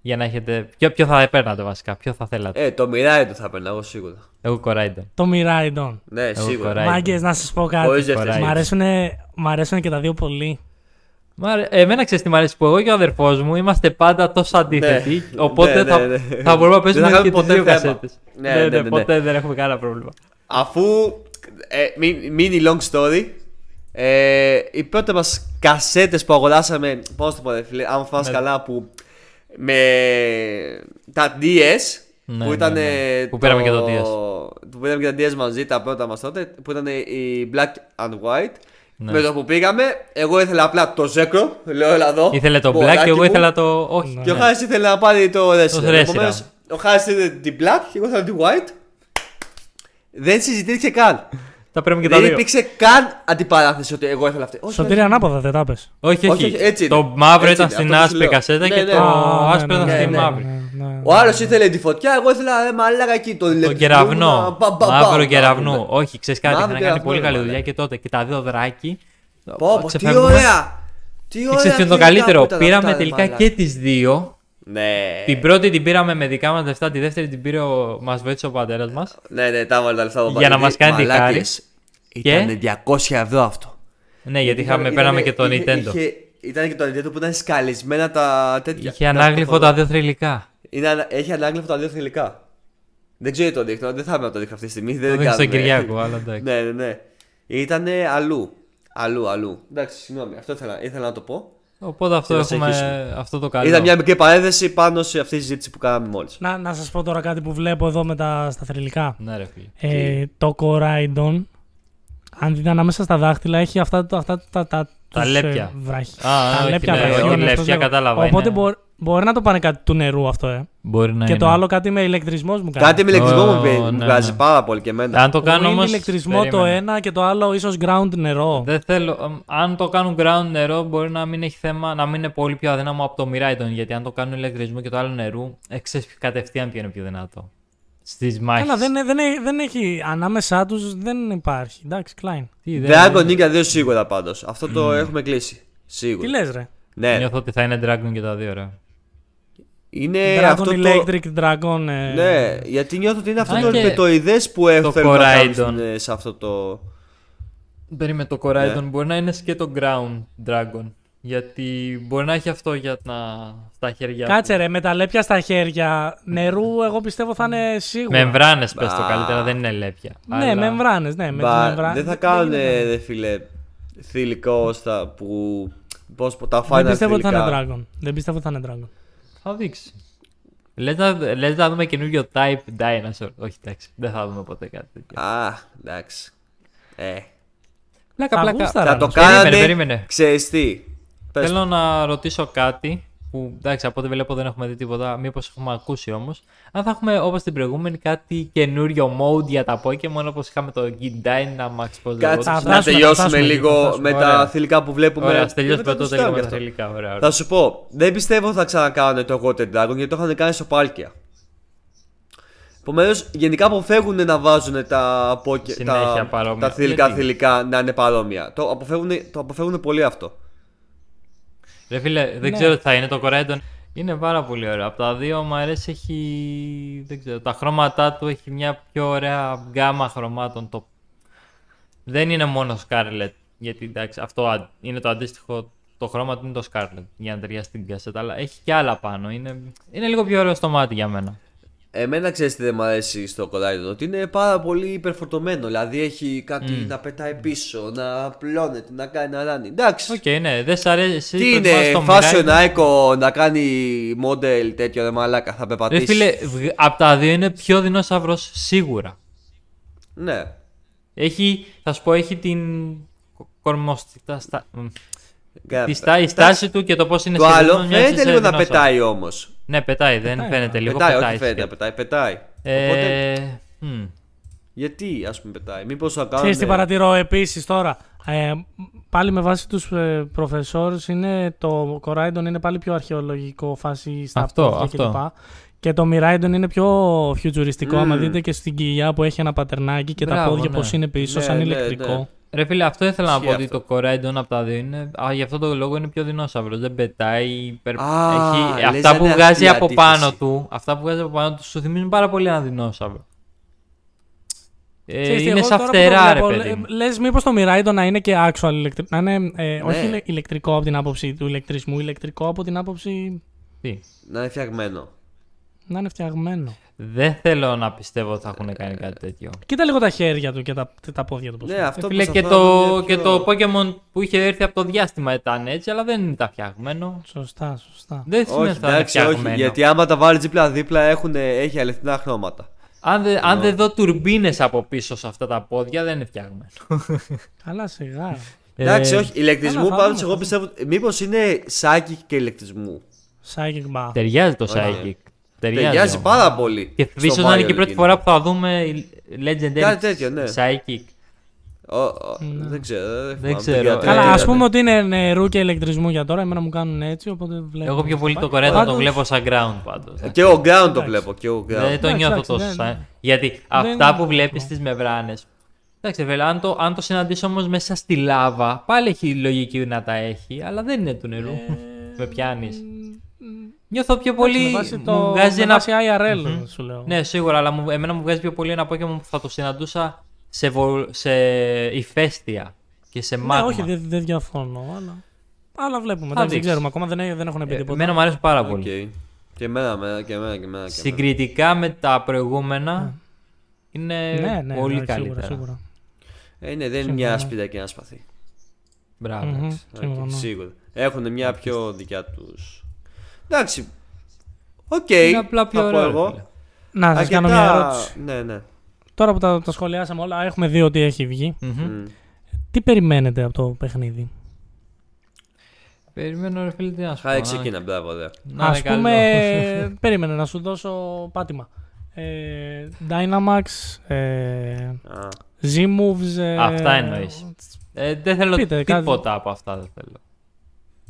[SPEAKER 2] για να έχετε... Ποιο, ποιο θα παίρνατε βασικά, ποιο θα θέλατε.
[SPEAKER 3] Ε, το μοιράει το θα παίρνω εγώ σίγουρα.
[SPEAKER 2] Εγώ Coraidon.
[SPEAKER 1] Το Miraidon.
[SPEAKER 3] Ναι,
[SPEAKER 2] Εγώ
[SPEAKER 3] σίγουρα.
[SPEAKER 2] κοράει. Miraidon.
[SPEAKER 1] Μάγκες, να σας πω κάτι.
[SPEAKER 3] Χωρίς δεύτερη.
[SPEAKER 2] Κοράει.
[SPEAKER 1] Μ' αρέσουν, μ' αρέσουνε και τα δύο πολύ.
[SPEAKER 2] Μ' αρέ- Εμένα ξέρεις τι μου αρέσει που εγώ και ο αδερφός μου είμαστε πάντα τόσο αντίθετοι.
[SPEAKER 3] Ναι.
[SPEAKER 2] Οπότε
[SPEAKER 3] Ναι, ναι,
[SPEAKER 2] θα,
[SPEAKER 3] ναι.
[SPEAKER 2] θα μπορούμε να παίζουμε
[SPEAKER 3] Δεν θα
[SPEAKER 2] και τι
[SPEAKER 3] κάνουμε
[SPEAKER 2] δύο
[SPEAKER 3] ποτέ θέμα.
[SPEAKER 2] κασέτες.
[SPEAKER 3] Ναι, ναι, ναι, ναι.
[SPEAKER 2] Ποτέ δεν έχουμε κανένα πρόβλημα.
[SPEAKER 3] Αφού. Ε, μην- mini long story. Ε, οι πρώτες μας κασέτες που αγοράσαμε. Πώς το πω, ρε φίλε, αν φας
[SPEAKER 2] Ναι.
[SPEAKER 3] καλά που. Με τα DS.
[SPEAKER 2] Ναι,
[SPEAKER 3] που
[SPEAKER 2] ναι,
[SPEAKER 3] ήταν.
[SPEAKER 2] ναι.
[SPEAKER 3] ε,
[SPEAKER 2] Που πήραμε και τα DS.
[SPEAKER 3] Που πήραμε και τα DS μαζί, τα πρώτα μας τότε. Που ήταν η black and white.
[SPEAKER 2] Ναι.
[SPEAKER 3] Με το που πήγαμε, εγώ ήθελα απλά το ζέκρο. Λέω, έλα εδώ.
[SPEAKER 2] Ήθελε το black
[SPEAKER 3] ποδάκι
[SPEAKER 2] και εγώ
[SPEAKER 3] μου.
[SPEAKER 2] ήθελα το. Όχι.
[SPEAKER 3] Και ο
[SPEAKER 2] ναι.
[SPEAKER 3] Χάρης ήθελε να πάρει το Wrestler.
[SPEAKER 2] wrestler.
[SPEAKER 3] Επομένως, ο Χάρης ήθελε την Black και εγώ ήθελα την White. Δεν συζητήθηκε καν.
[SPEAKER 2] Τα παίρνουμε και τα
[SPEAKER 3] Δεν
[SPEAKER 2] δύο.
[SPEAKER 3] υπήρξε καν αντιπαράθεση ότι εγώ ήθελα αυτή. Όχι,
[SPEAKER 1] Σωτήρι
[SPEAKER 3] όχι.
[SPEAKER 1] ανάποδα δεν τα πες.
[SPEAKER 2] Όχι,
[SPEAKER 3] Όχι,
[SPEAKER 2] όχι.
[SPEAKER 3] όχι, έτσι
[SPEAKER 2] το
[SPEAKER 3] είναι.
[SPEAKER 2] μαύρο
[SPEAKER 3] Έτσι
[SPEAKER 2] ήταν
[SPEAKER 3] είναι,
[SPEAKER 2] στην
[SPEAKER 3] αυτό που σου
[SPEAKER 2] άσπρη
[SPEAKER 3] λέω.
[SPEAKER 2] κασέτα
[SPEAKER 3] Ναι,
[SPEAKER 2] και
[SPEAKER 3] ναι.
[SPEAKER 2] το
[SPEAKER 1] Α, ναι,
[SPEAKER 2] άσπρο ήταν
[SPEAKER 1] ναι,
[SPEAKER 2] στη
[SPEAKER 3] ναι,
[SPEAKER 2] μαύρη.
[SPEAKER 1] ναι, ναι.
[SPEAKER 3] Ο άλλο ήθελε τη φωτιά, εγώ ήθελα ρε μαλάκα εκεί το
[SPEAKER 2] Το
[SPEAKER 3] ηλεκτρικό. να-
[SPEAKER 2] κεραυνό.
[SPEAKER 3] μπα, μπα, μπα,
[SPEAKER 2] Μαύρο
[SPEAKER 3] να
[SPEAKER 2] κεραυνού.
[SPEAKER 3] πούμε.
[SPEAKER 2] Όχι, ξέρεις κάτι,
[SPEAKER 3] Μαύρο
[SPEAKER 2] είχαν κάνει
[SPEAKER 3] κεραυνό,
[SPEAKER 2] πολύ
[SPEAKER 3] ρε,
[SPEAKER 2] καλή
[SPEAKER 3] μαλάκα.
[SPEAKER 2] δουλειά και τότε. Και τα δύο δράκι.
[SPEAKER 3] Πω, πω, τι
[SPEAKER 2] ξεφεύγουμε.
[SPEAKER 3] ωραία. Τι
[SPEAKER 2] Και
[SPEAKER 3] ωραία.
[SPEAKER 2] ξέρει ποιο είναι το
[SPEAKER 3] φιλικά που
[SPEAKER 2] καλύτερο.
[SPEAKER 3] ήταν αυτά,
[SPEAKER 2] Πήραμε
[SPEAKER 3] ρε
[SPEAKER 2] τελικά
[SPEAKER 3] μαλάκα.
[SPEAKER 2] και τις δύο.
[SPEAKER 3] Ναι.
[SPEAKER 2] Την πρώτη την πήραμε με δικά μας λεφτά, τη δεύτερη την πήρε ο... μας βοήθησε ο πατέρας μας.
[SPEAKER 3] Ναι, ναι, τα βάλε τα λεφτά από
[SPEAKER 2] Για να
[SPEAKER 3] παντού.
[SPEAKER 2] μας κάνει
[SPEAKER 3] Μαλάκες.
[SPEAKER 2] δικάρις.
[SPEAKER 3] Ήτανε 200 ευρώ αυτό.
[SPEAKER 2] Ναι, γιατί
[SPEAKER 3] Ήταν-
[SPEAKER 2] είχαμε,
[SPEAKER 3] ήταν-
[SPEAKER 2] πέραμε και το
[SPEAKER 3] είχε-
[SPEAKER 2] Nintendo.
[SPEAKER 3] είχε- Ήταν και το Nintendo που ήταν σκαλισμένα τα τέτοια.
[SPEAKER 2] Είχε ανάγλυφο τα δύο θρηλυκά.
[SPEAKER 3] Είναι, ανα- έχει ανάγλυφο τα δύο θηλυκά. Δεν ξέρω το δείχνω, δεν θα είμαι να το δείχνω αυτή τη στιγμή.
[SPEAKER 2] Το
[SPEAKER 3] Δεν
[SPEAKER 2] δείχνω στον
[SPEAKER 3] κάνουμε.
[SPEAKER 2] Κυριάκο, αλλά εντάξει.
[SPEAKER 3] ναι, ναι, ναι. Ήταν αλλού. Αλλού, αλλού. Εντάξει, συγγνώμη, αυτό ήθελα, ήθελα να το πω.
[SPEAKER 2] Οπότε αυτό,
[SPEAKER 3] Και να
[SPEAKER 2] έχουμε...
[SPEAKER 3] συνεχίσουμε.
[SPEAKER 2] αυτό το
[SPEAKER 3] Ήταν μια
[SPEAKER 2] καλό.
[SPEAKER 3] μικρή παρένθεση πάνω σε αυτή τη συζήτηση που κάναμε μόλις.
[SPEAKER 1] Να, να σας πω τώρα κάτι που βλέπω εδώ με τα στα θρηλυκά.
[SPEAKER 2] Ναι, ρε φίλε.
[SPEAKER 1] Ε, το Coraidon, αν δείτε ανάμεσα στα δάχτυλα, έχει αυτά, τα- αυτά τα, τα,
[SPEAKER 2] Τα
[SPEAKER 1] τους,
[SPEAKER 2] λέπια.
[SPEAKER 1] βράχη.
[SPEAKER 2] Α,
[SPEAKER 1] τα
[SPEAKER 2] όχι,
[SPEAKER 1] λέπια
[SPEAKER 2] ναι,
[SPEAKER 1] βραχίων,
[SPEAKER 2] όχι,
[SPEAKER 1] ας το
[SPEAKER 2] λέπια,
[SPEAKER 1] λέγω.
[SPEAKER 2] κατάλαβα, ναι.
[SPEAKER 1] Οπότε
[SPEAKER 2] είναι.
[SPEAKER 1] μπορεί, μπορεί να το πάνε κάτι του νερού αυτό, ε.
[SPEAKER 2] Μπορεί να
[SPEAKER 1] και
[SPEAKER 2] είναι.
[SPEAKER 1] το άλλο κάτι με ηλεκτρισμό μου κάνει.
[SPEAKER 3] Κάτι με ηλεκτρισμό
[SPEAKER 2] Ω,
[SPEAKER 3] μου βγα-
[SPEAKER 2] ναι,
[SPEAKER 3] μου βγάζει
[SPEAKER 2] ναι.
[SPEAKER 3] πάρα πολύ και εμένα.
[SPEAKER 2] Αν το κάνω
[SPEAKER 1] Μου είναι
[SPEAKER 2] όμως.
[SPEAKER 1] ηλεκτρισμό το ένα και το άλλο ίσως ground νερό.
[SPEAKER 2] Δεν θέλω. εμ, Αν το κάνουν ground νερό, μπορεί να μην έχει θέμα να μην είναι πολύ πιο αδύναμο από το Miraidon. Γιατί αν το κάνουν ηλεκτρισμό και το άλλο νερού, εξής κατευθείαν ποιο είναι πιο δυνατό. Στις μάχες.
[SPEAKER 1] Καλά, δεν, δεν, δεν έχει. Ανάμεσά τους δεν υπάρχει. Εντάξει, Klein.
[SPEAKER 3] Dragon Ninja 2 σίγουρα πάντως. Αυτό το έχουμε κλείσει.
[SPEAKER 1] Τι
[SPEAKER 3] Σίγουρα.
[SPEAKER 1] λες, ρε.
[SPEAKER 3] Ναι,
[SPEAKER 2] Νιώθω ότι θα είναι Dragon και τα δύο, ρε.
[SPEAKER 3] είναι
[SPEAKER 1] Dragon
[SPEAKER 3] Ε, αυτό το.
[SPEAKER 1] Electric, Dragon. ε,
[SPEAKER 3] Ναι, γιατί νιώθω ότι είναι αυτό
[SPEAKER 2] Αν
[SPEAKER 3] το
[SPEAKER 2] και
[SPEAKER 3] ελπετοειδέ που έφερε να κάνουν
[SPEAKER 2] Coraidon.
[SPEAKER 3] στην- ε, σε αυτό το.
[SPEAKER 2] Περίμενε το Coraidon μπορεί να είναι και το Ground Dragon. Γιατί μπορεί να έχει αυτό για να... στα χέρια
[SPEAKER 1] Κάτσε ρε, με τα λέπια στα χέρια νερού, εγώ πιστεύω θα είναι σίγουρα.
[SPEAKER 2] Μεμβράνες πες το
[SPEAKER 3] Μπα.
[SPEAKER 2] καλύτερα, δεν είναι λέπια.
[SPEAKER 1] Ναι, μεμβράνες, ναι, με τις
[SPEAKER 3] Μπα,
[SPEAKER 1] μεμβράνες.
[SPEAKER 3] δεν θα κάνουν,
[SPEAKER 1] γίνεται.
[SPEAKER 3] ρε φίλε, θηλυκό στα που. Πώς, πω, τα final
[SPEAKER 1] Δεν πιστεύω ότι θα είναι
[SPEAKER 3] θηλυκά.
[SPEAKER 1] Dragon. Δεν πιστεύω ότι θα είναι Dragon.
[SPEAKER 2] Θα δείξει. Λες να, λες να δούμε καινούριο type dinosaur. Όχι, εντάξει, δεν θα δούμε ποτέ κάτι τέτοιο.
[SPEAKER 3] Α, εντάξει. Ε,
[SPEAKER 2] Πλάκα,
[SPEAKER 1] θα
[SPEAKER 2] πλάκα.
[SPEAKER 1] γούσταρα.
[SPEAKER 3] θα
[SPEAKER 1] Ταράνος.
[SPEAKER 3] το
[SPEAKER 2] Περίμενε,
[SPEAKER 3] κάνανε,
[SPEAKER 2] περίμενε.
[SPEAKER 3] ξέρεις τι. Πες,
[SPEAKER 2] Θέλω να ρωτήσω κάτι που εντάξει, από ό,τι βλέπω δεν έχουμε δει τίποτα. Μήπως έχουμε ακούσει όμως. Αν θα έχουμε όπως την προηγούμενη κάτι καινούριο mode για τα Pokémon όπως είχαμε το Gindynamax. Πώς
[SPEAKER 3] κάτσε
[SPEAKER 1] θα
[SPEAKER 3] να
[SPEAKER 1] φτάσουμε,
[SPEAKER 3] τελειώσουμε
[SPEAKER 1] φτάσουμε εκεί, θα
[SPEAKER 3] λίγο
[SPEAKER 1] φτάσουμε.
[SPEAKER 3] με
[SPEAKER 2] Ωραία.
[SPEAKER 3] τα θηλυκά που βλέπουμε.
[SPEAKER 2] Ωραία,
[SPEAKER 3] Και
[SPEAKER 2] τελείω
[SPEAKER 3] μετά
[SPEAKER 2] με το τελείωμα
[SPEAKER 3] συζητάμε γι'
[SPEAKER 2] τα
[SPEAKER 3] αυτό.
[SPEAKER 2] τελικά. Ωραία, ωραία.
[SPEAKER 3] Θα σου πω, δεν πιστεύω θα ξανακάνουν το Goten Dragon γιατί το είχαν κάνει στο Palkia. Επομένως, γενικά αποφεύγουν να βάζουν τα, πόκε-
[SPEAKER 2] Συνέχεια
[SPEAKER 3] τα,
[SPEAKER 2] παρόμοια.
[SPEAKER 3] τα θηλυκά
[SPEAKER 2] Γιατί?
[SPEAKER 3] θηλυκά να είναι παρόμοια. Το αποφεύγουν, το αποφεύγουν πολύ αυτό.
[SPEAKER 2] Ρε φίλε, δεν
[SPEAKER 1] Ναι.
[SPEAKER 2] ξέρω τι θα είναι το Coraidon. Είναι πάρα πολύ ωραίο. Από τα δύο μου αρέσει έχει. Δεν ξέρω, τα χρώματά του έχει μια πιο ωραία γκάμα χρωμάτων. Το... Δεν είναι μόνο Scarlet. Γιατί εντάξει, αυτό αν- είναι το αντίστοιχο. Το χρώμα του είναι το Scarlet για να ταιριάσει την κασέτα. Αλλά έχει και άλλα πάνω. Είναι, είναι λίγο πιο ωραίο στο μάτι για μένα.
[SPEAKER 3] Εμένα ξέρεις τι δεν μου αρέσει στο κοντάρι του. Ότι είναι πάρα πολύ υπερφορτωμένο. Δηλαδή έχει κάτι να πετάει πίσω, να πλώνεται, να κάνει να ράνει. Εντάξει.
[SPEAKER 2] Οκ, ναι, δεν σ' αρέσει.
[SPEAKER 3] Τι
[SPEAKER 2] προτιμάς
[SPEAKER 3] είναι,
[SPEAKER 2] το
[SPEAKER 3] fashion
[SPEAKER 2] Mirai.
[SPEAKER 3] icon να κάνει model τέτοιο ρε μαλάκα, θα
[SPEAKER 2] Ρε
[SPEAKER 3] πεπατήσεις.
[SPEAKER 2] φίλε, από τα δύο είναι πιο δεινόσαυρος σίγουρα.
[SPEAKER 3] Ναι.
[SPEAKER 2] Έχει, θα σου πω, έχει την κο- κορμοστιτά. Στα... μ,
[SPEAKER 3] Κα-
[SPEAKER 2] Τη στά, η στάση του και το πώς είναι
[SPEAKER 3] Το
[SPEAKER 2] σχεδιασμένο
[SPEAKER 3] άλλο
[SPEAKER 2] μοιάζει
[SPEAKER 3] φαίνεται
[SPEAKER 2] Ναι, σε
[SPEAKER 3] λίγο να
[SPEAKER 2] δεινόσαυρο.
[SPEAKER 3] πετάει όμως.
[SPEAKER 2] Ναι, πετάει, δεν
[SPEAKER 1] Πετάει,
[SPEAKER 2] φαίνεται.
[SPEAKER 1] ναι.
[SPEAKER 2] Λίγο
[SPEAKER 3] Πετάει,
[SPEAKER 2] πετάει.
[SPEAKER 3] όχι φαίνεται,
[SPEAKER 2] σχεδόν.
[SPEAKER 3] πετάει. πετάει. Οπότε,
[SPEAKER 2] Ε, μμ.
[SPEAKER 3] γιατί ας πούμε πετάει, Μήπως θα κάνουν.
[SPEAKER 1] Ξέρεις τι παρατηρώ επίσης τώρα. Ε, πάλι με βάση τους ε, professors είναι το Coraidon είναι πάλι πιο αρχαιολογικό φάση στα
[SPEAKER 2] Αυτό,
[SPEAKER 1] πόδια
[SPEAKER 2] αυτό.
[SPEAKER 1] κλπ. Και το Miraidon είναι πιο φιουτζουριστικό.
[SPEAKER 3] Μμμ.
[SPEAKER 1] Άμα δείτε και στην κοιλιά που έχει ένα πατερνάκι και τα
[SPEAKER 2] Μπράβο,
[SPEAKER 1] πόδια
[SPEAKER 2] ναι.
[SPEAKER 1] πως είναι πίσω,
[SPEAKER 3] Ναι,
[SPEAKER 1] σαν
[SPEAKER 3] ναι,
[SPEAKER 1] ηλεκτρικό.
[SPEAKER 3] ναι.
[SPEAKER 2] Ρε φίλε, αυτό ήθελα να
[SPEAKER 3] Ισχύει
[SPEAKER 2] πω ότι
[SPEAKER 3] αυτό.
[SPEAKER 2] το κοράιντον από τα δύο είναι. Α, γι' αυτό το λόγο είναι πιο δεινόσαυρος. Δεν πετάει. Περ...
[SPEAKER 3] Α,
[SPEAKER 2] έχει...
[SPEAKER 3] λες να
[SPEAKER 2] Αυτά που
[SPEAKER 3] είναι αυτή
[SPEAKER 2] βγάζει
[SPEAKER 3] η
[SPEAKER 2] από πάνω
[SPEAKER 3] αντίθεση.
[SPEAKER 2] του, αυτά που βγάζει από πάνω του, σου θυμίζουν πάρα πολύ ένα δεινόσαυρο. Ε,
[SPEAKER 1] Ξέρεις τι,
[SPEAKER 2] είναι
[SPEAKER 1] εγώ
[SPEAKER 2] σαν
[SPEAKER 1] τώρα που το
[SPEAKER 2] φτερά, ρε
[SPEAKER 1] βλέπω,
[SPEAKER 2] παιδί.
[SPEAKER 1] λε-
[SPEAKER 2] μου.
[SPEAKER 1] Λες μήπως το Miraidon να είναι και actual ηλεκτρικό. Να είναι ε, όχι
[SPEAKER 3] Ναι.
[SPEAKER 1] ηλε- ηλεκτρικό από την άποψη του ηλεκτρισμού, ηλεκτρικό από την άποψη
[SPEAKER 2] Τι.
[SPEAKER 3] Να είναι φτιαγμένο.
[SPEAKER 1] να είναι φτιαγμένο.
[SPEAKER 2] Δεν θέλω να πιστεύω ότι θα έχουν κάνει κάτι τέτοιο.
[SPEAKER 1] Κοίτα λίγο τα χέρια του και τα, τα πόδια του. πώς
[SPEAKER 3] Ναι,
[SPEAKER 1] είναι.
[SPEAKER 3] αυτό
[SPEAKER 2] Ε, Φίλε,
[SPEAKER 3] που
[SPEAKER 2] και το, και το Pokemon που είχε έρθει από το διάστημα ήταν έτσι, αλλά δεν ήταν φτιαγμένο.
[SPEAKER 1] Σωστά, σωστά.
[SPEAKER 2] Δεν σημαίνει
[SPEAKER 3] Όχι,
[SPEAKER 2] ότι θα ναι. είναι
[SPEAKER 3] εντάξει, όχι.
[SPEAKER 2] φτιαγμένο.
[SPEAKER 3] Γιατί άμα τα βάλει δίπλα-δίπλα έχουνε- έχει αληθινά χρώματα.
[SPEAKER 2] Αν, δε, αν δεν δω τουρμπίνες από πίσω σε αυτά τα πόδια, δεν είναι φτιαγμένο.
[SPEAKER 1] Καλά, σιγά.
[SPEAKER 3] Εντάξει,
[SPEAKER 2] Ε,
[SPEAKER 3] όχι. Ηλεκτρισμού
[SPEAKER 1] καλά, θα
[SPEAKER 3] πάντως
[SPEAKER 1] δούμε,
[SPEAKER 3] εγώ
[SPEAKER 1] θα
[SPEAKER 3] πιστεύω. Μήπως είναι σάκι και ηλεκτρισμού.
[SPEAKER 1] Psychic Bath.
[SPEAKER 2] Ταιριάζει το Psychic. Ταιριάζει.
[SPEAKER 3] Ταιριάζει
[SPEAKER 2] όμως.
[SPEAKER 3] πάρα πολύ.
[SPEAKER 2] Και
[SPEAKER 3] στο
[SPEAKER 2] ίσω να είναι και η
[SPEAKER 3] Violet
[SPEAKER 2] πρώτη
[SPEAKER 3] King.
[SPEAKER 2] φορά που θα δούμε η Legendary
[SPEAKER 3] Κάτι τέτοιο, ναι.
[SPEAKER 2] Psychic.
[SPEAKER 3] Ο- ο- Δεν ξέρω. Δεν, θυμάμαι,
[SPEAKER 2] Ναι. ξέρω.
[SPEAKER 3] γιατί-
[SPEAKER 1] Καλά,
[SPEAKER 2] Ε,
[SPEAKER 1] α
[SPEAKER 2] ναι.
[SPEAKER 1] πούμε ότι είναι νερού και ηλεκτρισμού για τώρα. Εμένα μου κάνουν έτσι, οπότε βλέπω.
[SPEAKER 2] Εγώ πιο πολύ το
[SPEAKER 1] Πάντως,
[SPEAKER 2] Κορέτα το βλέπω σαν ground πάντως.
[SPEAKER 3] Και ο Ground το βλέπω. Και ο Ground.
[SPEAKER 2] Δεν Ναι, το
[SPEAKER 1] Ναι, Εντάξει,
[SPEAKER 2] νιώθω
[SPEAKER 1] εντάξει, ναι.
[SPEAKER 2] τόσο
[SPEAKER 1] δεν-
[SPEAKER 2] σαν. Γιατί
[SPEAKER 1] είναι
[SPEAKER 2] αυτά που
[SPEAKER 1] αυτό.
[SPEAKER 2] βλέπεις στις μεμβράνε. Εντάξει, βέβαια, αν το, αν το συναντήσω όμως μέσα στη λάβα, πάλι έχει λογική να τα έχει, αλλά δεν είναι του νερού.
[SPEAKER 1] Ε,
[SPEAKER 2] με πιάνεις. Νιώθω πιο πολύ.
[SPEAKER 1] Με βάση
[SPEAKER 2] μου
[SPEAKER 1] το.
[SPEAKER 2] βγάζει
[SPEAKER 1] με
[SPEAKER 2] ένα.
[SPEAKER 1] βάση IRL, σου λέω.
[SPEAKER 2] Ναι, σίγουρα, αλλά μου, εμένα μου βγάζει πιο πολύ ένα Pokémon που θα το συναντούσα σε, βο... σε ηφαίστεια και σε
[SPEAKER 1] Ναι,
[SPEAKER 2] μάγμα.
[SPEAKER 1] όχι, δεν δεν διαφωνώ, αλλά. Αλλά βλέπουμε.
[SPEAKER 2] Θα
[SPEAKER 1] εντάξει, Δεν
[SPEAKER 2] δεις.
[SPEAKER 1] ξέρουμε ακόμα, δεν έ- δεν έχουν πει
[SPEAKER 2] Ε,
[SPEAKER 1] τίποτα.
[SPEAKER 2] Εμένα μου αρέσει πάρα πολύ.
[SPEAKER 3] Οκ. Και εμένα, εμένα, και εμένα, και εμένα. και εμένα.
[SPEAKER 2] Συγκριτικά με τα προηγούμενα είναι
[SPEAKER 1] Ναι, ναι,
[SPEAKER 2] ε, πολύ
[SPEAKER 1] εντάξει, σίγουρα,
[SPEAKER 2] καλύτερα.
[SPEAKER 1] σίγουρα.
[SPEAKER 3] Ε, ναι, δεν είναι μια σπίδα και ένα σπαθί.
[SPEAKER 2] Μπράβο.
[SPEAKER 1] Μμμ,
[SPEAKER 3] Οκ,
[SPEAKER 1] συμφωνώ.
[SPEAKER 3] Σίγουρα. Έχουν μια πιο δικιά τους. Εντάξει. Οκ.
[SPEAKER 2] Είναι απλά πιο
[SPEAKER 3] θα πω
[SPEAKER 2] ωραίο. ρε
[SPEAKER 3] εγώ.
[SPEAKER 2] φίλε.
[SPEAKER 1] Να σα κάνω μια ερώτηση.
[SPEAKER 3] Ναι, ναι.
[SPEAKER 1] Τώρα που τα, τα σχολιάσαμε όλα, έχουμε δει ότι έχει βγει. Τι περιμένετε από το παιχνίδι.
[SPEAKER 2] Περιμένω ρε φίλε τι να σου πω.
[SPEAKER 3] Χάρη
[SPEAKER 2] να-
[SPEAKER 3] ξεκίνα, μπράβο, ρε.
[SPEAKER 2] να
[SPEAKER 1] Ας
[SPEAKER 2] είναι καλό.
[SPEAKER 1] πούμε. περίμενε να σου δώσω πάτημα. Ε, Dynamax, ε,
[SPEAKER 3] Α,
[SPEAKER 1] Z-Moves. ε,
[SPEAKER 2] Αυτά εννοείς. Ε, δεν θέλω
[SPEAKER 1] Πείτε,
[SPEAKER 2] τίποτα
[SPEAKER 1] κάτι.
[SPEAKER 2] από αυτά δεν θέλω.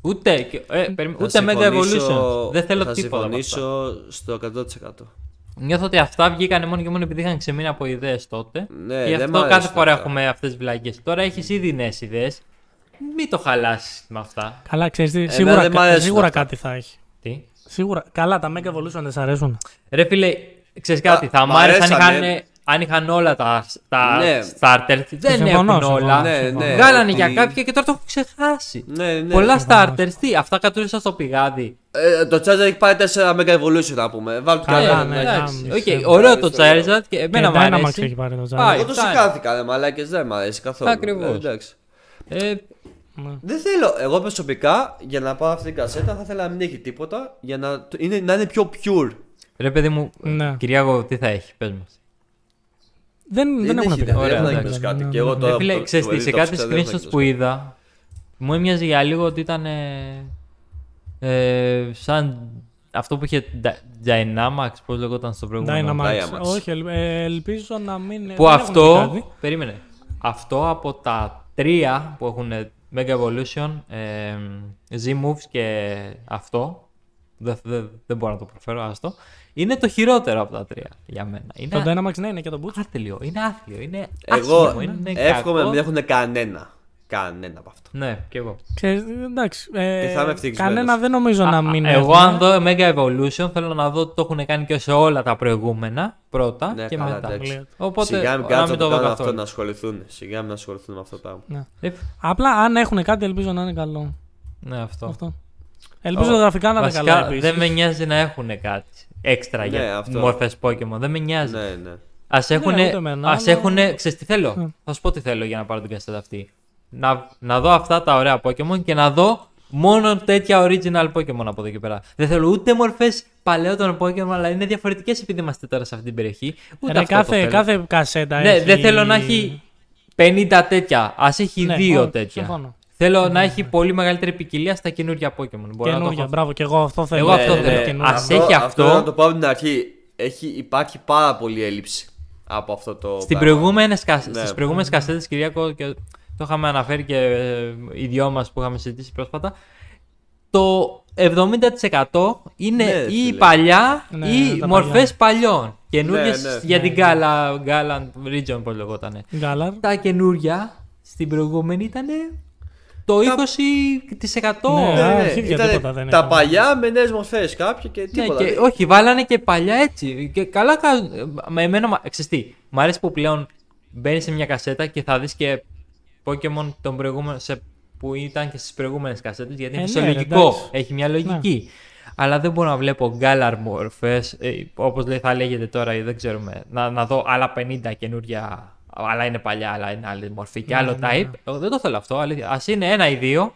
[SPEAKER 2] Ούτε, και- ε, περίμενε,
[SPEAKER 3] θα
[SPEAKER 2] ούτε Mega
[SPEAKER 3] συμφωνήσω-
[SPEAKER 2] Evolution. Δεν θέλω
[SPEAKER 3] θα
[SPEAKER 2] τίποτα. από αυτά.
[SPEAKER 3] συμφωνήσω στο 100%.
[SPEAKER 2] Νιώθω ότι αυτά βγήκαν μόνο και μόνο επειδή είχαν ξεμείνει από ιδέες τότε.
[SPEAKER 3] Ναι,
[SPEAKER 2] Γι'
[SPEAKER 3] δεν μ'
[SPEAKER 2] αυτό
[SPEAKER 3] αρέσουν
[SPEAKER 2] κάθε φορά
[SPEAKER 3] αυτά.
[SPEAKER 2] έχουμε αυτές τις βλακίε. Τώρα έχεις ήδη νέες ιδέες. Μην το χαλάσει με αυτά.
[SPEAKER 1] Καλά, ξέρεις τι.
[SPEAKER 3] Εμένα
[SPEAKER 1] Σίγουρα,
[SPEAKER 3] Ε, δεν μ'
[SPEAKER 1] κα-
[SPEAKER 3] αρέσουν
[SPEAKER 1] σίγουρα
[SPEAKER 3] αυτά.
[SPEAKER 1] κάτι θα έχει.
[SPEAKER 2] Τι.
[SPEAKER 1] Σίγουρα. Καλά, τα Mega Evolution δεν σ' αρέσουν.
[SPEAKER 2] Ρε φίλε, ξέρεις κάτι.
[SPEAKER 3] Α,
[SPEAKER 2] θα
[SPEAKER 3] μ'
[SPEAKER 2] μ' άρεσε αν
[SPEAKER 3] αρέσανε.
[SPEAKER 2] είχαν, αν είχαν όλα τα, τα
[SPEAKER 3] Ναι.
[SPEAKER 2] starter. Δεν
[SPEAKER 1] Συμφωνώ,
[SPEAKER 2] έχουν
[SPEAKER 1] συμφωνώ.
[SPEAKER 2] όλα.
[SPEAKER 1] Ναι,
[SPEAKER 3] ναι,
[SPEAKER 2] Βγάλανε
[SPEAKER 3] ότι-
[SPEAKER 2] για κάποια και τώρα το έχουν ξεχάσει.
[SPEAKER 3] Ναι, ναι.
[SPEAKER 2] Πολλά starters, τι, αυτά κατούρισαν στο πηγάδι.
[SPEAKER 3] Ε, το Charizard έχει πάει 4 Mega Evolution να πούμε. Βάλτε
[SPEAKER 1] Καλά,
[SPEAKER 3] κάτι άλλο.
[SPEAKER 1] ναι.
[SPEAKER 3] ναι.
[SPEAKER 2] Ε, εντάξει.
[SPEAKER 1] ναι,
[SPEAKER 2] Οκ,
[SPEAKER 1] ναι.
[SPEAKER 2] ωραίο το
[SPEAKER 3] Ευχαριστώ.
[SPEAKER 2] Charizard και εμένα μου
[SPEAKER 1] και Dynamax
[SPEAKER 2] αρέσει.
[SPEAKER 1] έχει πάρει το
[SPEAKER 2] Πάει.
[SPEAKER 1] τζάρι.
[SPEAKER 3] Εγώ το
[SPEAKER 2] Φτάνει.
[SPEAKER 3] σηκάθηκα, ρε μαλάκες, δεν μ' αρέσει καθόλου.
[SPEAKER 2] Ακριβώς.
[SPEAKER 3] Ε, εντάξει.
[SPEAKER 2] Ε,
[SPEAKER 1] Ναι.
[SPEAKER 3] Δεν θέλω, εγώ προσωπικά για να πάω αυτή την κασέτα θα ήθελα να μην έχει τίποτα για να το- είναι, να είναι πιο pure.
[SPEAKER 2] Ρε παιδί μου,
[SPEAKER 1] Ναι.
[SPEAKER 2] Κυριάκο, τι θα έχει, πες μας.
[SPEAKER 1] Δεν, δεν έχουν
[SPEAKER 3] έχει,
[SPEAKER 1] πει
[SPEAKER 3] δηλαδή,
[SPEAKER 2] Ωραία,
[SPEAKER 3] δεν
[SPEAKER 2] εντάξει.
[SPEAKER 3] έχει
[SPEAKER 1] Ναι,
[SPEAKER 3] κάτι.
[SPEAKER 1] ναι,
[SPEAKER 3] Και εγώ
[SPEAKER 1] ναι.
[SPEAKER 3] τώρα
[SPEAKER 2] Ρε
[SPEAKER 3] που
[SPEAKER 2] φίλε,
[SPEAKER 3] το-
[SPEAKER 2] ξέρεις
[SPEAKER 3] το
[SPEAKER 2] τι,
[SPEAKER 3] είδα,
[SPEAKER 2] σε
[SPEAKER 3] το
[SPEAKER 2] κάτι
[SPEAKER 3] ψάξα, δεν
[SPEAKER 2] screenshots
[SPEAKER 3] έχει
[SPEAKER 2] που
[SPEAKER 3] κάτι.
[SPEAKER 2] είδα, μου έμοιαζε για λίγο ότι ήταν ε, ε, σαν αυτό που είχε Dy- Dynamax, πώς λεγόταν στο προηγούμενο.
[SPEAKER 1] Dynamax.
[SPEAKER 3] Dynamax.
[SPEAKER 1] Όχι, ελ- ε, ελπίζω να μην.
[SPEAKER 2] Που
[SPEAKER 1] Ε, δεν έχουν πει
[SPEAKER 2] αυτό,
[SPEAKER 1] κάτι.
[SPEAKER 2] περίμενε, αυτό από τα τρία που έχουν ε, Mega Evolution, ε, Z-Moves και αυτό, δεν δε, δεν μπορώ να το προφέρω, άστο, είναι το χειρότερο από τα τρία για μένα. Είναι
[SPEAKER 1] Το Dynamax, ναι, είναι και το Boots.
[SPEAKER 2] άθλιο, είναι άθλιο, είναι
[SPEAKER 3] Εγώ
[SPEAKER 2] άσχημο, είναι
[SPEAKER 3] εύχομαι να
[SPEAKER 2] ναι, κακό.
[SPEAKER 3] μην έχουν κανένα. Κανένα από αυτά.
[SPEAKER 2] Ναι, κι εγώ.
[SPEAKER 1] Ξέρεις, εντάξει. ε,
[SPEAKER 3] Και θα είμαι ευτυχισμένος.
[SPEAKER 1] κανένα δεν νομίζω να
[SPEAKER 2] Α,
[SPEAKER 1] μην.
[SPEAKER 2] εγώ,
[SPEAKER 1] έχουμε.
[SPEAKER 2] αν δω Mega Evolution, θέλω να δω ότι το έχουν κάνει και σε όλα τα προηγούμενα πρώτα
[SPEAKER 3] Ναι,
[SPEAKER 2] και
[SPEAKER 3] καλά,
[SPEAKER 2] μετά.
[SPEAKER 3] εντάξει.
[SPEAKER 1] Λέω.
[SPEAKER 2] Οπότε,
[SPEAKER 3] Σιγά μην
[SPEAKER 2] να
[SPEAKER 3] κάτσουν
[SPEAKER 2] μην
[SPEAKER 3] που
[SPEAKER 2] το δω
[SPEAKER 3] κάνουν αυτό
[SPEAKER 2] καθόλου.
[SPEAKER 3] να ασχοληθούν. Σιγά μην ασχοληθούν με αυτό το πράγμα.
[SPEAKER 1] Ναι.
[SPEAKER 2] Ε,
[SPEAKER 1] Απλά αν έχουν κάτι, ελπίζω να είναι καλό.
[SPEAKER 2] ναι, αυτό.
[SPEAKER 1] Αυτό. Ελπίζω τα γραφικά να είναι
[SPEAKER 2] Βασικά,
[SPEAKER 1] καλά. επίσης.
[SPEAKER 2] δεν με νοιάζει να έχουν κάτι έξτρα
[SPEAKER 3] Ναι,
[SPEAKER 2] για
[SPEAKER 3] αυτό.
[SPEAKER 2] μόρφες Pokémon. Δεν με νοιάζει.
[SPEAKER 3] Ναι, ναι.
[SPEAKER 2] Ας Α έχουν.
[SPEAKER 1] ούτε εμένα, αλλά-
[SPEAKER 2] ας
[SPEAKER 1] Ναι.
[SPEAKER 2] έχουνε- Ξέρεις τι θέλω. Θα σου πω τι θέλω για να πάρω την κασέτα αυτή. Να, να δω αυτά τα ωραία Pokémon και να δω μόνο τέτοια original Pokémon από εδώ και πέρα. Δεν θέλω ούτε μορφές παλαιότερων Pokémon, αλλά είναι διαφορετικές επειδή είμαστε τώρα σε αυτή την περιοχή. Ούτε
[SPEAKER 1] Ρε,
[SPEAKER 2] αυτό το
[SPEAKER 1] κάθε,
[SPEAKER 2] θέλω.
[SPEAKER 1] κάθε κασέτα.
[SPEAKER 2] Ναι,
[SPEAKER 1] έχει-
[SPEAKER 2] δεν θέλω να έχει 50 τέτοια. Ας έχει
[SPEAKER 1] Ναι,
[SPEAKER 2] δύο
[SPEAKER 1] όχι,
[SPEAKER 2] τέτοια.
[SPEAKER 1] συμφωνώ. Ναι,
[SPEAKER 2] Θέλω να έχει πολύ μεγαλύτερη ποικιλία στα καινούργια Pokémon. Μπορώ να το
[SPEAKER 1] Καινούργια,
[SPEAKER 2] έχω
[SPEAKER 1] μπράβο, και εγώ αυτό θέλω.
[SPEAKER 2] Εγώ αυτό
[SPEAKER 3] Ε,
[SPEAKER 1] Ναι,
[SPEAKER 2] θέλω.
[SPEAKER 1] ναι, καινούργια.
[SPEAKER 2] Ας- έχει αυτό-
[SPEAKER 3] Να το πω από την αρχή. Έχει, υπάρχει πάρα πολύ έλλειψη από αυτό το.
[SPEAKER 2] Στην
[SPEAKER 3] πράγμα.
[SPEAKER 2] προηγούμενες, κασ-
[SPEAKER 3] Ναι.
[SPEAKER 2] Στις προηγούμενες κασέτες, Κυριακό, και το είχαμε αναφέρει και ε, οι δυο μας που είχαμε συζητήσει πρόσφατα, το 70% είναι
[SPEAKER 3] Ναι,
[SPEAKER 2] ή
[SPEAKER 3] φίλε.
[SPEAKER 2] παλιά
[SPEAKER 1] Ναι,
[SPEAKER 2] ή
[SPEAKER 1] τα
[SPEAKER 2] μορφές παλιών. Καινούριες
[SPEAKER 3] Ναι, ναι.
[SPEAKER 2] για την Gala, Galant Region, πώς λεγότανε.
[SPEAKER 1] Γκάλαρ.
[SPEAKER 2] Τα καινούρια στην προηγούμενη ήταν το 20%.
[SPEAKER 1] Ναι,
[SPEAKER 3] Ναι, ναι,
[SPEAKER 1] αρχίδια
[SPEAKER 3] ήτανε
[SPEAKER 1] τίποτα δεν
[SPEAKER 3] τα
[SPEAKER 1] είχαμε.
[SPEAKER 3] παλιά με νέες μορφές κάποια και
[SPEAKER 2] Ναι,
[SPEAKER 3] τίποτα.
[SPEAKER 2] και, όχι, βάλανε και παλιά έτσι. Και καλά κάνουν. Με εμένα, μα- ξέρεις τι, μ' αρέσει που πλέον μπαίνεις σε μια κασέτα και θα δεις και Pokemon τον προηγούμενο, σε, που ήταν και στις προηγούμενες κασέτες, γιατί
[SPEAKER 1] Ε,
[SPEAKER 2] είναι
[SPEAKER 1] ναι, ρε, εντάξει. Ναι.
[SPEAKER 2] φυσιολογικό, έχει μια λογική. Αλλά δεν μπορώ να βλέπω γκάλαρ μορφές, ε, όπως λέει, θα λέγεται τώρα, ή δεν ξέρουμε, να, να δω άλλα 50 καινούρια, αλλά είναι παλιά, αλλά είναι άλλη μορφή
[SPEAKER 1] Ναι,
[SPEAKER 2] και άλλο type. Εγώ Δεν το θέλω αυτό, αλήθεια. Ας είναι ένα ή δύο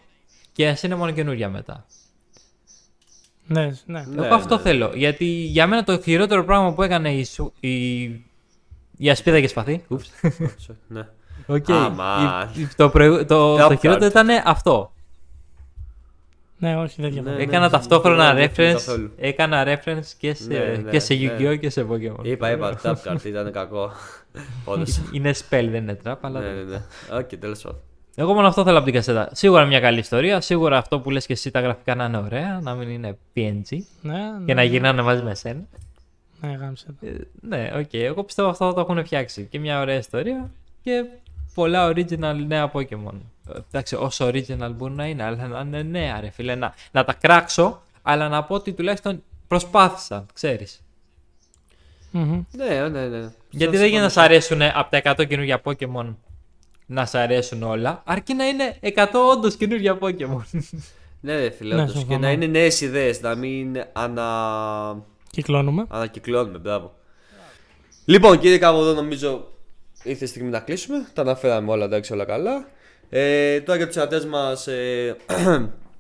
[SPEAKER 2] και ας είναι μόνο καινούρια μετά.
[SPEAKER 1] Ναι, ναι.
[SPEAKER 3] Ναι,
[SPEAKER 2] Εγώ αυτό
[SPEAKER 3] ναι.
[SPEAKER 2] θέλω. Γιατί για μένα το χειρότερο πράγμα που έκανε η, σου, η... η ασπίδα και σπαθί. Ούψ.
[SPEAKER 3] Ναι.
[SPEAKER 2] Οκ.
[SPEAKER 3] Αμάν.
[SPEAKER 2] Η- η- Το, προηγου- το,
[SPEAKER 3] Top
[SPEAKER 2] το χειρότερο
[SPEAKER 3] card.
[SPEAKER 2] ήταν αυτό.
[SPEAKER 1] Ναι, όχι, δεν διαφωνώ.
[SPEAKER 3] Ναι,
[SPEAKER 2] έκανα
[SPEAKER 3] ναι,
[SPEAKER 2] ταυτόχρονα
[SPEAKER 3] δεν διαφωνώ
[SPEAKER 2] reference,
[SPEAKER 3] καθόλου.
[SPEAKER 2] έκανα reference και σε,
[SPEAKER 3] Ναι, ναι,
[SPEAKER 2] και σε
[SPEAKER 3] ναι.
[SPEAKER 2] Yu-Gi-Oh! και σε Pokemon.
[SPEAKER 3] Είπα, είπα, tap card ήταν κακό. Όντως.
[SPEAKER 2] Είναι spell, δεν είναι trap, αλλά...
[SPEAKER 3] Ναι, ναι, ναι. Οκ, τέλος πάντων.
[SPEAKER 2] Εγώ μόνο αυτό θέλω από την κασέτα. Σίγουρα μια καλή ιστορία, σίγουρα αυτό που λες και εσύ τα γραφικά να είναι ωραία, να μην είναι PNG
[SPEAKER 1] Ναι, ναι,
[SPEAKER 2] και να γυρνάνε μαζί με σένα.
[SPEAKER 1] Ναι, γάμισε το.
[SPEAKER 2] Ε, ναι, οκ. Εγώ πιστεύω αυτό θα το έχουν φτιάξει. Και μια ωραία ιστορία και πολλά original νέα Pokemon. Ε, Εντάξει, όσο original μπορεί να είναι, αλλά να είναι νέα, ρε φίλε. Να, να τα κράξω, αλλά να πω ότι τουλάχιστον προσπάθησαν, ξέρεις.
[SPEAKER 1] Μμμ.
[SPEAKER 3] Ναι, ναι, ναι.
[SPEAKER 2] Γιατί δεν γίνεται να σ' αρέσουν από τα 100 καινούργια Pokemon να σ' αρέσουν όλα, αρκεί να είναι 100 όντως καινούργια Pokemon.
[SPEAKER 3] Ναι, ρε φίλε,
[SPEAKER 1] Ναι,
[SPEAKER 3] όντως. Και
[SPEAKER 1] συμφωνώ.
[SPEAKER 3] να είναι νέες ιδέες, να μην ανα...
[SPEAKER 1] Κυκλώνουμε.
[SPEAKER 3] ανακυκλώνουμε. Μπράβο. Λοιπόν, κύριε Καβοδό, νομίζω ήρθε η στιγμή να κλείσουμε. Τα αναφέραμε όλα, εντάξει, όλα καλά. Ε, τώρα για τους συναντέ μας. Ε,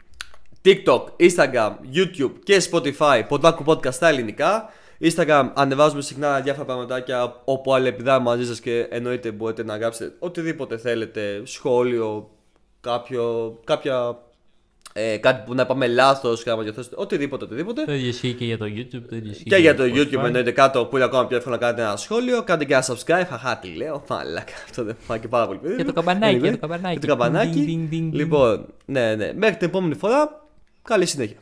[SPEAKER 3] TikTok, Instagram, YouTube και Spotify, Ποντάκου Podcast στα ελληνικά. Instagram ανεβάζουμε συχνά διάφορα πραγματάκια όπου αλληλεπιδράμε μαζί σας και εννοείται μπορείτε να γράψετε οτιδήποτε θέλετε, σχόλιο, κάποιο, κάποια, ε, κάτι που να πάμε λάθος, και να μας διορθώσετε, οτιδήποτε, οτιδήποτε.
[SPEAKER 2] το ίδιο ισχύει και για το YouTube, το ίδιο ισχύει
[SPEAKER 3] Και για το YouTube
[SPEAKER 2] Spotify.
[SPEAKER 3] εννοείται κάτω που είναι ακόμα πιο εύκολο να κάνετε ένα σχόλιο. Κάντε και ένα subscribe. Χαχά, τι λέω. Μαλάκα. Αυτό δεν φάει και πάρα πολύ περίεργο.
[SPEAKER 2] Και το καμπανάκι,
[SPEAKER 3] Anyway,
[SPEAKER 2] και το καμπανάκι.
[SPEAKER 3] Και το καμπανάκι.
[SPEAKER 2] Ding, ding, ding, ding.
[SPEAKER 3] Λοιπόν, ναι, ναι. Μέχρι την επόμενη φορά. Καλή συνέχεια.